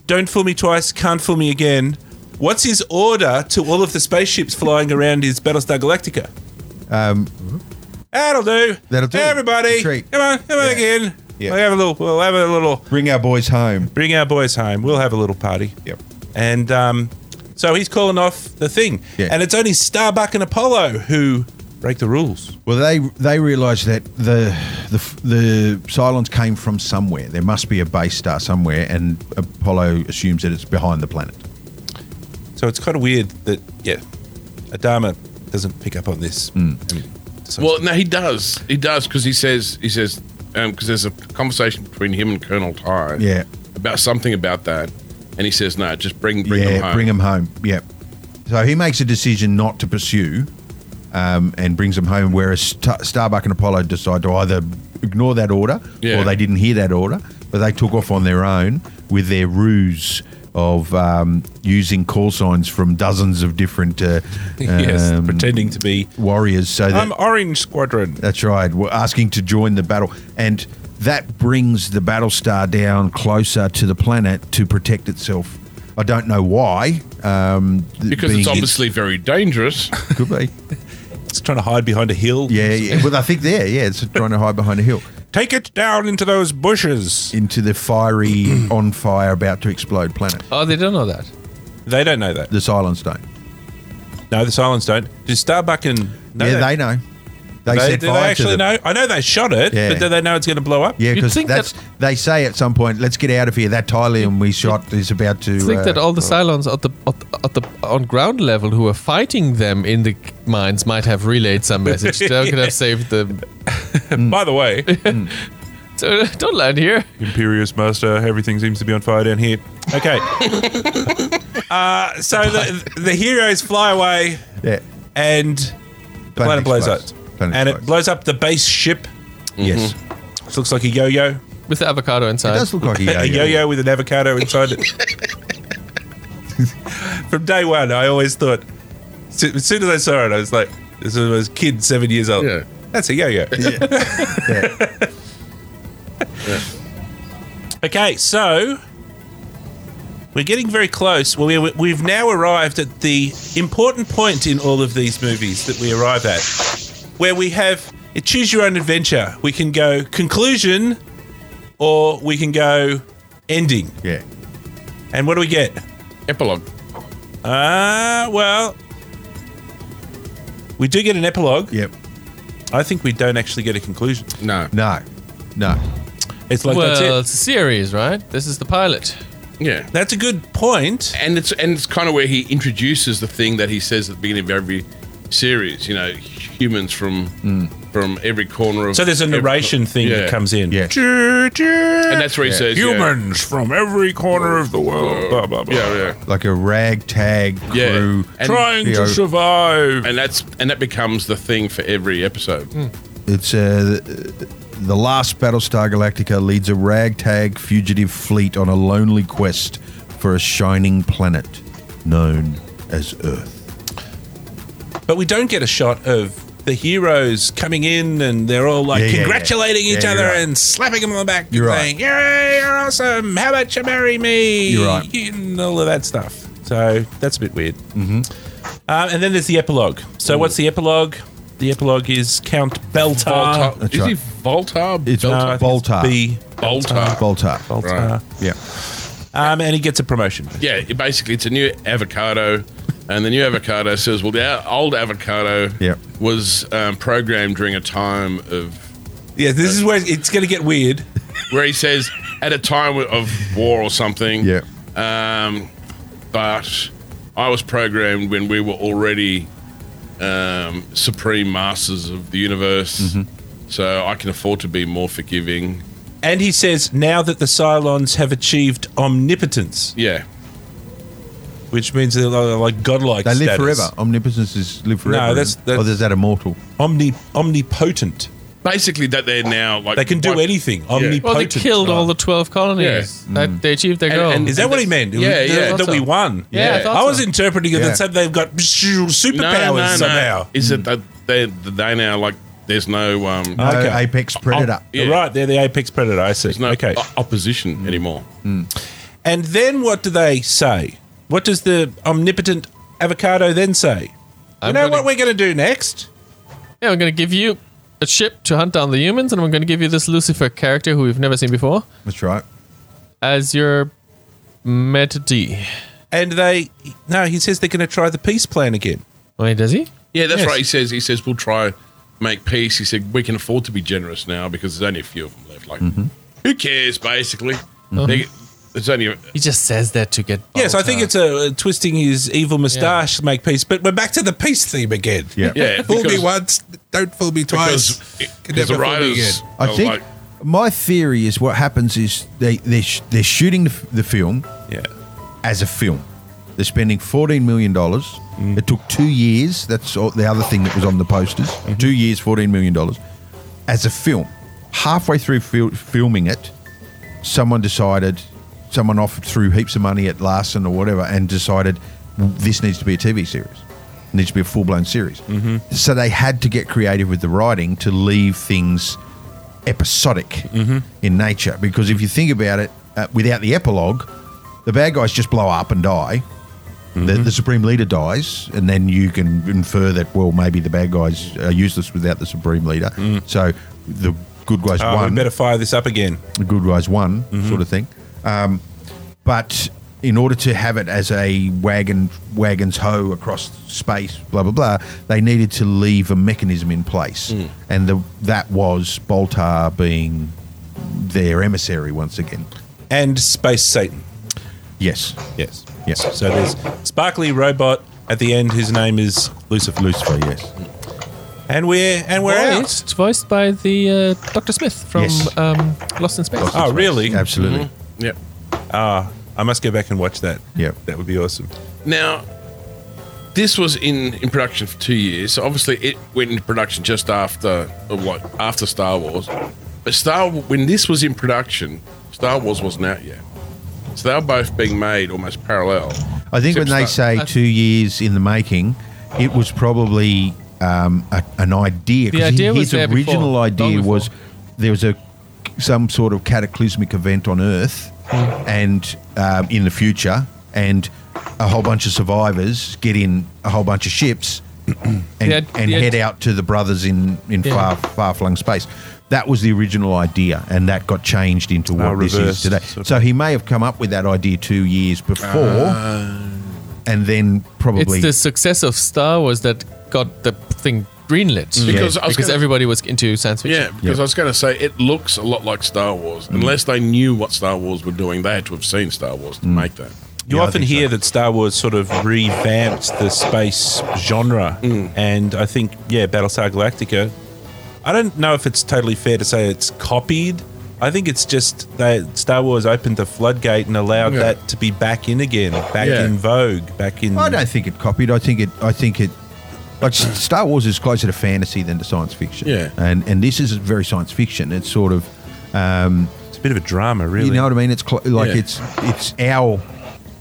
B: don't fool me twice, can't fool me again. What's his order to all of the spaceships flying around his Battlestar Galactica?
A: Um,
B: That'll do.
A: That'll do.
B: Everybody,
A: Treat.
B: come on, come on again.
A: Yeah.
B: We'll have a little. We'll have a little.
A: bring our boys home.
B: Bring our boys home. We'll have a little party.
A: Yep.
B: And um, so he's calling off the thing.
A: Yeah.
B: And it's only Starbuck and Apollo who break the rules.
A: Well, they they realised that the the the Cylons came from somewhere. There must be a base star somewhere, and Apollo assumes that it's behind the planet.
B: So it's kind of weird that yeah, Adama doesn't pick up on this.
A: Mm.
B: I mean, so-
C: Well, no, he does. He does because he says he says because there's a conversation between him and Colonel Ty.
A: Yeah.
C: About something about that, and he says no, just bring bring
A: yeah,
C: them home.
A: bring them home. Yep. So he makes a decision not to pursue, um, and brings them home. Whereas Star- Starbuck and Apollo decide to either ignore that order,
C: Yeah.
A: or they didn't hear that order, but they took off on their own with their ruse of um, using call signs from dozens of different uh,
B: yes,
A: um,
B: pretending to be
A: warriors. So that
C: Um,
B: I'm Orange Squadron.
A: That's right. We're asking to join the battle. And that brings the Battlestar down closer to the planet to protect itself. I don't know why. Um, th-
C: because
A: being-
C: it's obviously very dangerous.
A: it could be.
B: It's trying to hide behind a hill.
A: Yeah, yeah. Well, I think there. Yeah, it's trying to hide behind a hill
B: Take it down into those bushes.
A: into the fiery, on fire, about to explode planet.
D: Oh, they don't know that.
B: They don't know that.
A: The Silence Stone.
B: No, the Silence don't. Does Starbuck and no,
A: yeah, they know. They,
B: they,
A: set
B: do
A: fire
B: they
A: to
B: actually
A: them.
B: know? I know they shot it,
A: Yeah.
B: but do they know it's going to blow up?
A: Yeah,
D: You'd
A: because
D: think
A: that's they say at some point, let's get out of here. That Thailand we shot is about to.
D: I think
A: uh,
D: that all the Cylons at the, at, the- at the on ground level who are fighting them in the mines might have relayed some message. They could have saved them.
B: By the way,
D: So, don't land here.
B: Imperious Master, everything seems to be on fire down here. Okay. uh, so the, the heroes fly away
A: yeah,
B: and the planet, blows up.
A: explodes. Planet
B: and it
A: explodes.
B: blows up the base ship,
A: Yes,
D: Mm-hmm.
B: which looks like a yo yo.
D: With the avocado
A: it
D: inside.
A: does look like a
B: a
A: yo-yo.
B: yo-yo with an avocado inside it. From day one, I always thought. so- As soon as I saw it, I was like, "This was I was a kid, seven years old.
C: Yeah.
B: That's a yo-yo."
A: Yeah.
B: Okay, so we're getting very close. Well, we, we've now arrived at the important point in all of these movies that we arrive at, where we have a choose your own adventure. We can go conclusion, or we can go ending.
A: Yeah.
B: And what do we get?
C: Epilogue.
B: Ah, well, we do get an epilogue.
A: Yep.
B: I think we don't actually get a conclusion.
C: No.
A: No. No.
B: It's like
D: well,
B: that's it.
D: it's a series, right? This is the pilot.
C: Yeah.
B: That's a good point.
C: and it's and it's kind of where he introduces the thing that he says at the beginning of every series. You know, humans from from every corner of.
B: So there's a
C: every-
B: narration thing
C: Yeah.
B: that comes in.
A: Yeah.
B: And
C: and that's where he says yeah.
B: humans from every corner of the world. Blah blah blah.
C: Yeah, yeah,
A: Like a ragtag
C: yeah.
A: crew.
C: And,
B: Trying
A: you know-
B: to survive.
C: and that's and that becomes the thing for every episode.
B: Hmm.
A: It's uh, the- the last Battlestar Galactica leads a ragtag fugitive fleet on a lonely quest for a shining planet known as Earth.
B: But we don't get a shot of the heroes coming in and they're all like
A: Yeah, yeah, yeah.
B: congratulating each
A: Yeah, you're
B: other
A: right.
B: and slapping them on the back
A: You're
B: and
A: right.
B: saying, Yay, you're awesome. How about you marry me?
A: You're right.
B: And all of that stuff. So that's a bit weird. Mm-hmm. Um, and then there's the epilogue. So what's the epilogue? The epilogue is Count Beltar.
C: Volta-
A: that's
C: is he
A: right.
C: Voltar?
A: It's
B: No, I think it's
A: Voltar.
B: B.
C: Voltar.
A: Voltar.
B: Voltar.
C: Right.
A: Yeah.
B: Um, and he gets a promotion.
C: Yeah, it- basically, it's a new avocado, and the new avocado says, "Well, the o- old avocado
A: Yep.
C: was um, programmed during a time of
B: Yeah, this is where it's going to get weird.
C: where he says at a time of war or something."
A: Yeah.
C: Um, but I was programmed when we were already um, supreme masters of the universe,
B: Mm-hmm.
C: so I can afford to be more forgiving.
B: And he says, now that the Cylons have achieved omnipotence,
C: Yeah,
B: which means they're like like godlike.
A: They live
B: status.
A: forever. Omnipotence is live forever.
B: that's-
A: isn't it?
B: that's-
A: oh, there's that immortal.
B: Omni, omnipotent.
C: basically, that they're now like
B: They can do
C: one-
B: anything. Omnipotent.
D: Well, they killed all the 12 colonies. That- they achieved their
C: And-
D: goal.
C: and-
B: Mm. Is that what he meant? It was-
C: Yeah,
B: that-
C: yeah.
B: That we won.
D: yeah, I
C: yeah.
D: thought
B: I was
D: so.
B: interpreting it
A: Yeah.
B: that said they've got superpowers Mm. somehow.
C: Is it that they they now like there's no um
A: No
B: Oh, Okay.
A: Uh, apex predator.
C: Yeah.
B: Right, they're the apex predator. I see.
C: there's no
B: okay. Mm.
C: o- opposition anymore?
B: And then what do they say? What does the omnipotent avocado then say?
D: I'm
B: you know
D: gonna-
B: what we're going to do next?
D: Yeah, I'm going to give you a ship to hunt down the humans, and I'm going to give you this Lucifer character who we've never seen before
A: That's right.
D: as your meta D.
B: And they no, he says they're going to try the peace plan again.
D: Wait, does he?
C: Yeah, that's
B: Yes.
C: right. He says he says we'll try make peace. He said we can afford to be generous now because there's only a few of them left. Like,
B: Mm-hmm.
C: who cares? Basically, They- there's only a,
D: He just says that to get.
B: Yes, I think
D: Baltar.
B: it's a, a twisting his evil moustache to make peace. But we're back to the peace theme again.
A: Yeah.
C: yeah.
B: fool me
C: because-
B: once, don't fool me twice.
C: because,
B: Can
C: because the
B: never fool me
C: writers.
B: again.
A: I
C: are
A: think
C: like-
A: my theory is what happens is they they're, sh- they're shooting the, f- the film
B: Yeah.
A: as a film. They're spending fourteen million dollars. It took two years. That's all, the other thing that was on the posters. Two years, fourteen million dollars, as a film. Halfway through fil- filming it, someone decided, someone offered threw heaps of money at Larson or whatever, and decided this needs to be a TV series. It needs to be a full blown series.
B: Mm-hmm.
A: So they had to get creative with the writing to leave things episodic
B: Mm-hmm.
A: in nature. Because if you think about it, uh, without the epilogue, the bad guys just blow up and die. The,
B: Mm-hmm.
A: the supreme leader dies, and then you can infer that well, maybe the bad guys are useless without the supreme leader. So the good guys
B: Mm. Oh,
A: won
B: we better fire this up again.
A: the good guys won
B: Mm-hmm.
A: sort of thing. Um, but in order to have it as a wagon wagons hoe across space, blah blah blah, they needed to leave a mechanism in place,
B: Mm.
A: and the, that was Boltar being their emissary once again.
B: And Space Satan.
A: Yes,
B: Yes.
A: yes,
B: So there's sparkly robot at the end. His name is Lucifer.
A: Lucifer. Yes,
B: And we're and we're out.
D: voiced, voiced by the uh, Doctor Smith from
A: Yes.
D: um, Lost in Space.
A: Lost in
B: Oh,
A: Space.
B: really?
A: Absolutely.
C: Yeah.
B: I must go back and watch that.
A: Yeah.
B: That would be awesome.
C: Now, this was in, in production for two years. So obviously, it went into production just after, or like after Star Wars. But Star when this was in production, Star Wars wasn't out yet. So they were both being made almost parallel.
A: I think when
C: Except
A: they
C: Star-
A: say two years in the making, it was probably um, a, an idea. 'cause
D: The idea
A: his
D: was there before,
A: original
D: long
A: idea
D: before.
A: was there was a some sort of cataclysmic event on Earth,
D: Hmm.
A: and um, in the future, and a whole bunch of survivors get in a whole bunch of ships and,
D: The id-
A: and
D: the id-
A: head out to the brothers in in
D: Yeah.
A: far far flung space. That was the original idea, and that got changed into what
B: Oh,
A: this
B: reverse
A: is today.
B: sort of- Ah.
A: So he may have come up with that idea two years before and then
D: It's
A: probably
D: the success of Star Wars that got the thing greenlit.
A: Mm.
C: Because I was
D: because
C: gonna-
D: everybody was into science fiction.
C: Yeah, because I was going to say it looks a lot like Star Wars.
A: Mm.
C: Unless they knew what Star Wars were doing, they had to have seen Star Wars
A: Mm.
C: to make that.
B: You
A: Yeah, I
B: often
A: think so.
B: hear that Star Wars sort of revamped the space genre,
A: Mm.
B: and I think yeah, Battlestar Galactica. I don't know if it's totally fair to say it's copied. I think it's just that Star Wars opened the floodgate and allowed
C: Yeah.
B: that to be back in again, back
C: Yeah.
B: in vogue, back in.
A: I don't think it copied. I think it. I think it. Like S- Star Wars is closer to fantasy than to science fiction.
C: Yeah.
A: and and this is very science fiction. It's sort of
B: It's a bit of a drama, really.
A: you know what I mean. It's cl- like
C: Yeah.
A: it's it's our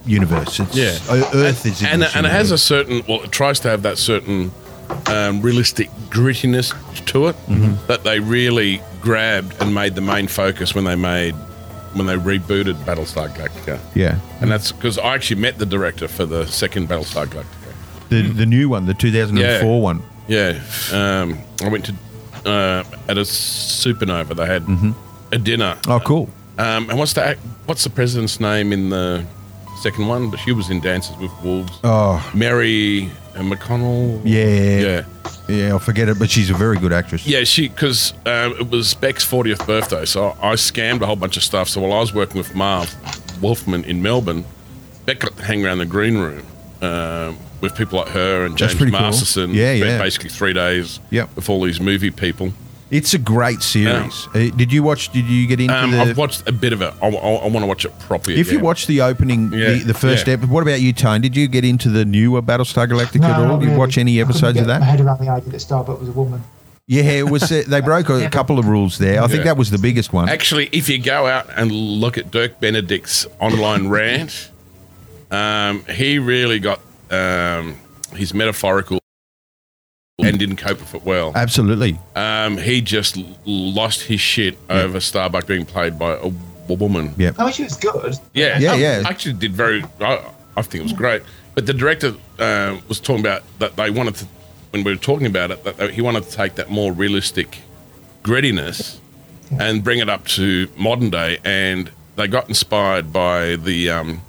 A: universe. It's
C: Yeah,
A: O- Earth
C: and,
A: is in
C: and,
A: this
C: and it has a
A: universe.
C: certain well, it tries to have that certain um, realistic grittiness to it
A: Mm-hmm.
C: that they really grabbed and made the main focus when they made when they rebooted Battlestar Galactica,
A: yeah.
C: and that's because I actually met the director for the second Battlestar Galactica.
A: The the new one, the 2004
C: Yeah.
A: one.
C: Yeah, um, I went to uh, at a supernova they had a dinner.
A: Mm-hmm. Oh, cool.
C: Um, and what's the act- what's the president's name in the second one? But she was in Dances with Wolves.
A: Oh,
C: Mary uh, McConnell.
A: Yeah.
C: yeah,
A: yeah. I forget it, but she's a very good actress.
C: yeah. She because um, it was Beck's fortieth birthday, so I scammed a whole bunch of stuff. So while I was working with Marv Wolfman in Melbourne, Beck got to hang around the green room um, with people like her and
A: That's
C: James
A: pretty cool.
C: Masterson.
A: Yeah,
C: Spent
A: yeah.
C: Basically three days.
A: Yep.
C: With all these movie people.
A: It's a great series. Uh, did you watch? Did you get into
C: Um,
A: the?
C: I've watched a bit of it. I, want to watch it properly.
A: If you
C: again.
A: watch the opening,
C: Yeah,
A: the, the first
C: yeah.
A: episode, what about you, Tone? Did you get into the newer Battlestar Galactica
E: No,
A: at all?
E: not
A: Did you
E: really.
A: watch any
E: I couldn't
A: episodes of
E: get My
A: that?
E: head around the idea that Starbuck was a woman.
A: Yeah, it was. Uh, they broke a, couple of rules there. I think
C: Yeah.
A: that was the biggest one.
C: Actually, if you go out and look at Dirk Benedict's online rant, um, he really got um, his metaphorical and didn't cope with it well.
A: Absolutely.
C: Um, he just l- lost his shit over Starbuck being played by a, a woman.
A: Yeah.
E: I mean, she was good.
C: Yeah,
A: Yeah,
C: um,
A: yeah.
C: Actually, did very. I, I think it was great. But the director um, was talking about that they wanted to, when we were talking about it, that he wanted to take that more realistic grittiness and bring it up to modern day. And they got inspired by the um,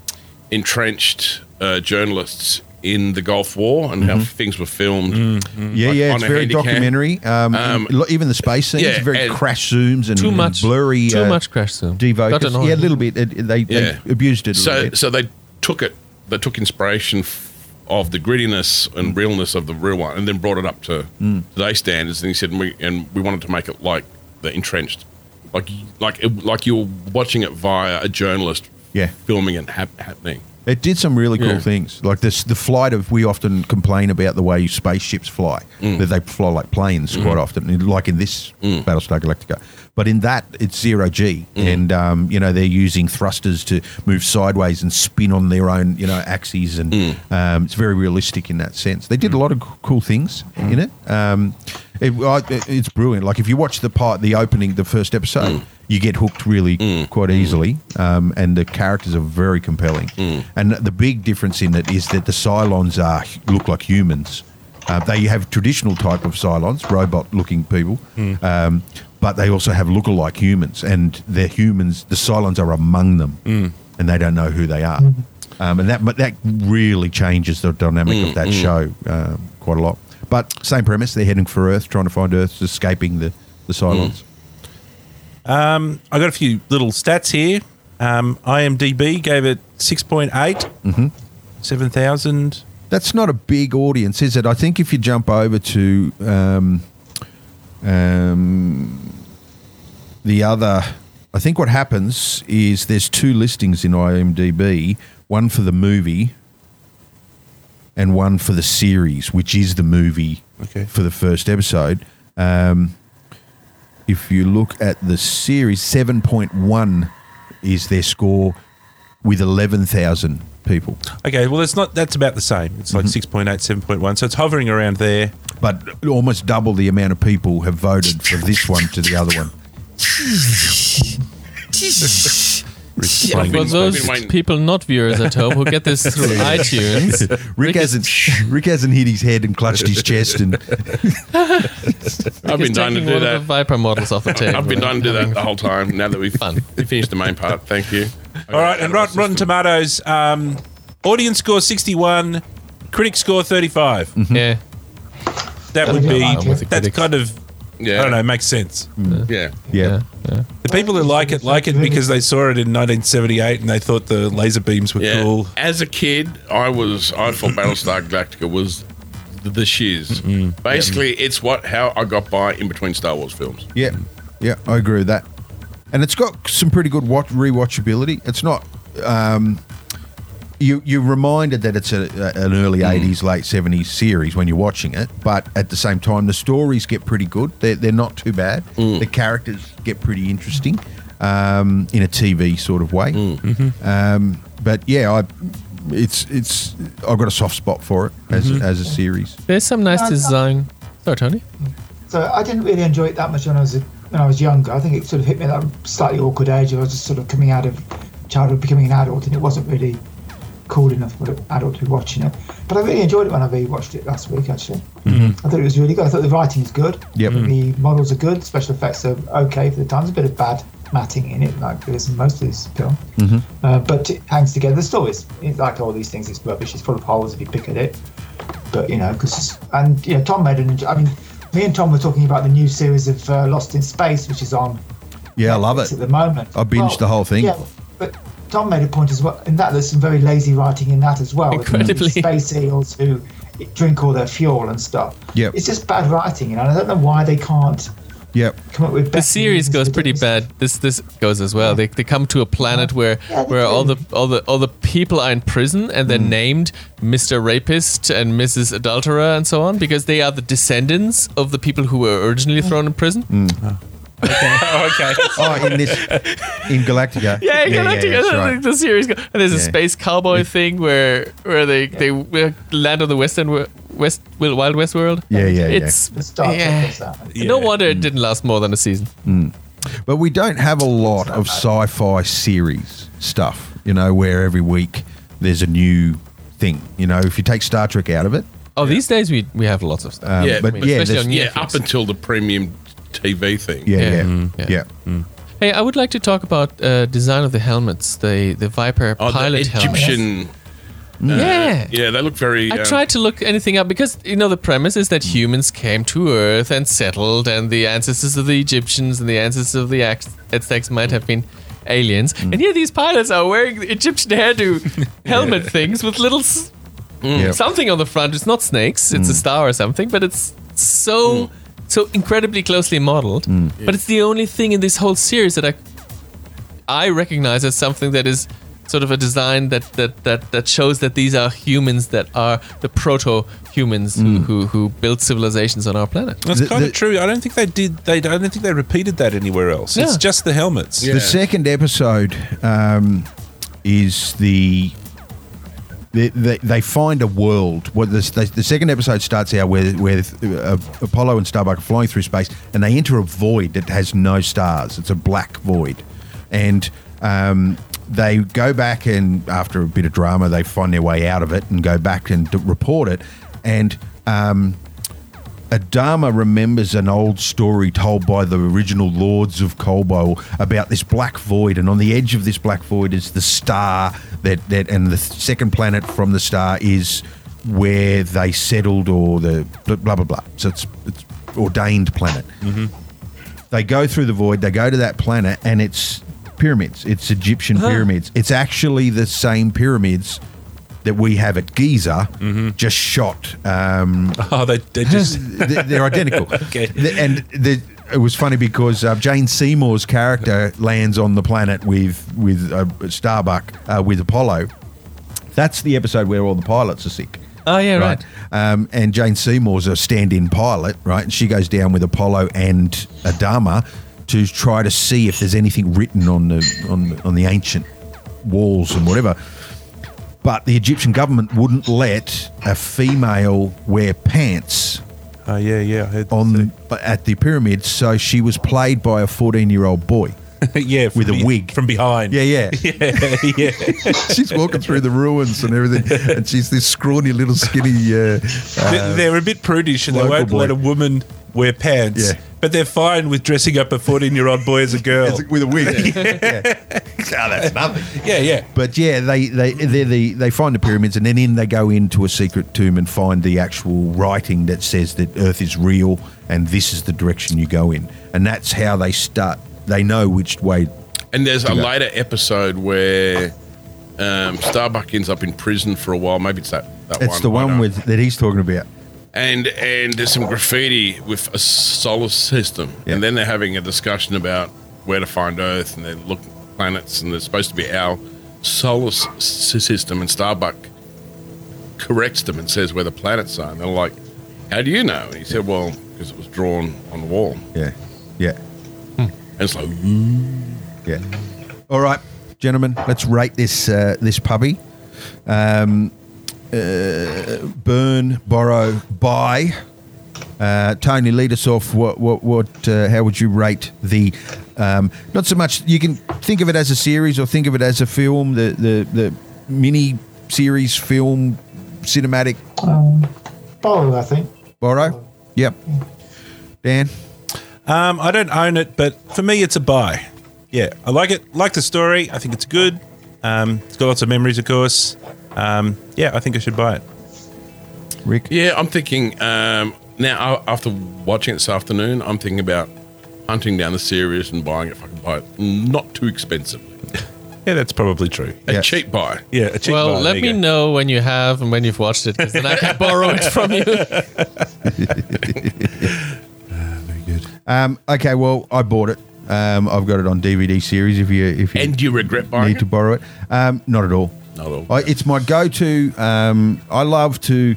C: entrenched uh, journalists in the Gulf War and how
A: Mm-hmm.
C: things were filmed.
A: Yeah,
C: Um, Like
A: yeah,
C: on
A: it's
C: a
A: very
C: handycam.
A: documentary. Um,
C: Um,
A: lo- even the space scenes,
C: yeah,
A: very
C: and-
A: crash zooms and
D: Too
A: and
D: much-
A: Mm. blurry.
D: too much crash zoom. Got
A: Defocus.
D: annoying.
A: Yeah, a little bit. It- it- they,
C: Yeah.
A: they abused it a little
C: So,
A: bit.
C: so they took it. They took inspiration f- of the grittiness and realness of the real one, and then brought it up to
B: Hmm.
C: today's standards. And he said, and we, and we wanted to make it like the entrenched, like like it, like you're watching it via a journalist,
A: Yeah.
C: filming it hap- happening.
A: It did some really cool
C: Yeah.
A: things, like this. The flight of we often complain about the way spaceships fly, that they fly like planes quite often, like in this Battlestar Galactica. But in that, it's zero g, and um, you know they're using thrusters to move sideways and spin on their own, you know, axes, and um, it's very realistic in that sense. They did a lot of c- cool things in it. Um, it I, it's brilliant. Like if you watch the part, the opening, the first episode you get hooked really quite easily, um, and the characters are very compelling. And the big difference in it is that the Cylons are look like humans. Uh, they have traditional type of Cylons, robot-looking people, um, but they also have look-alike humans, and the humans, the Cylons are among them, and they don't know who they are. Um, and that, but that really changes the dynamic of that show um, quite a lot. But same premise, they're heading for Earth, trying to find Earth, escaping the the Cylons.
B: Um, I got a few little stats here. Um, IMDb gave it 6.8,
A: Mm-hmm.
B: 7,000.
A: that's not a big audience, is it? I think if you jump over to um, um, the other, I think what happens is there's two listings in IMDb: one for the movie and one for the series, which is the movie
B: Okay.
A: for the first episode. Um, if you look at the series, seven point one is their score with eleven thousand people.
B: Okay, well, it's not. That's about the same. It's
A: Mm-hmm.
B: like 6.8, 7.1. So it's hovering around there.
A: but almost double the amount of people have voted for this one to the other one.
C: I've
D: For
C: been- I've
D: those
C: been waiting-
D: people not viewers at home who get this through iTunes,
A: Rick, hasn't Rick hasn't hit his head and clutched his chest and
C: I've been dying to
D: taking
C: do
D: one of the
C: that.
D: Viper models off the table.
C: I've been dying to do that the whole time. Now that we've
D: Fun.
C: we finished the main part, thank you.
B: All right, and Rot- Rotten Tomatoes, um, audience score 61, critic score 35.
C: Hmm.
D: Yeah,
B: That would
E: Okay,
B: be.
E: I'm with the
B: That's
D: critics.
B: kind of.
C: Yeah,
B: I don't know, makes sense.
C: Yeah,
A: yeah.
D: yeah, yeah.
B: The people who like it like it because they saw it in 1978 and they thought the laser beams were
C: yeah.
B: cool.
C: As a kid, I was I thought Battlestar Galactica was the, the shiz.
A: Mm-hmm.
C: Basically, it's what how I got by in between Star Wars films.
A: yeah, yeah, I agree with that. And it's got some pretty good watch rewatchability. It's not um, you you're reminded that it's a, a- an early '80s, late '70s series when you're watching it, but at the same time, the stories get pretty good. They're, they're not too bad. The characters get pretty interesting um, in a TV sort of way. Um, but yeah, I it's it's I've got a soft spot for it as as a series.
D: There's some nice design. Sorry, Tony.
E: So I didn't really enjoy it that much when I was a, when I was younger. I think it sort of hit me at that slightly awkward age. I was just sort of coming out of childhood, becoming an adult, and it wasn't really cool enough for an adult to be watching it. But I really enjoyed it when I rewatched it last week. Actually, I thought it was really good. I thought the writing is good.
A: Yep.
E: The models are good. Special effects are okay for the time. There's a bit of bad matting in it, like there is in most of this film. Uh, but it hangs together. The stories, it's like all these things, it's rubbish. It's full of holes if you pick at it but you know, because and you know, Tom made an. I mean, me and Tom were talking about the new series of uh, Lost in Space, which is on
A: Yeah, I love
E: Netflix at
A: it.
E: the moment.
A: I binged the whole thing.
E: Yeah, but Tom made a point as well in that there's some very lazy writing in that as well. with the
D: Incredibly.
E: space eels who drink all their fuel and stuff.
A: Yep.
E: it's just bad writing, you know. And I don't know why they can't
A: Yep.
E: come up with.
D: The series goes pretty bad. This this goes as well. They, they come to a planet where
E: Yeah, they
D: where all
E: do.
D: the all the all the people are in prison and they're named Mr. Rapist and Mrs. Adulterer and so on because they are the descendants of the people who were originally thrown in prison.
B: Oh, okay.
A: Oh, in this in Galactica.
D: Yeah, yeah,
A: that's right.
D: the series. Go- and there's a
A: Yeah.
D: space cowboy thing where where they they will land on the western wo- west well, Wild West world.
A: Yeah, yeah, yeah.
D: It's
E: The Star Trek
D: yeah.
E: does that.
D: No
B: Yeah.
D: wonder it didn't last more than a season.
A: But we don't have a lot of sci-fi series stuff, you know, where every week there's a new thing. You know, if you take Star Trek out of it,
D: Oh, these days we we have lots of stuff.
A: um,
C: Yeah,
A: but
C: but
A: yeah,
D: especially
A: there's-
D: on
A: yeah,
C: Yeah,
D: Netflix.
C: up until the premium TV thing.
A: yeah,
D: Yeah.
A: yeah,
D: Mm,
A: yeah,
D: yeah. Hey, I would like to talk about uh, design of the helmets, the the Viper
C: Oh,
D: pilot
C: the
D: helmet.
C: Egyptian uh,
D: yeah.
C: Yeah, they look very.
D: I
C: um,
D: tried to look anything up because you know the premise is that humans came to Earth and settled, and the ancestors of the Egyptians and the ancestors of the Ac- Aztecs might have been aliens. And here these pilots are wearing Egyptian hairdo helmet things with little s-
A: Yep.
D: something on the front. It's not snakes; it's a star or something. But it's so so incredibly closely modeled. But it's the only thing in this whole series that I I recognize as something that is sort of a design that that that, that shows that these are humans that are the proto humans who, who who built civilizations on our planet.
B: That's
A: The-
B: kind
A: the-
B: of true. I don't think they did. They I don't think they repeated that anywhere else. It's
D: Yeah.
B: just the helmets.
C: Yeah.
A: The second episode um, is the. They, they, they find a world. Well, the, the, the second episode starts out where, where uh, Apollo and Starbuck are flying through space, and they enter a void that has no stars. It's a black void, and um, they go back and after a bit of drama, they find their way out of it and go back and d- report it. And um, Adama remembers an old story told by the original lords of Kolbo about this black void, and on the edge of this black void is the star that, that and the second planet from the star is where they settled, or the blah blah blah. blah. So it's it's ordained planet. They go through the void, they go to that planet, and it's pyramids. It's Egyptian pyramids. It's actually the same pyramids that we have at Giza, just shot. Um,
B: Oh, they, they just
A: Th- they're identical.
B: Okay.
A: Th- And the, it was funny because uh, Jane Seymour's character lands on the planet with with uh, Starbuck uh, with Apollo. That's the episode where all the pilots are sick.
D: Oh yeah, right.
A: Um, and Jane Seymour's a stand-in pilot, right? And she goes down with Apollo and Adama to try to see if there's anything written on the on the, on the ancient walls and whatever. But the Egyptian government wouldn't let a female wear pants
B: Oh yeah, yeah. I heard-
A: on the, at the pyramids, so she was played by a 14 year old boy.
B: yeah, from
A: with a
B: be-
A: wig.
B: from behind.
A: Yeah, yeah.
B: yeah, yeah.
A: she's walking through the ruins and everything, and she's this scrawny little skinny. Uh,
B: They- they're a bit prudish and they
A: local
B: won't
A: boy.
B: let a woman wear pants.
A: Yeah.
B: But they're fine with dressing up a 14 year old boy as a girl.
A: with a wig. yeah. Oh, that's nothing.
B: yeah, yeah.
A: But yeah, they they they the, they find the pyramids, and then in they go into a secret tomb and find the actual writing that says that Earth is real, and this is the direction you go in, and that's how they start. They know which way.
C: And there's a
A: Yeah.
C: later episode where um, Starbuck ends up in prison for a while. Maybe it's that. that
A: It's
C: one. uh,
A: the
C: I
A: one
C: don't-
A: with that he's talking about.
C: and and there's some graffiti with a solar system,
A: Yeah.
C: and then they're having a discussion about where to find Earth, and they look at planets, and there's supposed to be our solar s- s- system, and Starbuck corrects them and says where the planets are, and they're like, "How do you know?" And he said, "Well, because it was drawn on the wall."
A: Yeah, yeah.
C: And it's like,
A: Yeah. All right, gentlemen, let's rate this uh, this puppy. Um, uh, burn, borrow, buy. Uh, Tony, lead us off. What what what? Uh, how would you rate the? Um, not so much. You can think of it as a series or think of it as a film. The the the mini series film cinematic
E: Um, borrow, I think.
A: borrow. Yep. Dan.
B: Um, I don't own it, but for me, it's a buy. Yeah, I like it. Like the story. I think it's good. Um, it's got lots of memories, of course. Um, yeah, I think I should buy it.
A: Rick.
C: "Yeah, I'm thinking um, now a- after watching it this afternoon, I'm thinking about hunting down the series and buying it if I can buy it, not too expensively."
B: Yeah, that's probably true.
C: A
A: Yeah.
C: cheap buy.
B: Yeah, a cheap
D: Well,
B: buy.
D: let
B: There
D: me
B: you go.
D: know when you have and when you've watched it, because then I can borrow it from you.
A: Um, okay. Well, I bought it. Um, I've got it on DVD series. If you if you
C: And do you regret buying
A: need
C: it?
A: to borrow it. Um, not at all.
C: Not at all.
A: I, it's my go-to. Um, I love to,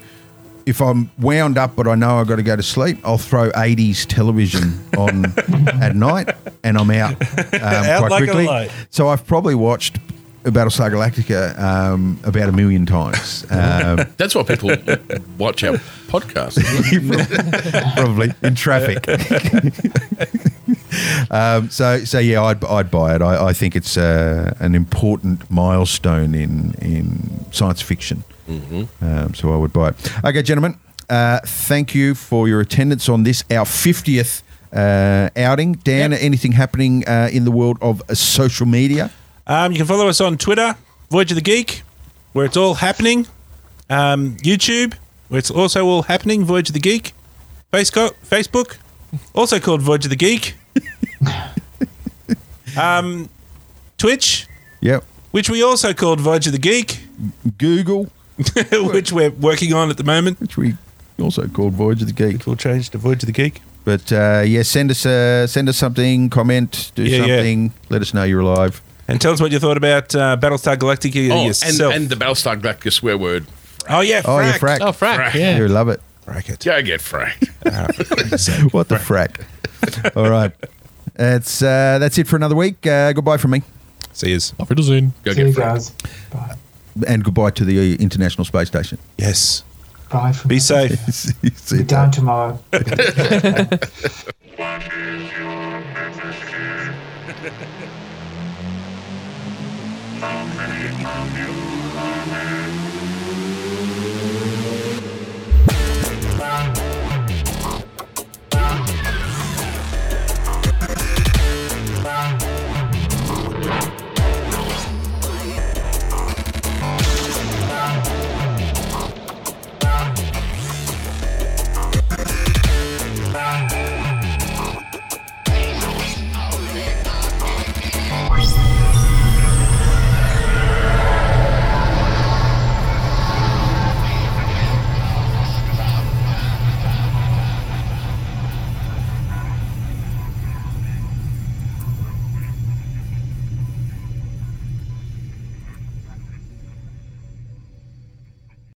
A: if I'm wound up but I know I've got to go to sleep, I'll throw 80s television on at night and I'm out, um, quite
B: like a
A: quickly.
B: light.
A: So I've probably watched Battlestar Galactica um, about a million times. Um,
C: That's why people watch our podcast.
A: probably in traffic. um, so, so yeah, I'd, I'd buy it. I, I think it's uh, an important milestone in in science fiction. Um, so I would buy it. Okay, gentlemen, uh, thank you for your attendance on this our fiftieth. Uh, outing, Dan. Anything happening uh, in the world of uh, social media?
B: Um, you can follow us on Twitter, Voyage of the Geek. where it's all happening. Um, YouTube, where it's also all happening. Voyage of the Geek. Faceco- Facebook, also called Voyage of the Geek. um, Twitch,
A: Yep.
B: which we also called Voyage of the Geek,
A: Google,
B: which we're working on at the moment.
A: which we also called Voyage of the Geek.
B: We'll change to Voyage of the Geek.
A: But uh, yeah, send us uh, send us something, comment, do
B: Yeah, yeah.
A: something, let us know you're alive.
B: And tell us what you thought about uh, Battlestar Galactica
C: Oh, and,
B: yourself.
C: and the Battlestar Galactica swear word.
B: oh, yeah,
A: Oh, yeah, frack.
B: frack.
D: Oh, Frank.
C: Frank.
D: Yeah.
A: You love it.
B: Bracket.
C: Go get fracked.
A: What the frack? All right. That's uh, that's it for another week. Uh, goodbye from me,
B: See yous.
D: Auf Wiedersehen.
C: Go
E: See you
C: get fracked.
E: guys. Bye.
A: and goodbye to the International Space Station.
B: Yes.
E: Bye. From
B: Be
E: me.
B: safe.
A: See you
E: Be down tomorrow.